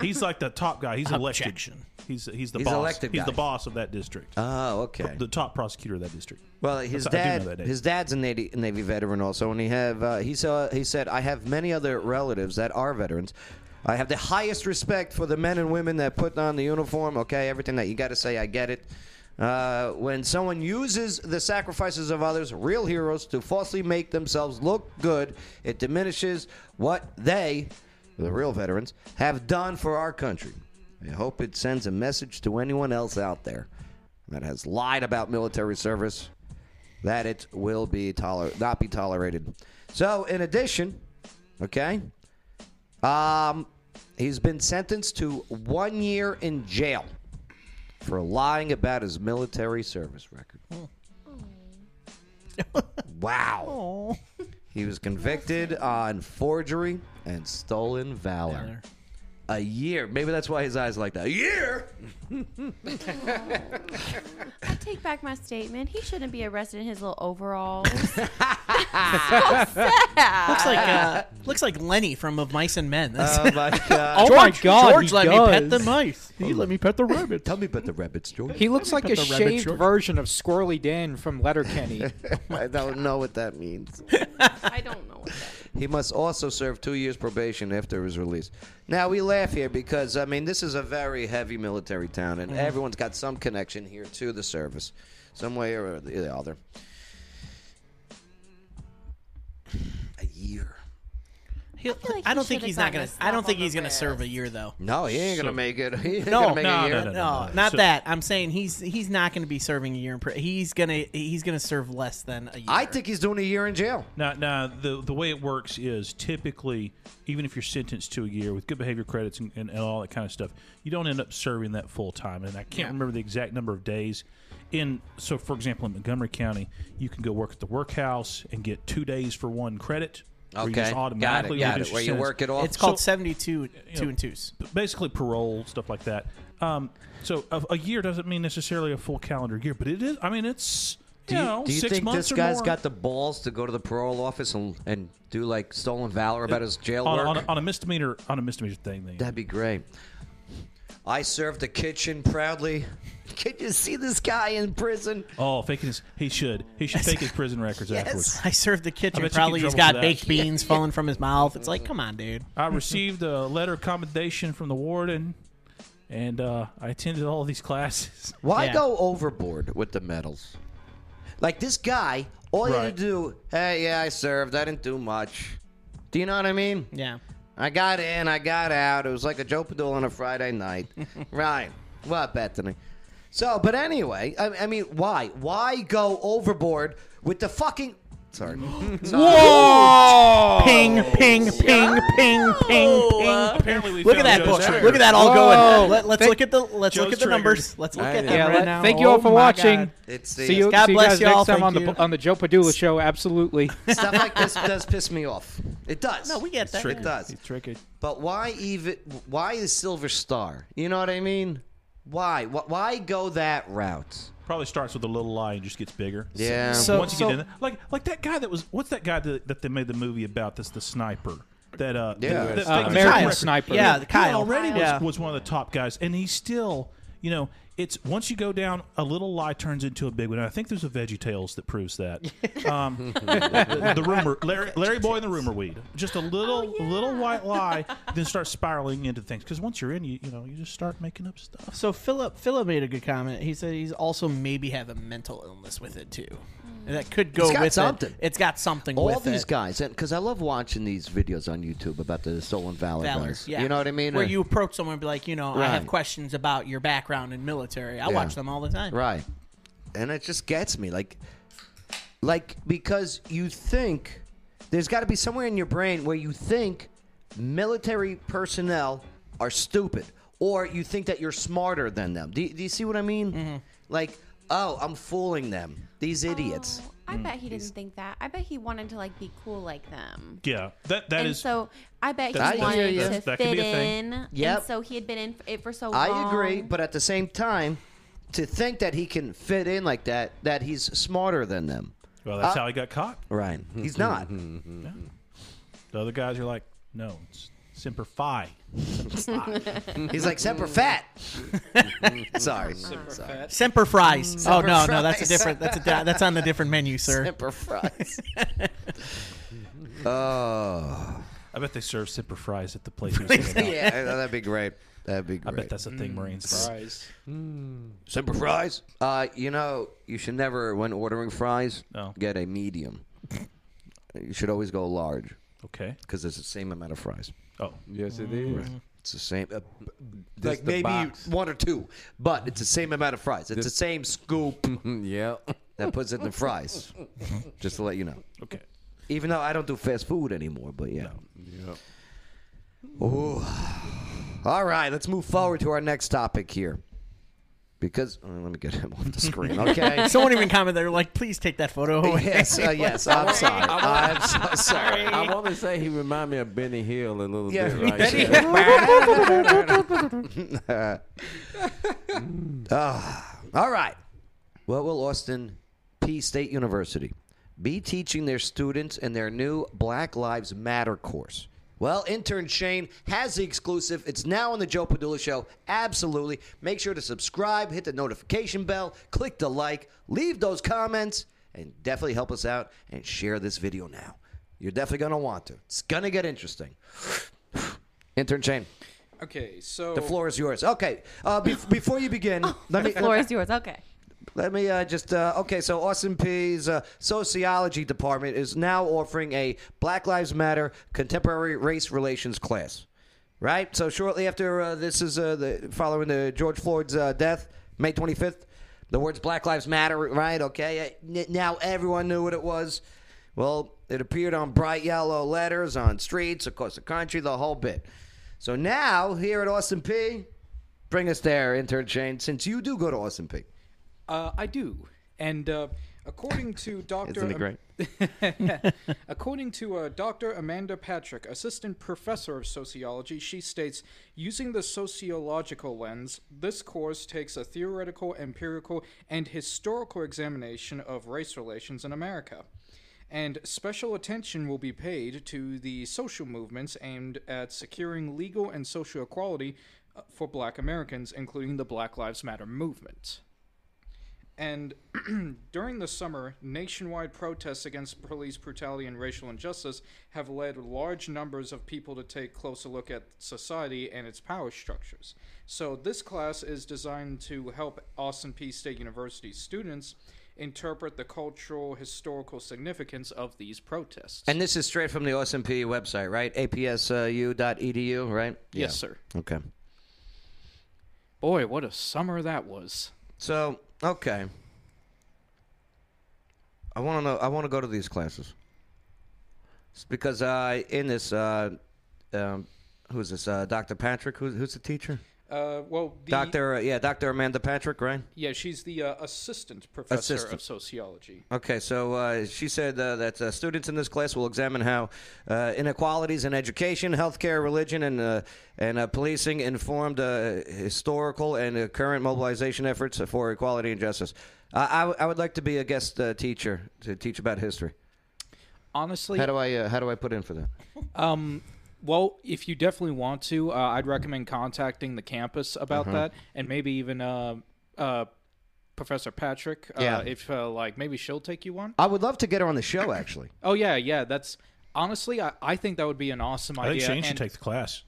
Speaker 9: He's like the top guy. He's elected.
Speaker 1: Objection.
Speaker 9: He's he's the
Speaker 1: He's
Speaker 9: boss.
Speaker 1: elected
Speaker 9: he's
Speaker 1: guy.
Speaker 9: the boss of that district.
Speaker 1: Oh, okay.
Speaker 9: The top prosecutor of that district.
Speaker 1: Well, his
Speaker 9: That's- I do know
Speaker 1: dad,
Speaker 9: that name.
Speaker 1: his dad's a Navy, Navy veteran also, and he have uh, he saw he said, I have many other relatives that are veterans. I have the highest respect for the men and women that put on the uniform. Okay, everything that you got to say, I get it. Uh, when someone uses the sacrifices of others, real heroes, to falsely make themselves look good, it diminishes what they, the real veterans, have done for our country. I hope it sends a message to anyone else out there that has lied about military service that it will be toler- not be tolerated. So, in addition, okay, um, he's been sentenced to one year in jail for lying about his military service record. wow.
Speaker 8: Oh.
Speaker 1: He was convicted on forgery and stolen valor. A year. Maybe that's why his eyes are like that. A year.
Speaker 11: I take back my statement. He shouldn't be arrested in his little overalls. so sad.
Speaker 8: looks like uh, looks like Lenny from Of Mice and Men.
Speaker 1: Oh, my God.
Speaker 8: oh my
Speaker 1: George-
Speaker 8: God!
Speaker 1: George
Speaker 8: he
Speaker 1: let me
Speaker 8: does.
Speaker 1: pet the
Speaker 8: mice.
Speaker 1: Oh,
Speaker 6: He let me pet the rabbit.
Speaker 1: Tell me about the rabbits, George.
Speaker 6: He looks like a
Speaker 8: Put the rabbit
Speaker 6: shaved
Speaker 8: short-
Speaker 6: version of Squirrely Dan from Letterkenny.
Speaker 1: I don't know what that means.
Speaker 11: I don't know. What
Speaker 1: He must also serve two years probation after his release. Now we laugh here because I mean this is a very heavy military town, and
Speaker 10: Mhm.
Speaker 9: Mm-hmm.
Speaker 1: everyone's got some connection here to the service, some way or the other. A year.
Speaker 8: He'll- I,
Speaker 11: like he
Speaker 8: don't think
Speaker 11: should've
Speaker 8: he's not
Speaker 11: gotten
Speaker 8: gonna.
Speaker 11: a slap
Speaker 8: I don't think
Speaker 11: on the
Speaker 8: he's gonna serve a year though.
Speaker 1: No, he ain't gonna make it. He ain't
Speaker 8: no,
Speaker 1: gonna make
Speaker 8: no,
Speaker 1: a year.
Speaker 8: no, no, no, not that. I'm saying he's he's not gonna be serving a year in prison. He's gonna he's gonna serve less than a year.
Speaker 1: I think he's doing a year in jail.
Speaker 9: Now, now the the way it works is typically, even if you're sentenced to a year with good behavior credits and, and, and all that kind of stuff, you don't end up serving that full time. And I can't
Speaker 2: Yeah.
Speaker 9: remember the exact number of days. In so, for example, in Montgomery County, you can go work at the workhouse and get two days for one credit. where you
Speaker 1: Okay.
Speaker 9: just
Speaker 1: Got it,
Speaker 9: automatically
Speaker 1: got
Speaker 9: reduce
Speaker 1: it,
Speaker 9: your
Speaker 1: where you
Speaker 9: sentence.
Speaker 1: work it off.
Speaker 8: It's called 72 two and twos.
Speaker 9: Basically, parole stuff like that. Um, so a, a year doesn't mean necessarily a full calendar year, but it is. I mean, it's
Speaker 1: Do
Speaker 9: you,
Speaker 1: you,
Speaker 9: know
Speaker 1: do you
Speaker 9: six
Speaker 1: think
Speaker 9: months
Speaker 1: this
Speaker 9: or
Speaker 1: guy's
Speaker 9: more.
Speaker 1: got the balls to go to the parole office and, and do like stolen valor about his jail
Speaker 9: on,
Speaker 1: work?
Speaker 9: on a, on a misdemeanor on a misdemeanor thing.
Speaker 1: That'd be great. I serve the kitchen proudly. Can you see this guy in prison?
Speaker 9: Oh, faking his. He should. He should fake his prison records afterwards.
Speaker 8: I served the
Speaker 9: I
Speaker 8: kitchen.
Speaker 9: bet you
Speaker 8: Probably
Speaker 9: get in
Speaker 8: he's
Speaker 9: trouble for
Speaker 8: got baked
Speaker 9: that.
Speaker 8: beans falling from his mouth. It's like, come on, dude.
Speaker 9: I received a letter of commendation from the warden, and uh, I attended all these classes.
Speaker 1: Why go overboard with the medals? Like this guy, all you had to do, hey, yeah, I served. I didn't do much. Do you know what I mean?
Speaker 8: Yeah.
Speaker 1: I got in, I got out. It was like a Joe Padula on a Friday night. right. What, Bethany? So, but anyway, I, I mean, why? Why go overboard with the fucking. Sorry. Sorry.
Speaker 8: Whoa! Ping, ping, ping, ping, ping, ping,
Speaker 9: we
Speaker 8: ping. Look
Speaker 9: found
Speaker 8: at that
Speaker 9: Joe's
Speaker 8: book.
Speaker 9: trigger.
Speaker 8: Look at that all
Speaker 9: Whoa.
Speaker 8: going. Let, let's
Speaker 9: Thank-
Speaker 8: look at the let's
Speaker 9: Joe's
Speaker 8: look at the
Speaker 9: triggered.
Speaker 8: numbers. Let's look
Speaker 9: I
Speaker 8: at
Speaker 9: am.
Speaker 8: them
Speaker 9: Yeah,
Speaker 8: right
Speaker 9: let-
Speaker 8: now.
Speaker 6: Thank you all
Speaker 8: Oh
Speaker 6: for
Speaker 8: my
Speaker 6: watching.
Speaker 8: God.
Speaker 6: See you,
Speaker 8: God
Speaker 6: see you
Speaker 8: bless
Speaker 6: guys
Speaker 8: you
Speaker 6: next
Speaker 8: all.
Speaker 6: time
Speaker 8: Thank
Speaker 6: on
Speaker 8: you.
Speaker 6: the on the Joe Padula show. Absolutely.
Speaker 1: Stuff like this does piss me off. It does.
Speaker 8: No, we get
Speaker 1: It's
Speaker 8: that.
Speaker 1: It does. But why even? Why the Silver Star? You know what I mean? Why? Wh- Why go that route?
Speaker 9: Probably starts with a little lie and just gets bigger.
Speaker 1: Yeah.
Speaker 9: So,
Speaker 1: So-
Speaker 9: once you
Speaker 1: so-
Speaker 9: get in, there- like like that guy that was what's that guy that, that they made the movie about? That's the sniper. That uh,
Speaker 6: Yeah.
Speaker 9: that- that
Speaker 6: Uh,
Speaker 9: fake
Speaker 6: American
Speaker 9: record.
Speaker 6: Sniper.
Speaker 8: Yeah,
Speaker 9: he
Speaker 8: Kyle.
Speaker 9: already
Speaker 8: Yeah.
Speaker 9: was, was one of the top guys, and he's still, you know, it's once you go down, a little lie turns into a big one. And I think there's a Veggie Tales that proves that. Um, the, the rumor, Larry, Larry Boy and the rumor weed, just a
Speaker 8: Oh,
Speaker 9: little little white lie, then start spiraling into things. Because once you're in, you you know, you just start making up stuff.
Speaker 8: So Philip Philip made a good comment. He said he's also maybe have a mental illness with it too.
Speaker 11: Hmm.
Speaker 8: And that could go
Speaker 1: It's got
Speaker 8: with it.
Speaker 1: something.
Speaker 8: It's got something
Speaker 1: All
Speaker 8: with
Speaker 1: these
Speaker 8: it.
Speaker 1: guys, because I love watching these videos on YouTube about the stolen valor
Speaker 8: Valors,
Speaker 1: guys.
Speaker 8: yeah.
Speaker 1: You know what I mean?
Speaker 8: Where
Speaker 1: Or-
Speaker 8: you approach someone and be like, you know, I have
Speaker 1: Right.
Speaker 8: questions about your background in military. I
Speaker 1: Yeah.
Speaker 8: watch them all the time.
Speaker 1: Right. And it just gets me like like because you think there's got to be somewhere in your brain where you think military personnel are stupid or you think that you're smarter than them. Do, do you see what I mean?
Speaker 8: Mm-hmm.
Speaker 1: Like, oh, I'm fooling them. These idiots.
Speaker 11: Oh, I bet he didn't think that. I bet he wanted to like be cool like them.
Speaker 9: Yeah, that that is.
Speaker 11: and so I bet
Speaker 1: That's-
Speaker 11: he
Speaker 1: that's-
Speaker 11: wanted
Speaker 1: yeah, yeah.
Speaker 11: to
Speaker 1: That could
Speaker 11: fit
Speaker 1: be a thing.
Speaker 11: in. and
Speaker 1: Yep.
Speaker 11: so he had been in it for so long.
Speaker 1: I agree, but at the same time, to think that he can fit in like that, that he's smarter than them. Uh,
Speaker 9: well, that's how he got caught.
Speaker 1: Right. He's not.
Speaker 9: Yeah. The other guys are like, no, it's Semper Fi.
Speaker 1: He's like Semper Fat. Sorry.
Speaker 9: Semper
Speaker 1: Sorry.
Speaker 9: Fat.
Speaker 8: Semper fries.
Speaker 1: Mm. Semper
Speaker 8: oh no, no, that's a
Speaker 1: Fries.
Speaker 8: different. That's a di- that's on the different menu, sir.
Speaker 1: Semper fries. Oh.
Speaker 9: I bet they serve Semper Fries at the place. we
Speaker 1: yeah,
Speaker 9: sit about.
Speaker 1: that'd be great. That'd be
Speaker 9: I
Speaker 1: great.
Speaker 9: bet that's a thing
Speaker 1: Mm.
Speaker 9: Marines do.
Speaker 8: Hmm.
Speaker 1: Simple fries. Uh, you know, you should never, when ordering fries,
Speaker 9: No.
Speaker 1: get a medium. You should always go large.
Speaker 9: Okay.
Speaker 1: Because it's the same amount of fries.
Speaker 9: Oh. Mm.
Speaker 4: Yes, it is.
Speaker 1: It's the same. Uh, b-
Speaker 4: This
Speaker 1: like
Speaker 4: the
Speaker 1: maybe
Speaker 4: box.
Speaker 1: one or two, but it's the same amount of fries. It's the same scoop.
Speaker 4: yeah.
Speaker 1: That puts it in the fries. Just to let you know.
Speaker 9: Okay.
Speaker 1: Even though I don't do fast food anymore, but yeah. Ooh. All right, let's move forward to our next topic here. Because oh, let me get him off the screen. Okay.
Speaker 8: Someone even commented there, like, please take that photo away.
Speaker 1: Yes, uh, yes. I'm sorry. I'm so sorry.
Speaker 4: I want to say he remind me of Benny Hill a little
Speaker 1: Yeah.
Speaker 4: bit. Right
Speaker 1: Benny Ah, all right. What will Austin P State University be teaching their students in their new Black Lives Matter course? Well, intern Shane has the exclusive. It's now on the Joe Padula Show. Absolutely. Make sure to subscribe, hit the notification bell, click the like, leave those comments, and definitely help us out and share this video now. You're definitely going to want to. It's going to get interesting. Intern Shane,
Speaker 6: Okay, so
Speaker 1: the floor is yours. Okay, uh, bef before you begin, let me
Speaker 11: the floor is yours. Okay.
Speaker 1: let me uh, just uh, okay. So Austin P's uh, sociology department is now offering a Black Lives Matter contemporary race relations class. Right. So shortly after uh, this is uh, the following the George Floyd's uh, death, May twenty fifth. The words Black Lives Matter. Right. Okay. Uh, n- now everyone knew what it was. Well, it appeared on bright yellow letters on streets across the country, the whole bit. So now here at Austin P, bring us there, intern Shane, since you do go to Austin P.
Speaker 6: Uh, I do, and uh, according to Doctor,
Speaker 1: Isn't it great?
Speaker 6: According to uh, Dr. Amanda Patrick, assistant professor of sociology, she states using the sociological lens, this course takes a theoretical, empirical, and historical examination of race relations in America. And special attention will be paid to the social movements aimed at securing legal and social equality uh, for black Americans, including the Black Lives Matter movement. And during the summer, nationwide protests against police brutality and racial injustice have led large numbers of people to take closer look at society and its power structures. So, this class is designed to help Austin P. State University students interpret the cultural historical significance of these protests.
Speaker 1: And this is straight from the OSMP website, right? uh, APSU.edu, E right?
Speaker 6: Yes, sir.
Speaker 1: Okay.
Speaker 6: Boy, what a summer that was.
Speaker 1: So, okay. I want to know. I want to go to these classes. It's because uh, in this, uh, um, who's this? Uh, Dr. Patrick. Who's, who's the teacher?
Speaker 6: Uh, well, the,
Speaker 1: Doctor. yeah, Dr. Amanda Patrick, right?
Speaker 6: Yeah, she's the uh, assistant professor
Speaker 1: Assistant.
Speaker 6: of sociology.
Speaker 1: Okay, so uh, she said uh, that uh, students in this class will examine how uh, inequalities in education, healthcare, religion, and uh, and uh, policing informed uh, historical and uh, current mobilization efforts for equality and justice. Uh, I, w- I would like to be a guest uh, teacher to teach about history.
Speaker 6: Honestly,
Speaker 1: how do I uh, how do I put in for that?
Speaker 6: Um, well, if you definitely want to, uh, I'd recommend contacting the campus about
Speaker 1: Uh-huh.
Speaker 6: that, and maybe even uh, uh, Professor Patrick. Uh,
Speaker 1: Yeah.
Speaker 6: If uh, like maybe she'll take you on.
Speaker 1: I would love to get her on the show. Actually,
Speaker 6: Oh yeah, yeah. That's honestly, I, I think that would be an awesome
Speaker 9: I think
Speaker 6: idea.
Speaker 9: Shane should
Speaker 6: and-
Speaker 9: take the class.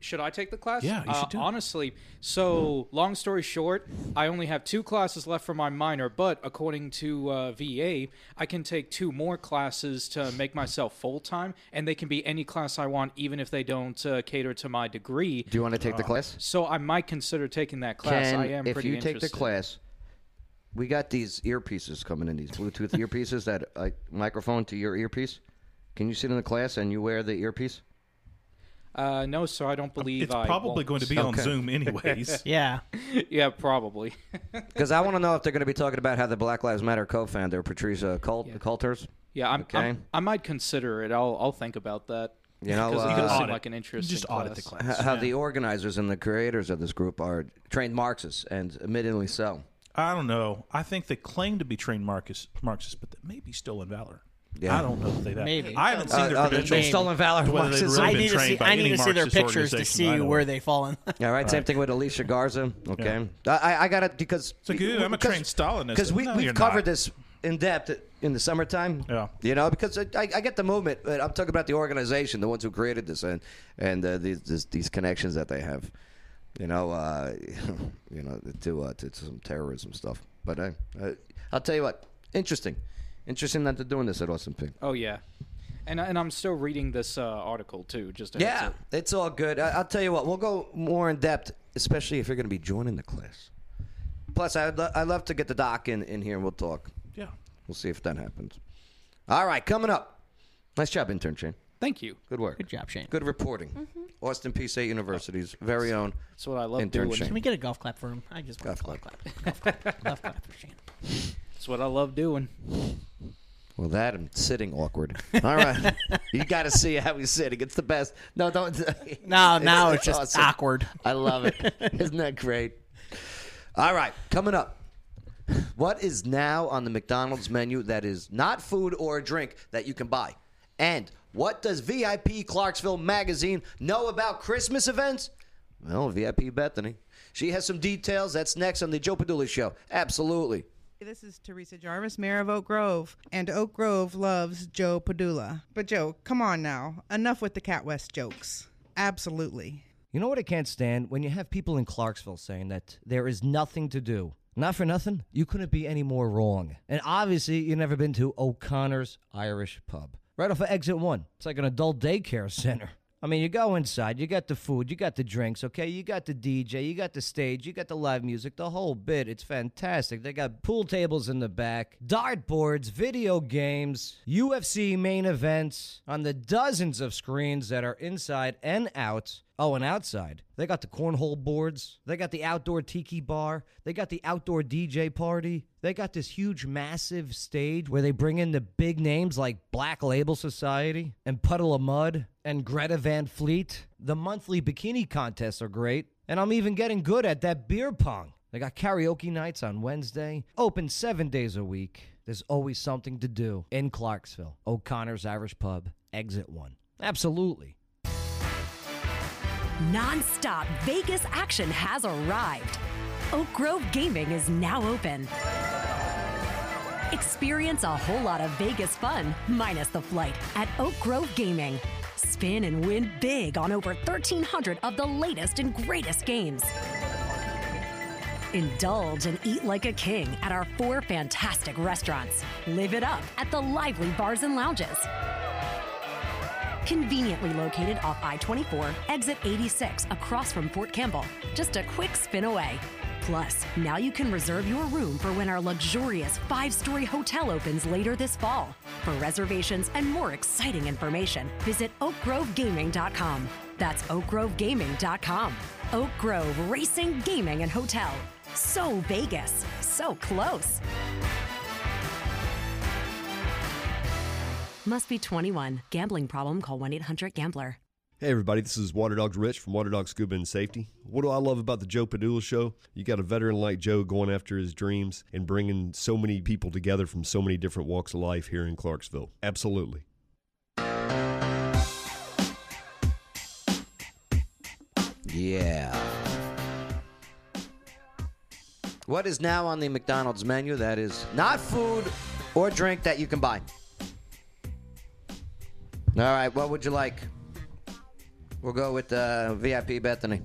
Speaker 6: Should I take the class?
Speaker 9: Yeah, you
Speaker 6: Uh,
Speaker 9: should do it.
Speaker 6: Honestly, so long story short, I only have two classes left for my minor, but according to uh, VA, I can take two more classes to make myself full time, and they can be any class I want, even if they don't uh, cater to my degree. Do
Speaker 1: you want to take the class?
Speaker 6: So I might consider taking that class.
Speaker 1: Can-
Speaker 6: I am
Speaker 1: if
Speaker 6: pretty
Speaker 1: you
Speaker 6: interested.
Speaker 1: take the class, we got these earpieces coming in, these Bluetooth earpieces that like microphone to your earpiece. Can you sit in the class and you wear the earpiece?
Speaker 6: Uh, no, sir, I don't believe.
Speaker 9: Um, It's
Speaker 6: I
Speaker 9: probably
Speaker 6: won't.
Speaker 9: going to be on Okay. Zoom anyways.
Speaker 8: Yeah.
Speaker 6: yeah, probably.
Speaker 1: Because I want to know if they're going to be talking about how the Black Lives Matter co-founder Patricia Cult- Coulters.
Speaker 6: Yeah, I'm,
Speaker 1: Okay.
Speaker 6: I'm- I might consider it. I'll I'll think about that.
Speaker 1: You know,
Speaker 6: because it
Speaker 1: uh,
Speaker 6: does seem
Speaker 1: audit.
Speaker 6: like an interesting
Speaker 9: Just audit the
Speaker 1: h- how the organizers and the creators of this group are trained Marxists, and admittedly so.
Speaker 9: I don't know. I think they claim to be trained Marcus, Marxists, but they may be stolen valor.
Speaker 1: Yeah.
Speaker 9: I don't know if they that.
Speaker 8: Maybe.
Speaker 9: I haven't seen
Speaker 1: Uh,
Speaker 9: their
Speaker 1: uh,
Speaker 9: credentials.
Speaker 1: they stolen valor
Speaker 9: to whether they've
Speaker 1: Marxists.
Speaker 9: really been
Speaker 8: I need to
Speaker 9: trained
Speaker 8: see.
Speaker 9: by
Speaker 8: I need
Speaker 9: any
Speaker 8: to see their
Speaker 9: Marxist
Speaker 8: pictures to
Speaker 9: organization
Speaker 8: see
Speaker 9: I know
Speaker 8: where
Speaker 9: of.
Speaker 8: they fall in.
Speaker 1: All right, same thing with Alicia Garza. Okay, I, I got it because
Speaker 9: It's like, "Ew, I'm a trained Stalinist."
Speaker 1: Because we
Speaker 9: No,
Speaker 1: we've
Speaker 9: you're
Speaker 1: covered
Speaker 9: not.
Speaker 1: this in depth in the summertime. Yeah, you know, because I, I, I get the movement, but I'm talking about the organization, the ones who created this, and and uh, these, these these connections that they have. You know, uh, you know, to uh, to some terrorism stuff. But uh, uh, I'll tell you what, interesting, interesting that they're doing this at Austin P.
Speaker 6: Oh yeah, and and I'm still reading this uh, article too. Just a heads
Speaker 1: Yeah,
Speaker 6: up.
Speaker 1: it's all good. I, I'll tell you what, we'll go more in depth, especially if you're going to be joining the class. Plus, I'd, lo- I'd love to get the doc in, in here and we'll talk.
Speaker 9: Yeah.
Speaker 1: We'll see if that happens. All right, coming up. Nice job, intern Shane.
Speaker 6: Thank you.
Speaker 1: Good work.
Speaker 8: Good job, Shane.
Speaker 1: Good reporting. Austin P. State University's very own.
Speaker 6: That's what I love
Speaker 1: intern
Speaker 6: doing.
Speaker 1: Shane.
Speaker 8: Can we get a golf clap for him? I just want a golf clap. Golf clap. golf clap for Shane.
Speaker 6: That's what I love doing.
Speaker 1: Well, that I'm sitting awkward. All right, you got to see how he's sitting. It's the best. No, don't.
Speaker 8: No, now it's just awkward.
Speaker 1: I love it. Isn't that great? All right, coming up. What is now on the McDonald's menu that is not food or a drink that you can buy? And what does VIP Clarksville magazine know about Christmas events? Well, VIP Bethany. She has some details. That's next on the Joe Padula Show. Absolutely.
Speaker 20: This is Teresa Jarvis, mayor of Oak Grove, and Oak Grove loves Joe Padula. But Joe, come on now, enough with the Cat West jokes. Absolutely.
Speaker 14: You know what I can't stand? When you have people in Clarksville saying that there is nothing to do. Not for nothing, you couldn't be any more wrong. And obviously, you've never been to O'Connor's Irish Pub. Right off of exit one, it's like an adult daycare center. I mean, you go inside, you got the food, you got the drinks, okay? You got the DJ, you got the stage, you got the live music, the whole bit. It's fantastic. They got pool tables in the back, dartboards, video games, UFC main events on the dozens of screens that are inside and out. Oh, and outside. They got the cornhole boards. They got the outdoor tiki bar. They got the outdoor DJ party. They got this huge, massive stage where they bring in the big names like Black Label Society and Puddle of Mud and Greta Van Fleet. The monthly bikini contests are great. And I'm even getting good at that beer pong. They got karaoke nights on Wednesday, open seven days a week. There's always something to do in Clarksville. O'Connor's Irish Pub, exit one. Absolutely.
Speaker 21: Non-stop Vegas action has arrived. Oak Grove Gaming is now open. Experience a whole lot of Vegas fun, minus the flight, at Oak Grove Gaming. Spin and win big on over 1,300 of the latest and greatest games. Indulge and eat like a king at our four fantastic restaurants. Live it up at the lively bars and lounges. Conveniently located off I 24, exit 86, across from Fort Campbell. Just a quick spin away. Plus, now you can reserve your room for when our luxurious five story hotel opens later this fall. For reservations and more exciting information, visit oakgrovegaming.com. That's oakgrovegaming.com. Oak Grove Racing, Gaming, and Hotel. So Vegas, so close. Must be 21. Gambling problem? Call 1 800 Gambler.
Speaker 22: Hey everybody, this is Water Dogs Rich from Water Dogs Scuba and Safety. What do I love about the Joe Padula Show? You got a veteran like Joe going after his dreams and bringing so many people together from so many different walks of life here in Clarksville. Absolutely.
Speaker 1: Yeah. What is now on the McDonald's menu that is not food or drink that you can buy? All right, what would you like? We'll go with uh, VIP Bethany.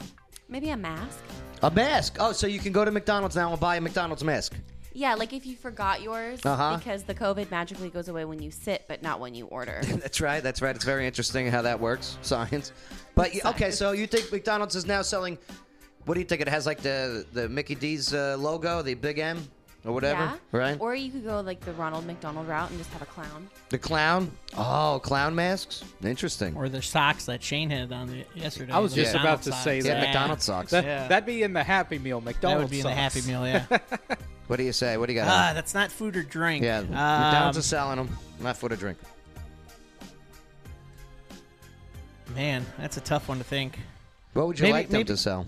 Speaker 11: Maybe a mask.
Speaker 1: A mask. Oh, so you can go to McDonald's now and buy a McDonald's mask.
Speaker 11: Yeah, like if you forgot yours,
Speaker 1: Uh-huh.
Speaker 11: because the COVID magically goes away when you sit, but not when you order.
Speaker 1: That's right. That's right. It's very interesting how that works, science. But you- okay, so you think McDonald's is now selling? What do you think it has? Like the the Mickey D's uh, logo, the big M, or whatever,
Speaker 11: Yeah.
Speaker 1: right?
Speaker 11: Or you could go like the Ronald McDonald route and just have a clown.
Speaker 1: the clown. Oh, clown masks. Interesting.
Speaker 8: Or the socks that Shane had on the, yesterday.
Speaker 6: I was
Speaker 8: the
Speaker 6: just about
Speaker 8: McDonald's
Speaker 6: to
Speaker 8: socks.
Speaker 6: say that. That,
Speaker 8: Yeah.
Speaker 6: That'd be in the Happy Meal. McDonald's
Speaker 8: be in the Happy
Speaker 6: socks.
Speaker 8: Meal, yeah.
Speaker 1: What do you say? What do you got?
Speaker 8: Ah, that's not food or drink. Um,
Speaker 1: yeah, McDonald's is selling them. Not food or drink.
Speaker 8: Man, that's a tough one to think.
Speaker 1: What would you like them to sell?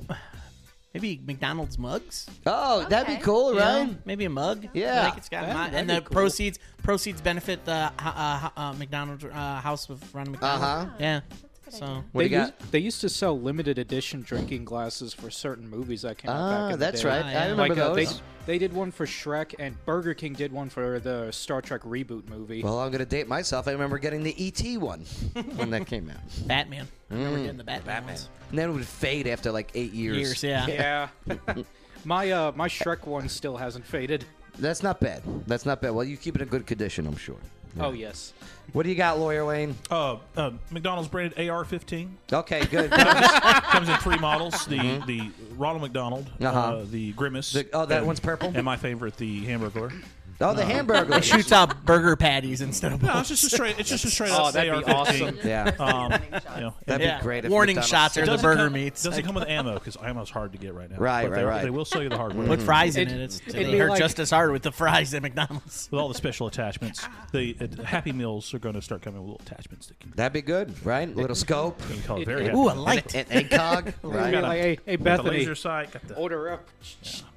Speaker 8: Maybe McDonald's mugs.
Speaker 1: Oh, that'd be cool, right?
Speaker 8: maybe a mug.
Speaker 1: Yeah.
Speaker 8: like it's got a
Speaker 1: That'd-
Speaker 8: mug. and the
Speaker 1: that'd be cool.
Speaker 8: proceeds proceeds benefit the uh, uh, uh, McDonald's uh, house of Ronald McDonald.
Speaker 1: Uh-huh.
Speaker 8: Yeah.
Speaker 9: Oh.
Speaker 8: So
Speaker 6: they Used, they used to sell limited edition drinking glasses for certain movies that came out
Speaker 1: Ah,
Speaker 6: back in
Speaker 1: that's
Speaker 6: the day.
Speaker 1: right. Ah, I yeah. remember
Speaker 6: uh, they-
Speaker 1: those.
Speaker 6: they, did one for Shrek, and Burger King did one for the Star Trek reboot movie.
Speaker 1: Well, I'm gonna date myself. I remember getting the ET one when that came out.
Speaker 8: Batman. I remember
Speaker 1: Mm.
Speaker 8: getting the Batman. ones.
Speaker 1: And then it would fade after like eight years.
Speaker 8: Years, yeah.
Speaker 6: yeah. my uh, my Shrek one still hasn't faded.
Speaker 1: That's not bad. That's not bad. Well, you keep it in good condition, I'm sure.
Speaker 6: Oh yes.
Speaker 1: What do you got, Lawyer Wayne?
Speaker 9: Uh, uh, McDonald's branded AR-15
Speaker 1: Okay, good.
Speaker 9: comes, comes in three models: the
Speaker 1: Mhm.
Speaker 9: the Ronald McDonald, uh
Speaker 1: Uh-huh.
Speaker 9: the Grimace.
Speaker 1: oh, that
Speaker 9: and-
Speaker 1: one's purple?
Speaker 9: And my favorite, the Hamburglar. Uh,
Speaker 1: Oh, the Hamburglar.
Speaker 8: It shoots out burger patties instead of.
Speaker 9: No,
Speaker 8: bullets.
Speaker 9: it's just a straight. It's just a straight
Speaker 8: Oh,
Speaker 9: up
Speaker 8: that'd be
Speaker 9: AR-15.
Speaker 8: awesome. Yeah.
Speaker 9: Um,
Speaker 8: That'd
Speaker 9: you know,
Speaker 8: be
Speaker 9: and-
Speaker 8: great if Warning McDonald's shots
Speaker 9: It
Speaker 8: are the
Speaker 9: doesn't
Speaker 8: burger
Speaker 9: come-
Speaker 8: meats.
Speaker 9: Doesn't come with ammo because ammo's hard to get right Mm. now.
Speaker 1: Right,
Speaker 9: But
Speaker 1: right,
Speaker 9: they-
Speaker 1: right. Mm-hmm.
Speaker 9: They will sell you the hardware.
Speaker 8: Put fries in it. It's, they hurt just as hard with the fries at McDonald's.
Speaker 9: With all the special attachments, the uh, Happy Meals are going to start coming with little attachments. That can
Speaker 1: That'd be good, right? Little scope.
Speaker 9: You call it very
Speaker 1: It-
Speaker 9: Happy
Speaker 1: Ooh, I
Speaker 9: Meal.
Speaker 1: like it. An- an ACOG, right?
Speaker 9: Got a-
Speaker 1: Like, hey- hey,
Speaker 9: with The
Speaker 1: Bethany.
Speaker 9: laser sight. Got the
Speaker 6: order up.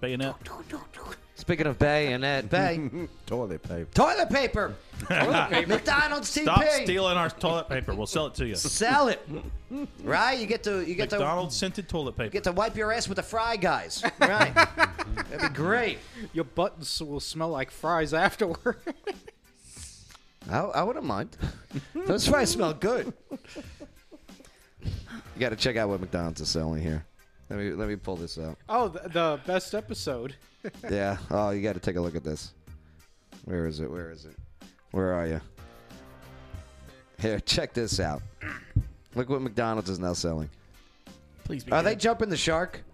Speaker 9: bayonet.
Speaker 1: Speaking of Bay and Ed Bay,
Speaker 4: Toilet paper.
Speaker 1: toilet paper. Toilet paper. McDonald's TP.
Speaker 9: Stop stealing our toilet paper. We'll sell it to you.
Speaker 1: Sell it, right? You get to you get
Speaker 9: McDonald's scented toilet
Speaker 1: to you
Speaker 9: paper.
Speaker 1: get to wipe your ass with the fry guys, right? That'd be great.
Speaker 6: Your buttons will smell like fries afterward.
Speaker 1: I, I wouldn't mind. Those fries smell good. You got to check out what McDonald's is selling here. Let me let me pull this out.
Speaker 6: oh, the, the best episode.
Speaker 1: yeah. Oh, you got to take a look at this. Where is it? Where is it? Where are you? Here, check this out. Look what McDonald's is now selling.
Speaker 8: Please be
Speaker 1: Are they
Speaker 8: good.
Speaker 1: jumping the shark?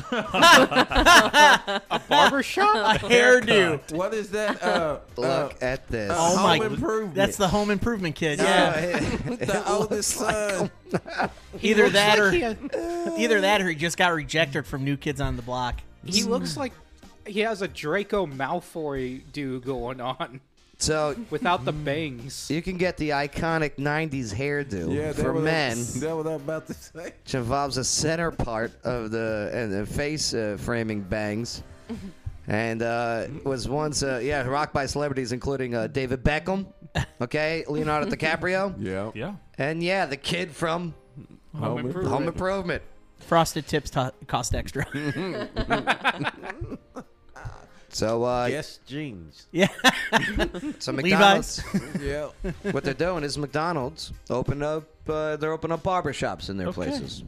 Speaker 6: a barber shop?
Speaker 8: A hairdo.
Speaker 4: What is that? Uh,
Speaker 1: Look at this.
Speaker 8: Oh my!
Speaker 4: Home Improvement.
Speaker 8: That's the home improvement kid.
Speaker 4: No,
Speaker 8: Yeah.
Speaker 4: it- The it oldest looks like son.
Speaker 6: He
Speaker 8: either
Speaker 6: looks like
Speaker 8: that or
Speaker 6: he had-
Speaker 8: either that or he just got rejected from New Kids on the Block.
Speaker 6: He looks like he has a Draco Malfoy do going on.
Speaker 1: So mm.
Speaker 6: without the bangs,
Speaker 1: you can get the iconic '90s hairdo
Speaker 4: Yeah, that
Speaker 1: for
Speaker 4: was-
Speaker 1: men.
Speaker 4: That was what I'm about to say.
Speaker 1: which involves a center part of the and the face uh, framing bangs, and uh, was once uh, yeah rocked by celebrities including uh, David Beckham, Okay, Leonardo DiCaprio.
Speaker 4: Yeah.
Speaker 9: Yeah.
Speaker 1: And yeah, the kid from
Speaker 8: Home Improvement.
Speaker 1: Home Improvement.
Speaker 8: Frosted tips to- cost extra.
Speaker 1: So uh,
Speaker 4: yes, jeans.
Speaker 8: Yeah.
Speaker 1: so
Speaker 8: Levi's.
Speaker 1: McDonald's. What they're doing is McDonald's open up. Uh, they're opening up barber shops in their
Speaker 4: Okay.
Speaker 1: places.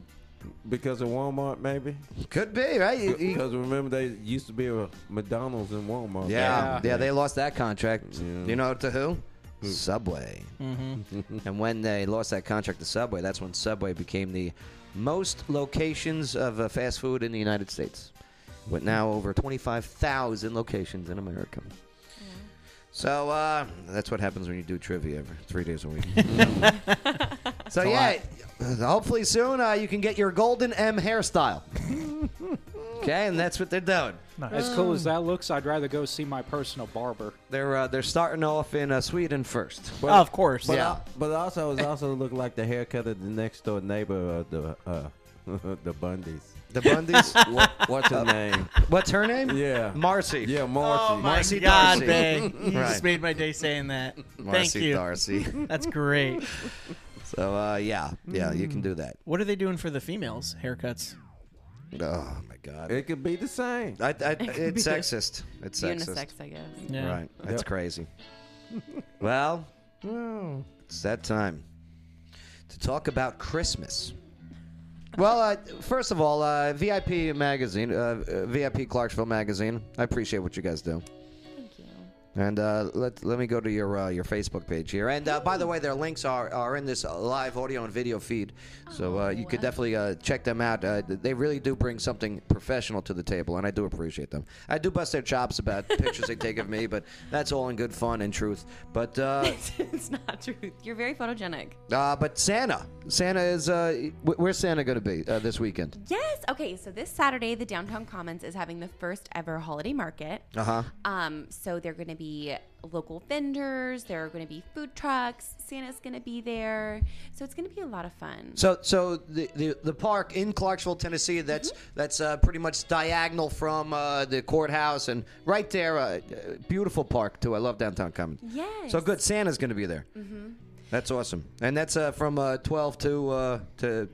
Speaker 4: Because of Walmart, maybe.
Speaker 1: Could be right.
Speaker 4: Because remember, they used to be a McDonald's and Walmart.
Speaker 1: Yeah, yeah, they lost that contract. You know to who? Subway.
Speaker 4: Mhm.
Speaker 1: and when they lost that contract to Subway, that's when Subway became the most locations of uh, fast food in the United States, with now over 25,000 locations in America. So uh, that's what happens when you do trivia every three days a week. so
Speaker 8: a
Speaker 1: yeah, hopefully soon uh, you can get your golden M hairstyle. okay, and that's what they're doing.
Speaker 10: As cool as that looks, I'd rather go see my personal barber.
Speaker 1: They're uh, they're starting off in uh, Sweden first.
Speaker 4: But,
Speaker 1: yeah.
Speaker 4: al- but also, it also looked like the haircut of the next door neighbor of the uh, the Bundys.
Speaker 1: The Bundys?
Speaker 4: What, what's her name?
Speaker 1: What's her name?
Speaker 4: Yeah,
Speaker 1: Marcy.
Speaker 4: Yeah,
Speaker 8: Oh
Speaker 4: Marcy.
Speaker 8: my
Speaker 1: Marcy
Speaker 8: God,
Speaker 1: Darcy.
Speaker 8: Bang. You
Speaker 1: Right.
Speaker 8: just made my day saying that. Thank
Speaker 1: Marcy
Speaker 8: you.
Speaker 1: Darcy.
Speaker 8: That's great.
Speaker 1: So uh, yeah, yeah, you can do that.
Speaker 8: What are they doing for the females' haircuts?
Speaker 1: Oh my God.
Speaker 4: It could be the same.
Speaker 1: I, I,
Speaker 8: could be
Speaker 1: it's
Speaker 8: the-
Speaker 1: sexist. It's sexist.
Speaker 11: Unisex, I guess.
Speaker 8: Yeah.
Speaker 1: Right. That's
Speaker 8: Yep.
Speaker 1: crazy. well, it's that time to talk about Christmas. Well, uh, first of all, uh, VIP magazine, uh, uh, VIP Clarksville magazine. I appreciate what you guys do. And uh, let let me go to your uh, your Facebook page here. And uh, by the way, their links are, are in this uh, live audio and video feed, so uh, you could definitely uh, check them out. Uh, th- they really do bring something professional to the table, and I do appreciate them. I do bust their chops about pictures they take of me, but that's all in good fun and truth. But uh,
Speaker 11: it's not true. You're very photogenic.
Speaker 1: uh, but Santa, Santa is uh, wh- where's Santa going to be uh, this weekend?
Speaker 11: Yes. Okay. So this Saturday, the Downtown Commons is having the first ever holiday market.
Speaker 1: Uh huh.
Speaker 11: Um, so they're going to be local vendors. There are going to be food trucks. Santa's going to be there. So it's going to be a lot of fun.
Speaker 1: So, so the, the the park in Clarksville, Tennessee, that's
Speaker 11: Mm-hmm.
Speaker 1: that's uh, pretty much diagonal from uh, the courthouse and right there. Uh, uh, beautiful park too. I love downtown Commons.
Speaker 11: Yes.
Speaker 1: So good. Santa's going to be there.
Speaker 11: hmm
Speaker 1: That's awesome. And that's uh, from uh, twelve to uh, to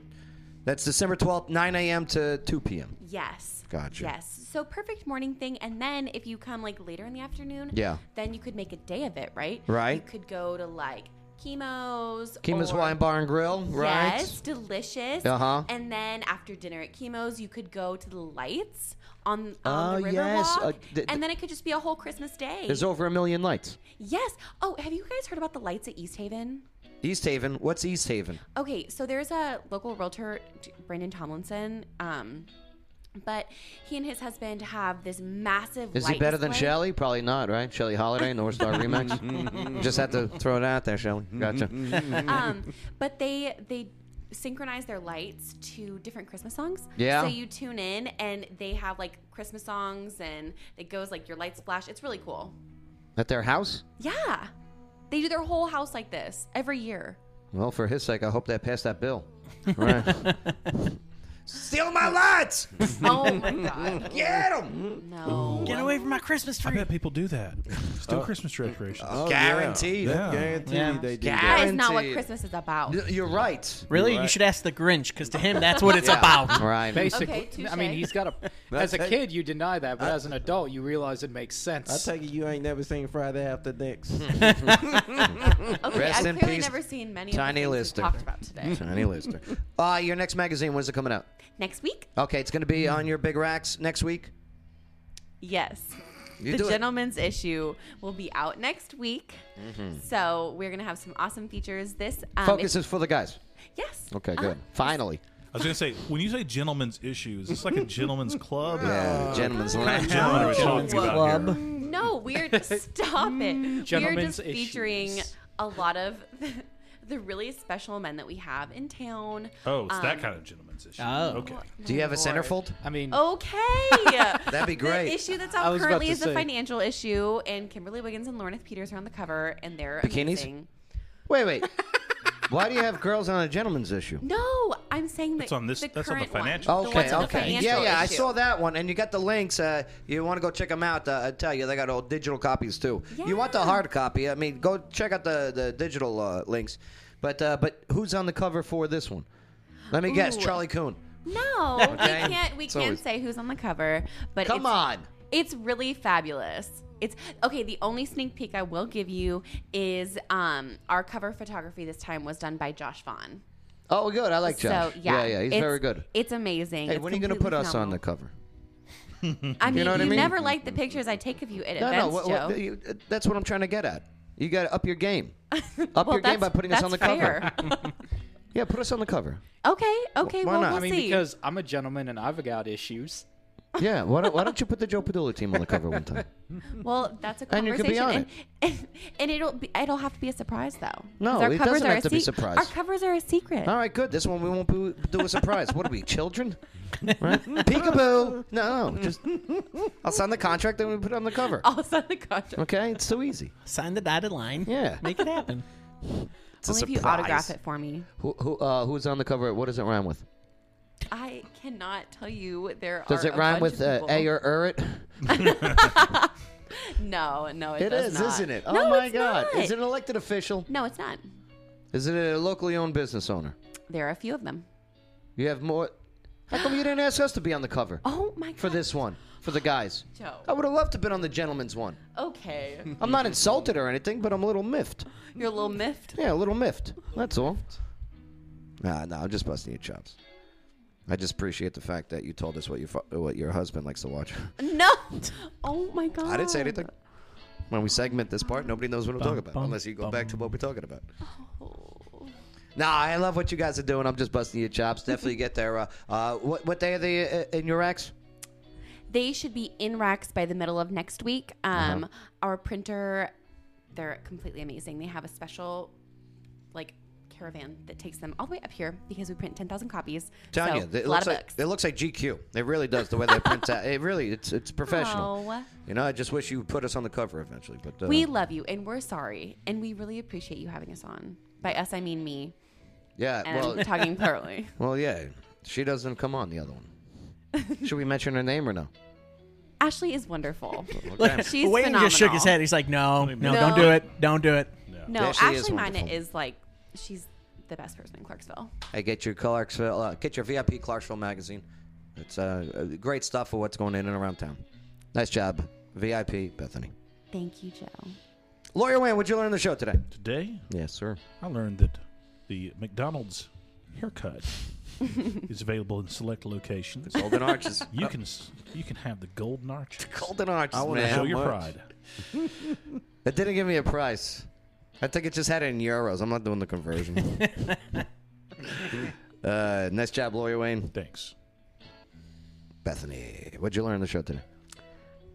Speaker 1: that's December twelfth, nine a.m. to two p.m.
Speaker 11: Yes.
Speaker 1: Gotcha.
Speaker 11: Yes. So perfect morning thing. And then if you come like later in the afternoon,
Speaker 1: Yeah.
Speaker 11: then you could make a day of it, right?
Speaker 1: Right.
Speaker 11: You could go to like Chemo's.
Speaker 1: Kima's
Speaker 11: or-
Speaker 1: Wine Bar and Grill, right?
Speaker 11: Yes, delicious.
Speaker 1: Uh-huh.
Speaker 11: And then after dinner at Chemo's, you could go to the lights on,
Speaker 1: Oh,
Speaker 11: on the Riverwalk,
Speaker 1: yes. Uh, th-
Speaker 11: and then it could just be a whole Christmas day.
Speaker 1: There's over a million lights.
Speaker 11: yes. Oh, have you guys heard about the lights at East Haven?
Speaker 1: East Haven. What's East Haven?
Speaker 11: Okay, so there's a local realtor, T- Brandon Tomlinson. Um, but he and his husband have this massive.
Speaker 1: Is
Speaker 11: light
Speaker 1: he better than
Speaker 11: display.
Speaker 1: Shelly? Probably not, right? Shelly Holiday, North Star Remix. Just had to throw it out there, Shelly. Gotcha. Mm.
Speaker 11: um, but they they synchronize their lights to different Christmas songs.
Speaker 1: Yeah.
Speaker 11: So you tune in and they have like Christmas songs and it goes like your lights flash. It's really cool.
Speaker 1: At their house?
Speaker 11: Yeah. They do their whole house like this every year.
Speaker 1: Well, for his sake, I hope that passed that bill. Right. Steal my lights!
Speaker 11: oh my god.
Speaker 1: Get him!
Speaker 11: No.
Speaker 8: Get away from my Christmas tree. I bet
Speaker 9: people do that. Just do Christmas tree decorations.
Speaker 1: oh, yeah. Guaranteed.
Speaker 9: Yeah.
Speaker 1: Guaranteed
Speaker 9: Yeah.
Speaker 1: they do that.
Speaker 11: That is not what
Speaker 1: Guaranteed.
Speaker 11: Christmas is about.
Speaker 1: You're right.
Speaker 8: Really?
Speaker 1: You're
Speaker 8: You
Speaker 1: right.
Speaker 8: should ask the Grinch because to him, that's what it's
Speaker 1: Yeah.
Speaker 8: about.
Speaker 1: Right.
Speaker 10: Basically,
Speaker 11: Okay,
Speaker 10: I mean,
Speaker 11: touche.
Speaker 10: he's got a.
Speaker 4: That's
Speaker 10: as a
Speaker 4: it.
Speaker 10: kid, you deny that, but as an adult, Oh, you realize it makes
Speaker 4: I
Speaker 10: sense.
Speaker 4: take it you ain't never seen Friday After Next.
Speaker 11: Okay,
Speaker 1: Rest
Speaker 11: I've
Speaker 1: in
Speaker 11: clearly
Speaker 1: peace,
Speaker 11: never seen many
Speaker 1: Tiny
Speaker 11: of the things
Speaker 1: Lister.
Speaker 11: we talked about today.
Speaker 1: Tiny Lister. Uh, your next magazine, when's it coming out?
Speaker 11: Next week?
Speaker 1: Okay, it's going to be on your big racks next week.
Speaker 11: Yes.
Speaker 1: You do
Speaker 11: the
Speaker 1: it.
Speaker 11: gentleman's issue will be out next week.
Speaker 1: Mhm.
Speaker 11: So we're gonna have some awesome features. This um,
Speaker 1: Focus
Speaker 11: if-
Speaker 1: is for the guys.
Speaker 11: yes.
Speaker 1: Okay,
Speaker 11: Uh-huh.
Speaker 1: good. Finally.
Speaker 9: I was gonna say, when you say gentlemen's issues, it's like a gentleman's club.
Speaker 1: Yeah, gentlemen's lounge.
Speaker 9: Gentlemen's
Speaker 1: Club.
Speaker 9: club.
Speaker 11: No, we're stop it. We're
Speaker 9: Gentlemen's
Speaker 11: just featuring
Speaker 9: issues.
Speaker 11: a lot of the, really special men that we have in town.
Speaker 9: Oh, it's that
Speaker 11: Um,
Speaker 9: kind of gentleman's issue.
Speaker 1: Oh.
Speaker 9: Okay.
Speaker 1: Do you have a centerfold?
Speaker 10: I mean,
Speaker 11: Oh. Okay.
Speaker 1: That'd be great.
Speaker 11: The issue that's
Speaker 1: I
Speaker 11: out
Speaker 1: was about
Speaker 11: currently
Speaker 1: to
Speaker 11: is the
Speaker 1: say.
Speaker 11: financial issue, and Kimberly Wiggins and Lorna Peters are on the cover, and they're
Speaker 1: Bikinis?
Speaker 11: amazing.
Speaker 1: Wait, wait. Why do you have girls on a gentleman's issue?
Speaker 11: No,
Speaker 5: I'm saying that
Speaker 9: That's on this-
Speaker 5: The
Speaker 9: that's on the
Speaker 5: current one.
Speaker 9: financial The
Speaker 1: Okay,
Speaker 9: ones with the
Speaker 1: okay.
Speaker 9: financial
Speaker 1: Yeah, yeah, I
Speaker 5: issue.
Speaker 1: saw that one. And you got the links. Uh, you want to go check them out. Uh, I tell you, they got all digital copies too. You want the hard copy. I mean, go check out the, the digital uh, links. But uh, but who's on the cover for this one? Let me guess,
Speaker 11: Ooh.
Speaker 1: Charlie Coon.
Speaker 11: No,
Speaker 1: Okay.
Speaker 11: we can't. We
Speaker 1: It's
Speaker 11: can't
Speaker 1: always-
Speaker 11: say who's on the cover, but
Speaker 1: Come
Speaker 11: it's,
Speaker 1: on.
Speaker 11: it's really fabulous. It's okay. The only sneak peek I will give you is um, our cover photography this time was done by Josh Vaughn.
Speaker 1: Oh, good. I like Josh.
Speaker 11: So yeah,
Speaker 1: yeah, he's
Speaker 11: it's-
Speaker 1: very good.
Speaker 11: It's amazing.
Speaker 1: Hey,
Speaker 11: It's
Speaker 1: when are you going to put
Speaker 11: completely
Speaker 1: us on
Speaker 11: phenomenal.
Speaker 1: the cover?
Speaker 11: I mean, you,
Speaker 1: know what I mean?
Speaker 11: never like the pictures I take of you at
Speaker 1: no,
Speaker 11: events,
Speaker 1: no. What,
Speaker 11: Joe.
Speaker 1: what, you, that's what I'm trying to get at. You got to up your game. Up
Speaker 11: Well,
Speaker 1: your game by
Speaker 11: that's-
Speaker 1: putting us on the
Speaker 11: that's
Speaker 1: cover. yeah, put us on the cover.
Speaker 11: okay, okay.
Speaker 1: Why
Speaker 11: well,
Speaker 1: not?
Speaker 11: we'll
Speaker 10: I mean,
Speaker 11: see.
Speaker 10: because I'm a gentleman and I've got issues.
Speaker 1: Yeah, why don't, why don't you put the Joe Padula team on the cover one time?
Speaker 11: well, that's a
Speaker 1: And you could be
Speaker 11: conversation,
Speaker 1: on
Speaker 11: and, and, and it'll be, it'll have to be a surprise though.
Speaker 1: No,
Speaker 11: 'Cause our
Speaker 1: it
Speaker 11: covers
Speaker 1: doesn't
Speaker 11: are
Speaker 1: have
Speaker 11: a
Speaker 1: to be
Speaker 11: sec-
Speaker 1: surprise.
Speaker 11: Our covers are a secret.
Speaker 1: All right, good. This one we won't be, do a surprise. what are we, children? Right? Peekaboo. No, no, Oh, just I'll sign the contract and we put it on the cover.
Speaker 11: I'll sign the contract.
Speaker 1: Okay, it's so easy.
Speaker 8: Sign the dotted line.
Speaker 1: Yeah,
Speaker 8: make it happen.
Speaker 1: It's a
Speaker 11: Only if you
Speaker 1: surprise.
Speaker 11: autograph it for me.
Speaker 1: Who, who, uh, who's on the cover? What does it rhyme with?
Speaker 11: I cannot tell you there
Speaker 1: Does
Speaker 11: are
Speaker 1: it
Speaker 11: a
Speaker 1: rhyme
Speaker 11: bunch
Speaker 1: with
Speaker 11: of
Speaker 1: uh,
Speaker 11: people.
Speaker 1: A or Urit?
Speaker 11: No, no, it,
Speaker 1: It
Speaker 11: does
Speaker 1: is,
Speaker 11: not.
Speaker 1: isn't it? Oh
Speaker 11: No,
Speaker 1: my
Speaker 11: it's
Speaker 1: God.
Speaker 11: not.
Speaker 1: Is it an elected official?
Speaker 11: No, it's not.
Speaker 1: Is it a locally owned business owner?
Speaker 11: There are a few of them.
Speaker 1: You have more. How come you didn't ask us to be on the cover?
Speaker 11: Oh my!
Speaker 1: For this one, for the guys.
Speaker 11: Joe.
Speaker 1: I would have loved to have been on the gentleman's one.
Speaker 11: Okay,
Speaker 1: I'm not insulted or anything, but I'm a little miffed.
Speaker 11: you're a little miffed.
Speaker 1: Yeah, a little miffed. That's all. Nah, nah, I'm just busting your chops. I just appreciate the fact that you told us what your fu- what your husband likes to watch.
Speaker 11: No. Oh my God.
Speaker 1: I didn't say anything. When we segment this part, nobody knows what
Speaker 3: Um,
Speaker 1: I'm
Speaker 3: Bum,
Speaker 1: talking about
Speaker 3: bum,
Speaker 1: unless you go back to what we're talking about.
Speaker 11: Oh.
Speaker 1: Nah, I love what you guys are doing. I'm just busting your chops. Definitely get there. Uh, uh, what what day are they uh, in your racks?
Speaker 11: They should be in racks by the middle of next week. Um,
Speaker 1: Uh-huh.
Speaker 11: Our printer, they're completely amazing. They have a special, like, caravan that takes them all the way up here because we print 10,000 copies.
Speaker 1: Telling
Speaker 11: so,
Speaker 1: you, it
Speaker 11: a lot
Speaker 1: looks
Speaker 11: of
Speaker 1: like
Speaker 11: books.
Speaker 1: it looks like GQ. It really does the way they print that. It really, it's it's professional.
Speaker 11: Oh.
Speaker 1: You know, I just wish you would put us on the cover eventually. But uh,
Speaker 11: We love you and we're sorry and we really appreciate you having us on. By us, I mean me.
Speaker 1: yeah,
Speaker 11: and
Speaker 1: well,
Speaker 11: I'm talking plurally.
Speaker 1: Well, yeah, she doesn't come on the other one. Should we mention her name or no?
Speaker 11: Ashley is wonderful.
Speaker 1: Look,
Speaker 11: She's
Speaker 8: Wayne
Speaker 11: phenomenal.
Speaker 8: just shook his head. He's like, no, no,
Speaker 11: No.
Speaker 8: don't do it. Don't do it.
Speaker 11: No,
Speaker 1: Ashley
Speaker 11: Ashley,
Speaker 1: is
Speaker 11: Mina
Speaker 1: wonderful.
Speaker 11: is like, she's the best person in Clarksville.
Speaker 1: Hey, get your Clarksville, uh, get your VIP Clarksville magazine. It's uh, uh, great stuff for what's going in and around town. Nice job, VIP Bethany.
Speaker 11: Thank you, Joe.
Speaker 1: Lawyer Wayne, what'd you learn on the show today?
Speaker 9: Today,
Speaker 1: yes, sir.
Speaker 9: I learned that the McDonald's haircut is available in select locations.
Speaker 1: The golden arches.
Speaker 9: You can s- you can have the golden arches. The
Speaker 1: golden arches, I wonder man. how
Speaker 9: Show your
Speaker 1: much.
Speaker 9: pride.
Speaker 1: It didn't give me a price. I think it just had it in euros. I'm not doing the conversion. uh, nice job, Lawyer Wayne.
Speaker 9: Thanks.
Speaker 1: Bethany, what'd you learn on the show today?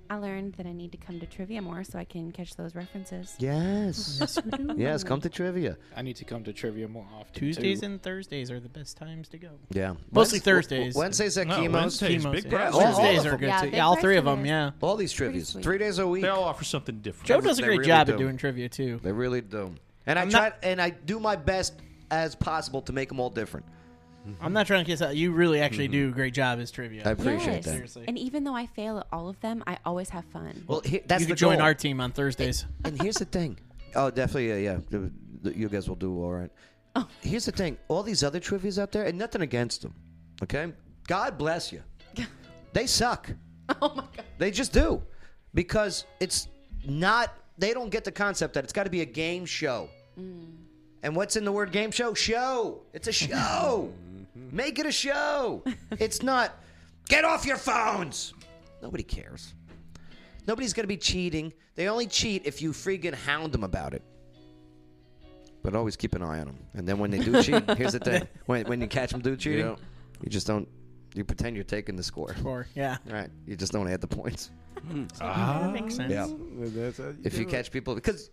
Speaker 11: I learned that I need to come to trivia more so I can catch those references.
Speaker 1: Yes.
Speaker 11: Yes, we do.
Speaker 1: yes, come to trivia.
Speaker 10: I need to come to trivia more often.
Speaker 8: Tuesdays
Speaker 10: too.
Speaker 8: and Thursdays are the best times to go.
Speaker 1: Yeah.
Speaker 8: Mostly
Speaker 1: Wednes-
Speaker 8: Thursdays.
Speaker 1: Wednesdays at
Speaker 8: No,
Speaker 1: Chemo's.
Speaker 8: Wednesdays, Chemo's, big yeah. prize
Speaker 1: all- all
Speaker 8: Thursdays
Speaker 1: of
Speaker 8: are
Speaker 1: them.
Speaker 8: good, Yeah, too. big Yeah, all three of prize them, dinners. yeah.
Speaker 1: All these
Speaker 8: Pretty
Speaker 1: trivias.
Speaker 8: sweet.
Speaker 1: Three days a week.
Speaker 9: They all offer something different.
Speaker 8: Joe does a
Speaker 1: They
Speaker 8: great
Speaker 1: really
Speaker 8: job
Speaker 1: do.
Speaker 8: at doing trivia too.
Speaker 1: They really do. And I try and I do my best as possible to make them all different.
Speaker 8: I'm not trying to kiss out. You really actually do a great job as trivia.
Speaker 1: Mm-hmm. I appreciate
Speaker 11: Yes.
Speaker 1: that.
Speaker 11: And e- even though I fail at all of them, I always have fun.
Speaker 1: Well, he- that's
Speaker 8: you
Speaker 1: the
Speaker 8: can join
Speaker 1: goal.
Speaker 8: our team on Thursdays.
Speaker 1: And here's the thing. Oh, definitely, yeah, yeah. The- the- you guys will do all right. Here's the thing. All these other trivias out there, and nothing against them. Okay, God bless you. They suck. Oh my God. They just do because it's not. They don't get the concept that it's got to be a game show. Mm. And what's in the word game show? Show. It's a show. Make it a show. It's not. Get off your phones. Nobody cares. Nobody's going to be cheating. They only cheat if you freaking hound them about it. But always keep an eye on them. And then when they do cheat, here's the thing: when, when you catch them do cheating,
Speaker 8: Yeah.
Speaker 1: you just don't. You pretend you're taking the score.
Speaker 8: Score, yeah.
Speaker 1: Right. You just don't add the points.
Speaker 8: Ah. makes sense.
Speaker 1: Yeah.
Speaker 4: Well, that's how you
Speaker 1: if you
Speaker 4: do it.
Speaker 1: catch people because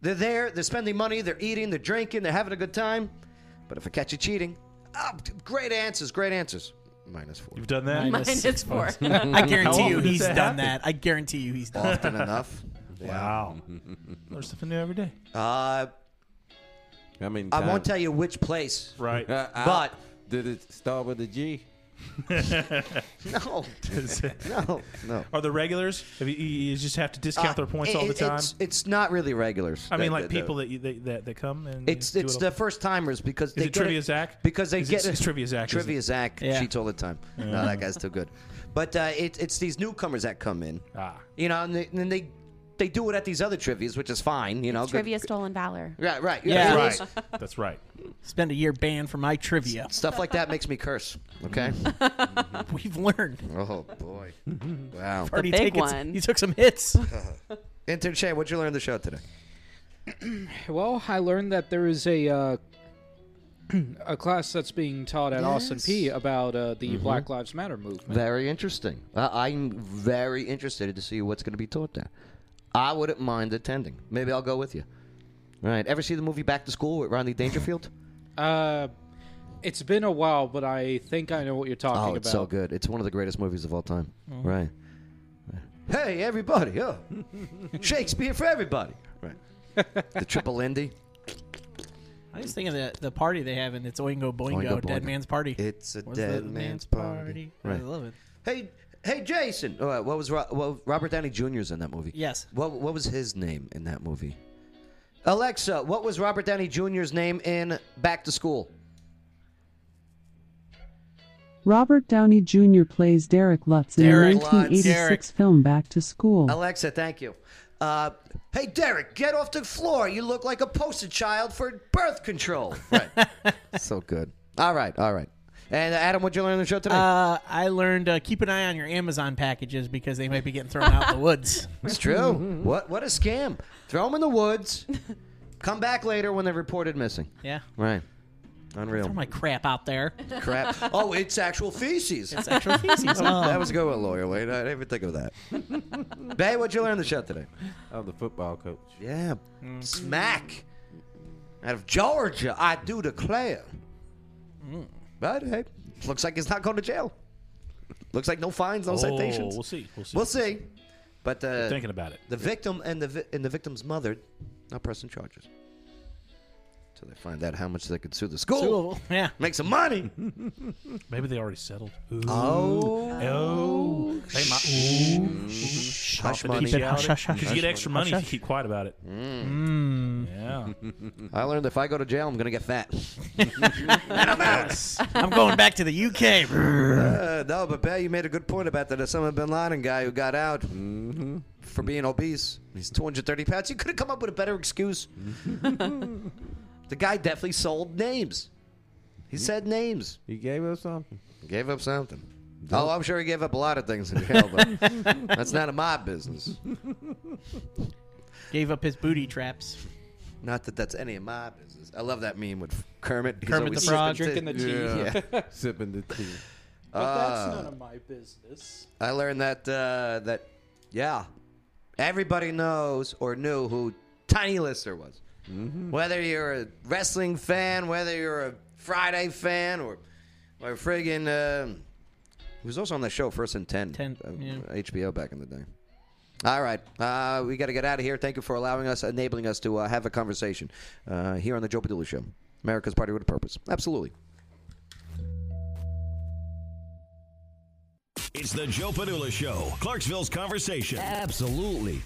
Speaker 1: they're there, they're spending money, they're eating, they're drinking, they're having a good time. But if I catch you cheating, oh, d- great answers, great answers. Minus four.
Speaker 9: You've done that?
Speaker 8: Minus Minus six four. points.
Speaker 9: I
Speaker 8: guarantee
Speaker 9: How often
Speaker 8: you
Speaker 9: does
Speaker 8: he's
Speaker 9: that
Speaker 8: done
Speaker 9: happen?
Speaker 8: that. I guarantee you he's done
Speaker 1: Often
Speaker 8: that.
Speaker 1: enough.
Speaker 9: Wow. Learn something new every day.
Speaker 1: Uh,
Speaker 4: I mean,
Speaker 1: I won't tell you which place.
Speaker 9: Right.
Speaker 1: but
Speaker 4: Did it start with a G?
Speaker 1: no. no. Oh, No. Ah,
Speaker 9: Are the regulars? Have you, you you just have to discount their points all the
Speaker 1: Uh, It-
Speaker 9: time?
Speaker 1: It's, it's not really regulars.
Speaker 9: I mean,
Speaker 1: The-
Speaker 9: like
Speaker 1: the- the-
Speaker 9: people that you, that, that that come and
Speaker 1: It's
Speaker 9: Mm-hmm. do it
Speaker 1: it's
Speaker 9: all-
Speaker 1: the first timers because
Speaker 9: Is
Speaker 1: they
Speaker 9: it
Speaker 1: get
Speaker 9: Trivia Zach?
Speaker 1: because they
Speaker 9: Is it-
Speaker 1: get
Speaker 9: it's Trivia Zach, isn't
Speaker 1: Trivia
Speaker 9: it?
Speaker 1: Zach
Speaker 9: Yeah.
Speaker 1: cheats all the time.
Speaker 9: Yeah.
Speaker 1: No, that guy's too good. But uh, it, it's these newcomers that come in.
Speaker 9: Ah.
Speaker 1: You know, and, they, and they they do it at these other trivias, which is fine. You know, oh, good-
Speaker 11: Trivia stolen valor.
Speaker 1: Right, right.
Speaker 8: Yeah.
Speaker 1: That's
Speaker 8: Right.
Speaker 9: That's right.
Speaker 8: Spend a year banned for my trivia.
Speaker 1: Stuff like that makes me curse. Okay.
Speaker 8: We've learned.
Speaker 1: Oh boy! Wow.
Speaker 8: You've already The big taken s- one. you took some hits.
Speaker 1: Intern Shay, what'd you learn on the show today?
Speaker 6: Well, I learned that there is a uh, a class that's being taught at Austin P about uh, the
Speaker 1: Mhm.
Speaker 6: Black Lives Matter movement.
Speaker 1: Very interesting. Uh, I'm very interested to see what's going to be taught there. I wouldn't mind attending. Maybe I'll go with you. All right. Ever see the movie Back to School with Rodney Dangerfield?
Speaker 6: Uh, it's been a while, but I think I know what you're talking
Speaker 1: oh, it's so
Speaker 6: about.
Speaker 1: good. It's one of the greatest movies of all time.
Speaker 6: Mhm.
Speaker 1: Right. Hey, everybody! Oh, Shakespeare for everybody. Right. the triple Indy.
Speaker 8: I was thinking of the, the party they have, and it's Oingo Boingo,
Speaker 1: Oingo
Speaker 8: Dead
Speaker 1: Boingo.
Speaker 8: Man's Party.
Speaker 1: It's a
Speaker 8: What's
Speaker 1: dead
Speaker 8: the
Speaker 1: man's party.
Speaker 8: I
Speaker 1: Right.
Speaker 8: love it.
Speaker 1: Hey, hey, Jason. Oh, uh, what was Ro- well, Robert Downey Jr.'s in that movie?
Speaker 8: Yes.
Speaker 1: What What was his name in that movie? Alexa, what was Robert Downey Jr.'s name in Back to School?
Speaker 3: Robert Downey Jr. plays Derek Lutz in
Speaker 1: Derek
Speaker 3: the 1986
Speaker 1: Lutz.
Speaker 3: film Back to School.
Speaker 1: Alexa, thank you. Uh, hey, Derek, get off the floor. You look like a poster child for birth control. Right. so good. All right. All right. And uh, Adam, what'd you learn on the show today?
Speaker 8: Uh, I learned uh, keep an eye on your Amazon packages because they might be getting thrown out in the woods.
Speaker 1: It's true. what What a scam. Throw them in the woods. Come back later when they're reported missing.
Speaker 8: Yeah.
Speaker 1: Right. Unreal.
Speaker 8: Throw my crap out there.
Speaker 1: crap. Oh, it's actual feces.
Speaker 8: It's actual feces.
Speaker 1: Oh,
Speaker 8: Oh.
Speaker 1: That was a good one, lawyer Wayne. I didn't even think of that. Bay, what'd you learn on the show today?
Speaker 4: Oh, the football coach.
Speaker 1: Yeah.
Speaker 9: Mm-hmm.
Speaker 1: Smack. Out of Georgia, I do declare.
Speaker 9: Mm.
Speaker 1: But hey, looks like it's not going to jail. Looks like no fines, no
Speaker 9: Oh,
Speaker 1: citations.
Speaker 9: we'll see, we'll see.
Speaker 1: We'll see. But uh,
Speaker 9: We're thinking about it.
Speaker 1: The victim and the vi- and the victim's mother, not pressing charges. Till they find out how much they could sue the school.
Speaker 8: Sue- yeah.
Speaker 1: Make some money.
Speaker 9: Maybe they already settled. Ooh.
Speaker 1: Oh.
Speaker 9: Oh. They might. Ooh. Shh.
Speaker 1: Hush money.
Speaker 9: Confidentiality.
Speaker 1: Hush, hush, hush.
Speaker 9: Because you
Speaker 1: Hush
Speaker 9: get extra
Speaker 1: money. Hush,
Speaker 9: money
Speaker 1: Mm.
Speaker 9: if you keep quiet about it. Mm. Yeah.
Speaker 1: I learned if I go to jail, I'm going to get fat.
Speaker 8: and
Speaker 1: I'm
Speaker 8: out. I'm going back to the UK.
Speaker 1: Uh, no, but Pat, you made a good point about that Osama bin Laden guy who got out mm-hmm, for being obese. He's 230 pounds. You could have come up with a better excuse.
Speaker 4: Mm-hmm.
Speaker 1: the guy definitely sold names. He said names.
Speaker 4: He gave up something.
Speaker 1: Gave up something. Oh, I'm sure he gave up a lot of things in jail, but that's none of my business.
Speaker 8: Gave up his booty traps.
Speaker 1: Not that that's any of my business. I love that meme with Kermit. He's
Speaker 8: Kermit
Speaker 1: always
Speaker 8: the Frog.
Speaker 1: sipping
Speaker 4: Yeah.
Speaker 1: Yeah.
Speaker 4: Sipping the tea.
Speaker 6: But
Speaker 1: Uh,
Speaker 6: that's none of my business.
Speaker 1: I learned that uh, that yeah, everybody knows or knew who Tiny Lister was. Whether you're a wrestling fan, whether you're a Friday fan, or or friggin' uh, he was also on the show First and Ten, uh, HBO back in the day. All right, uh, we got to get out of here. Thank you for allowing us, enabling us to uh, have a conversation uh, here on the Joe Padula Show, America's Party with a Purpose. Absolutely.
Speaker 23: It's the Joe Padula Show, Clarksville's conversation. Absolutely.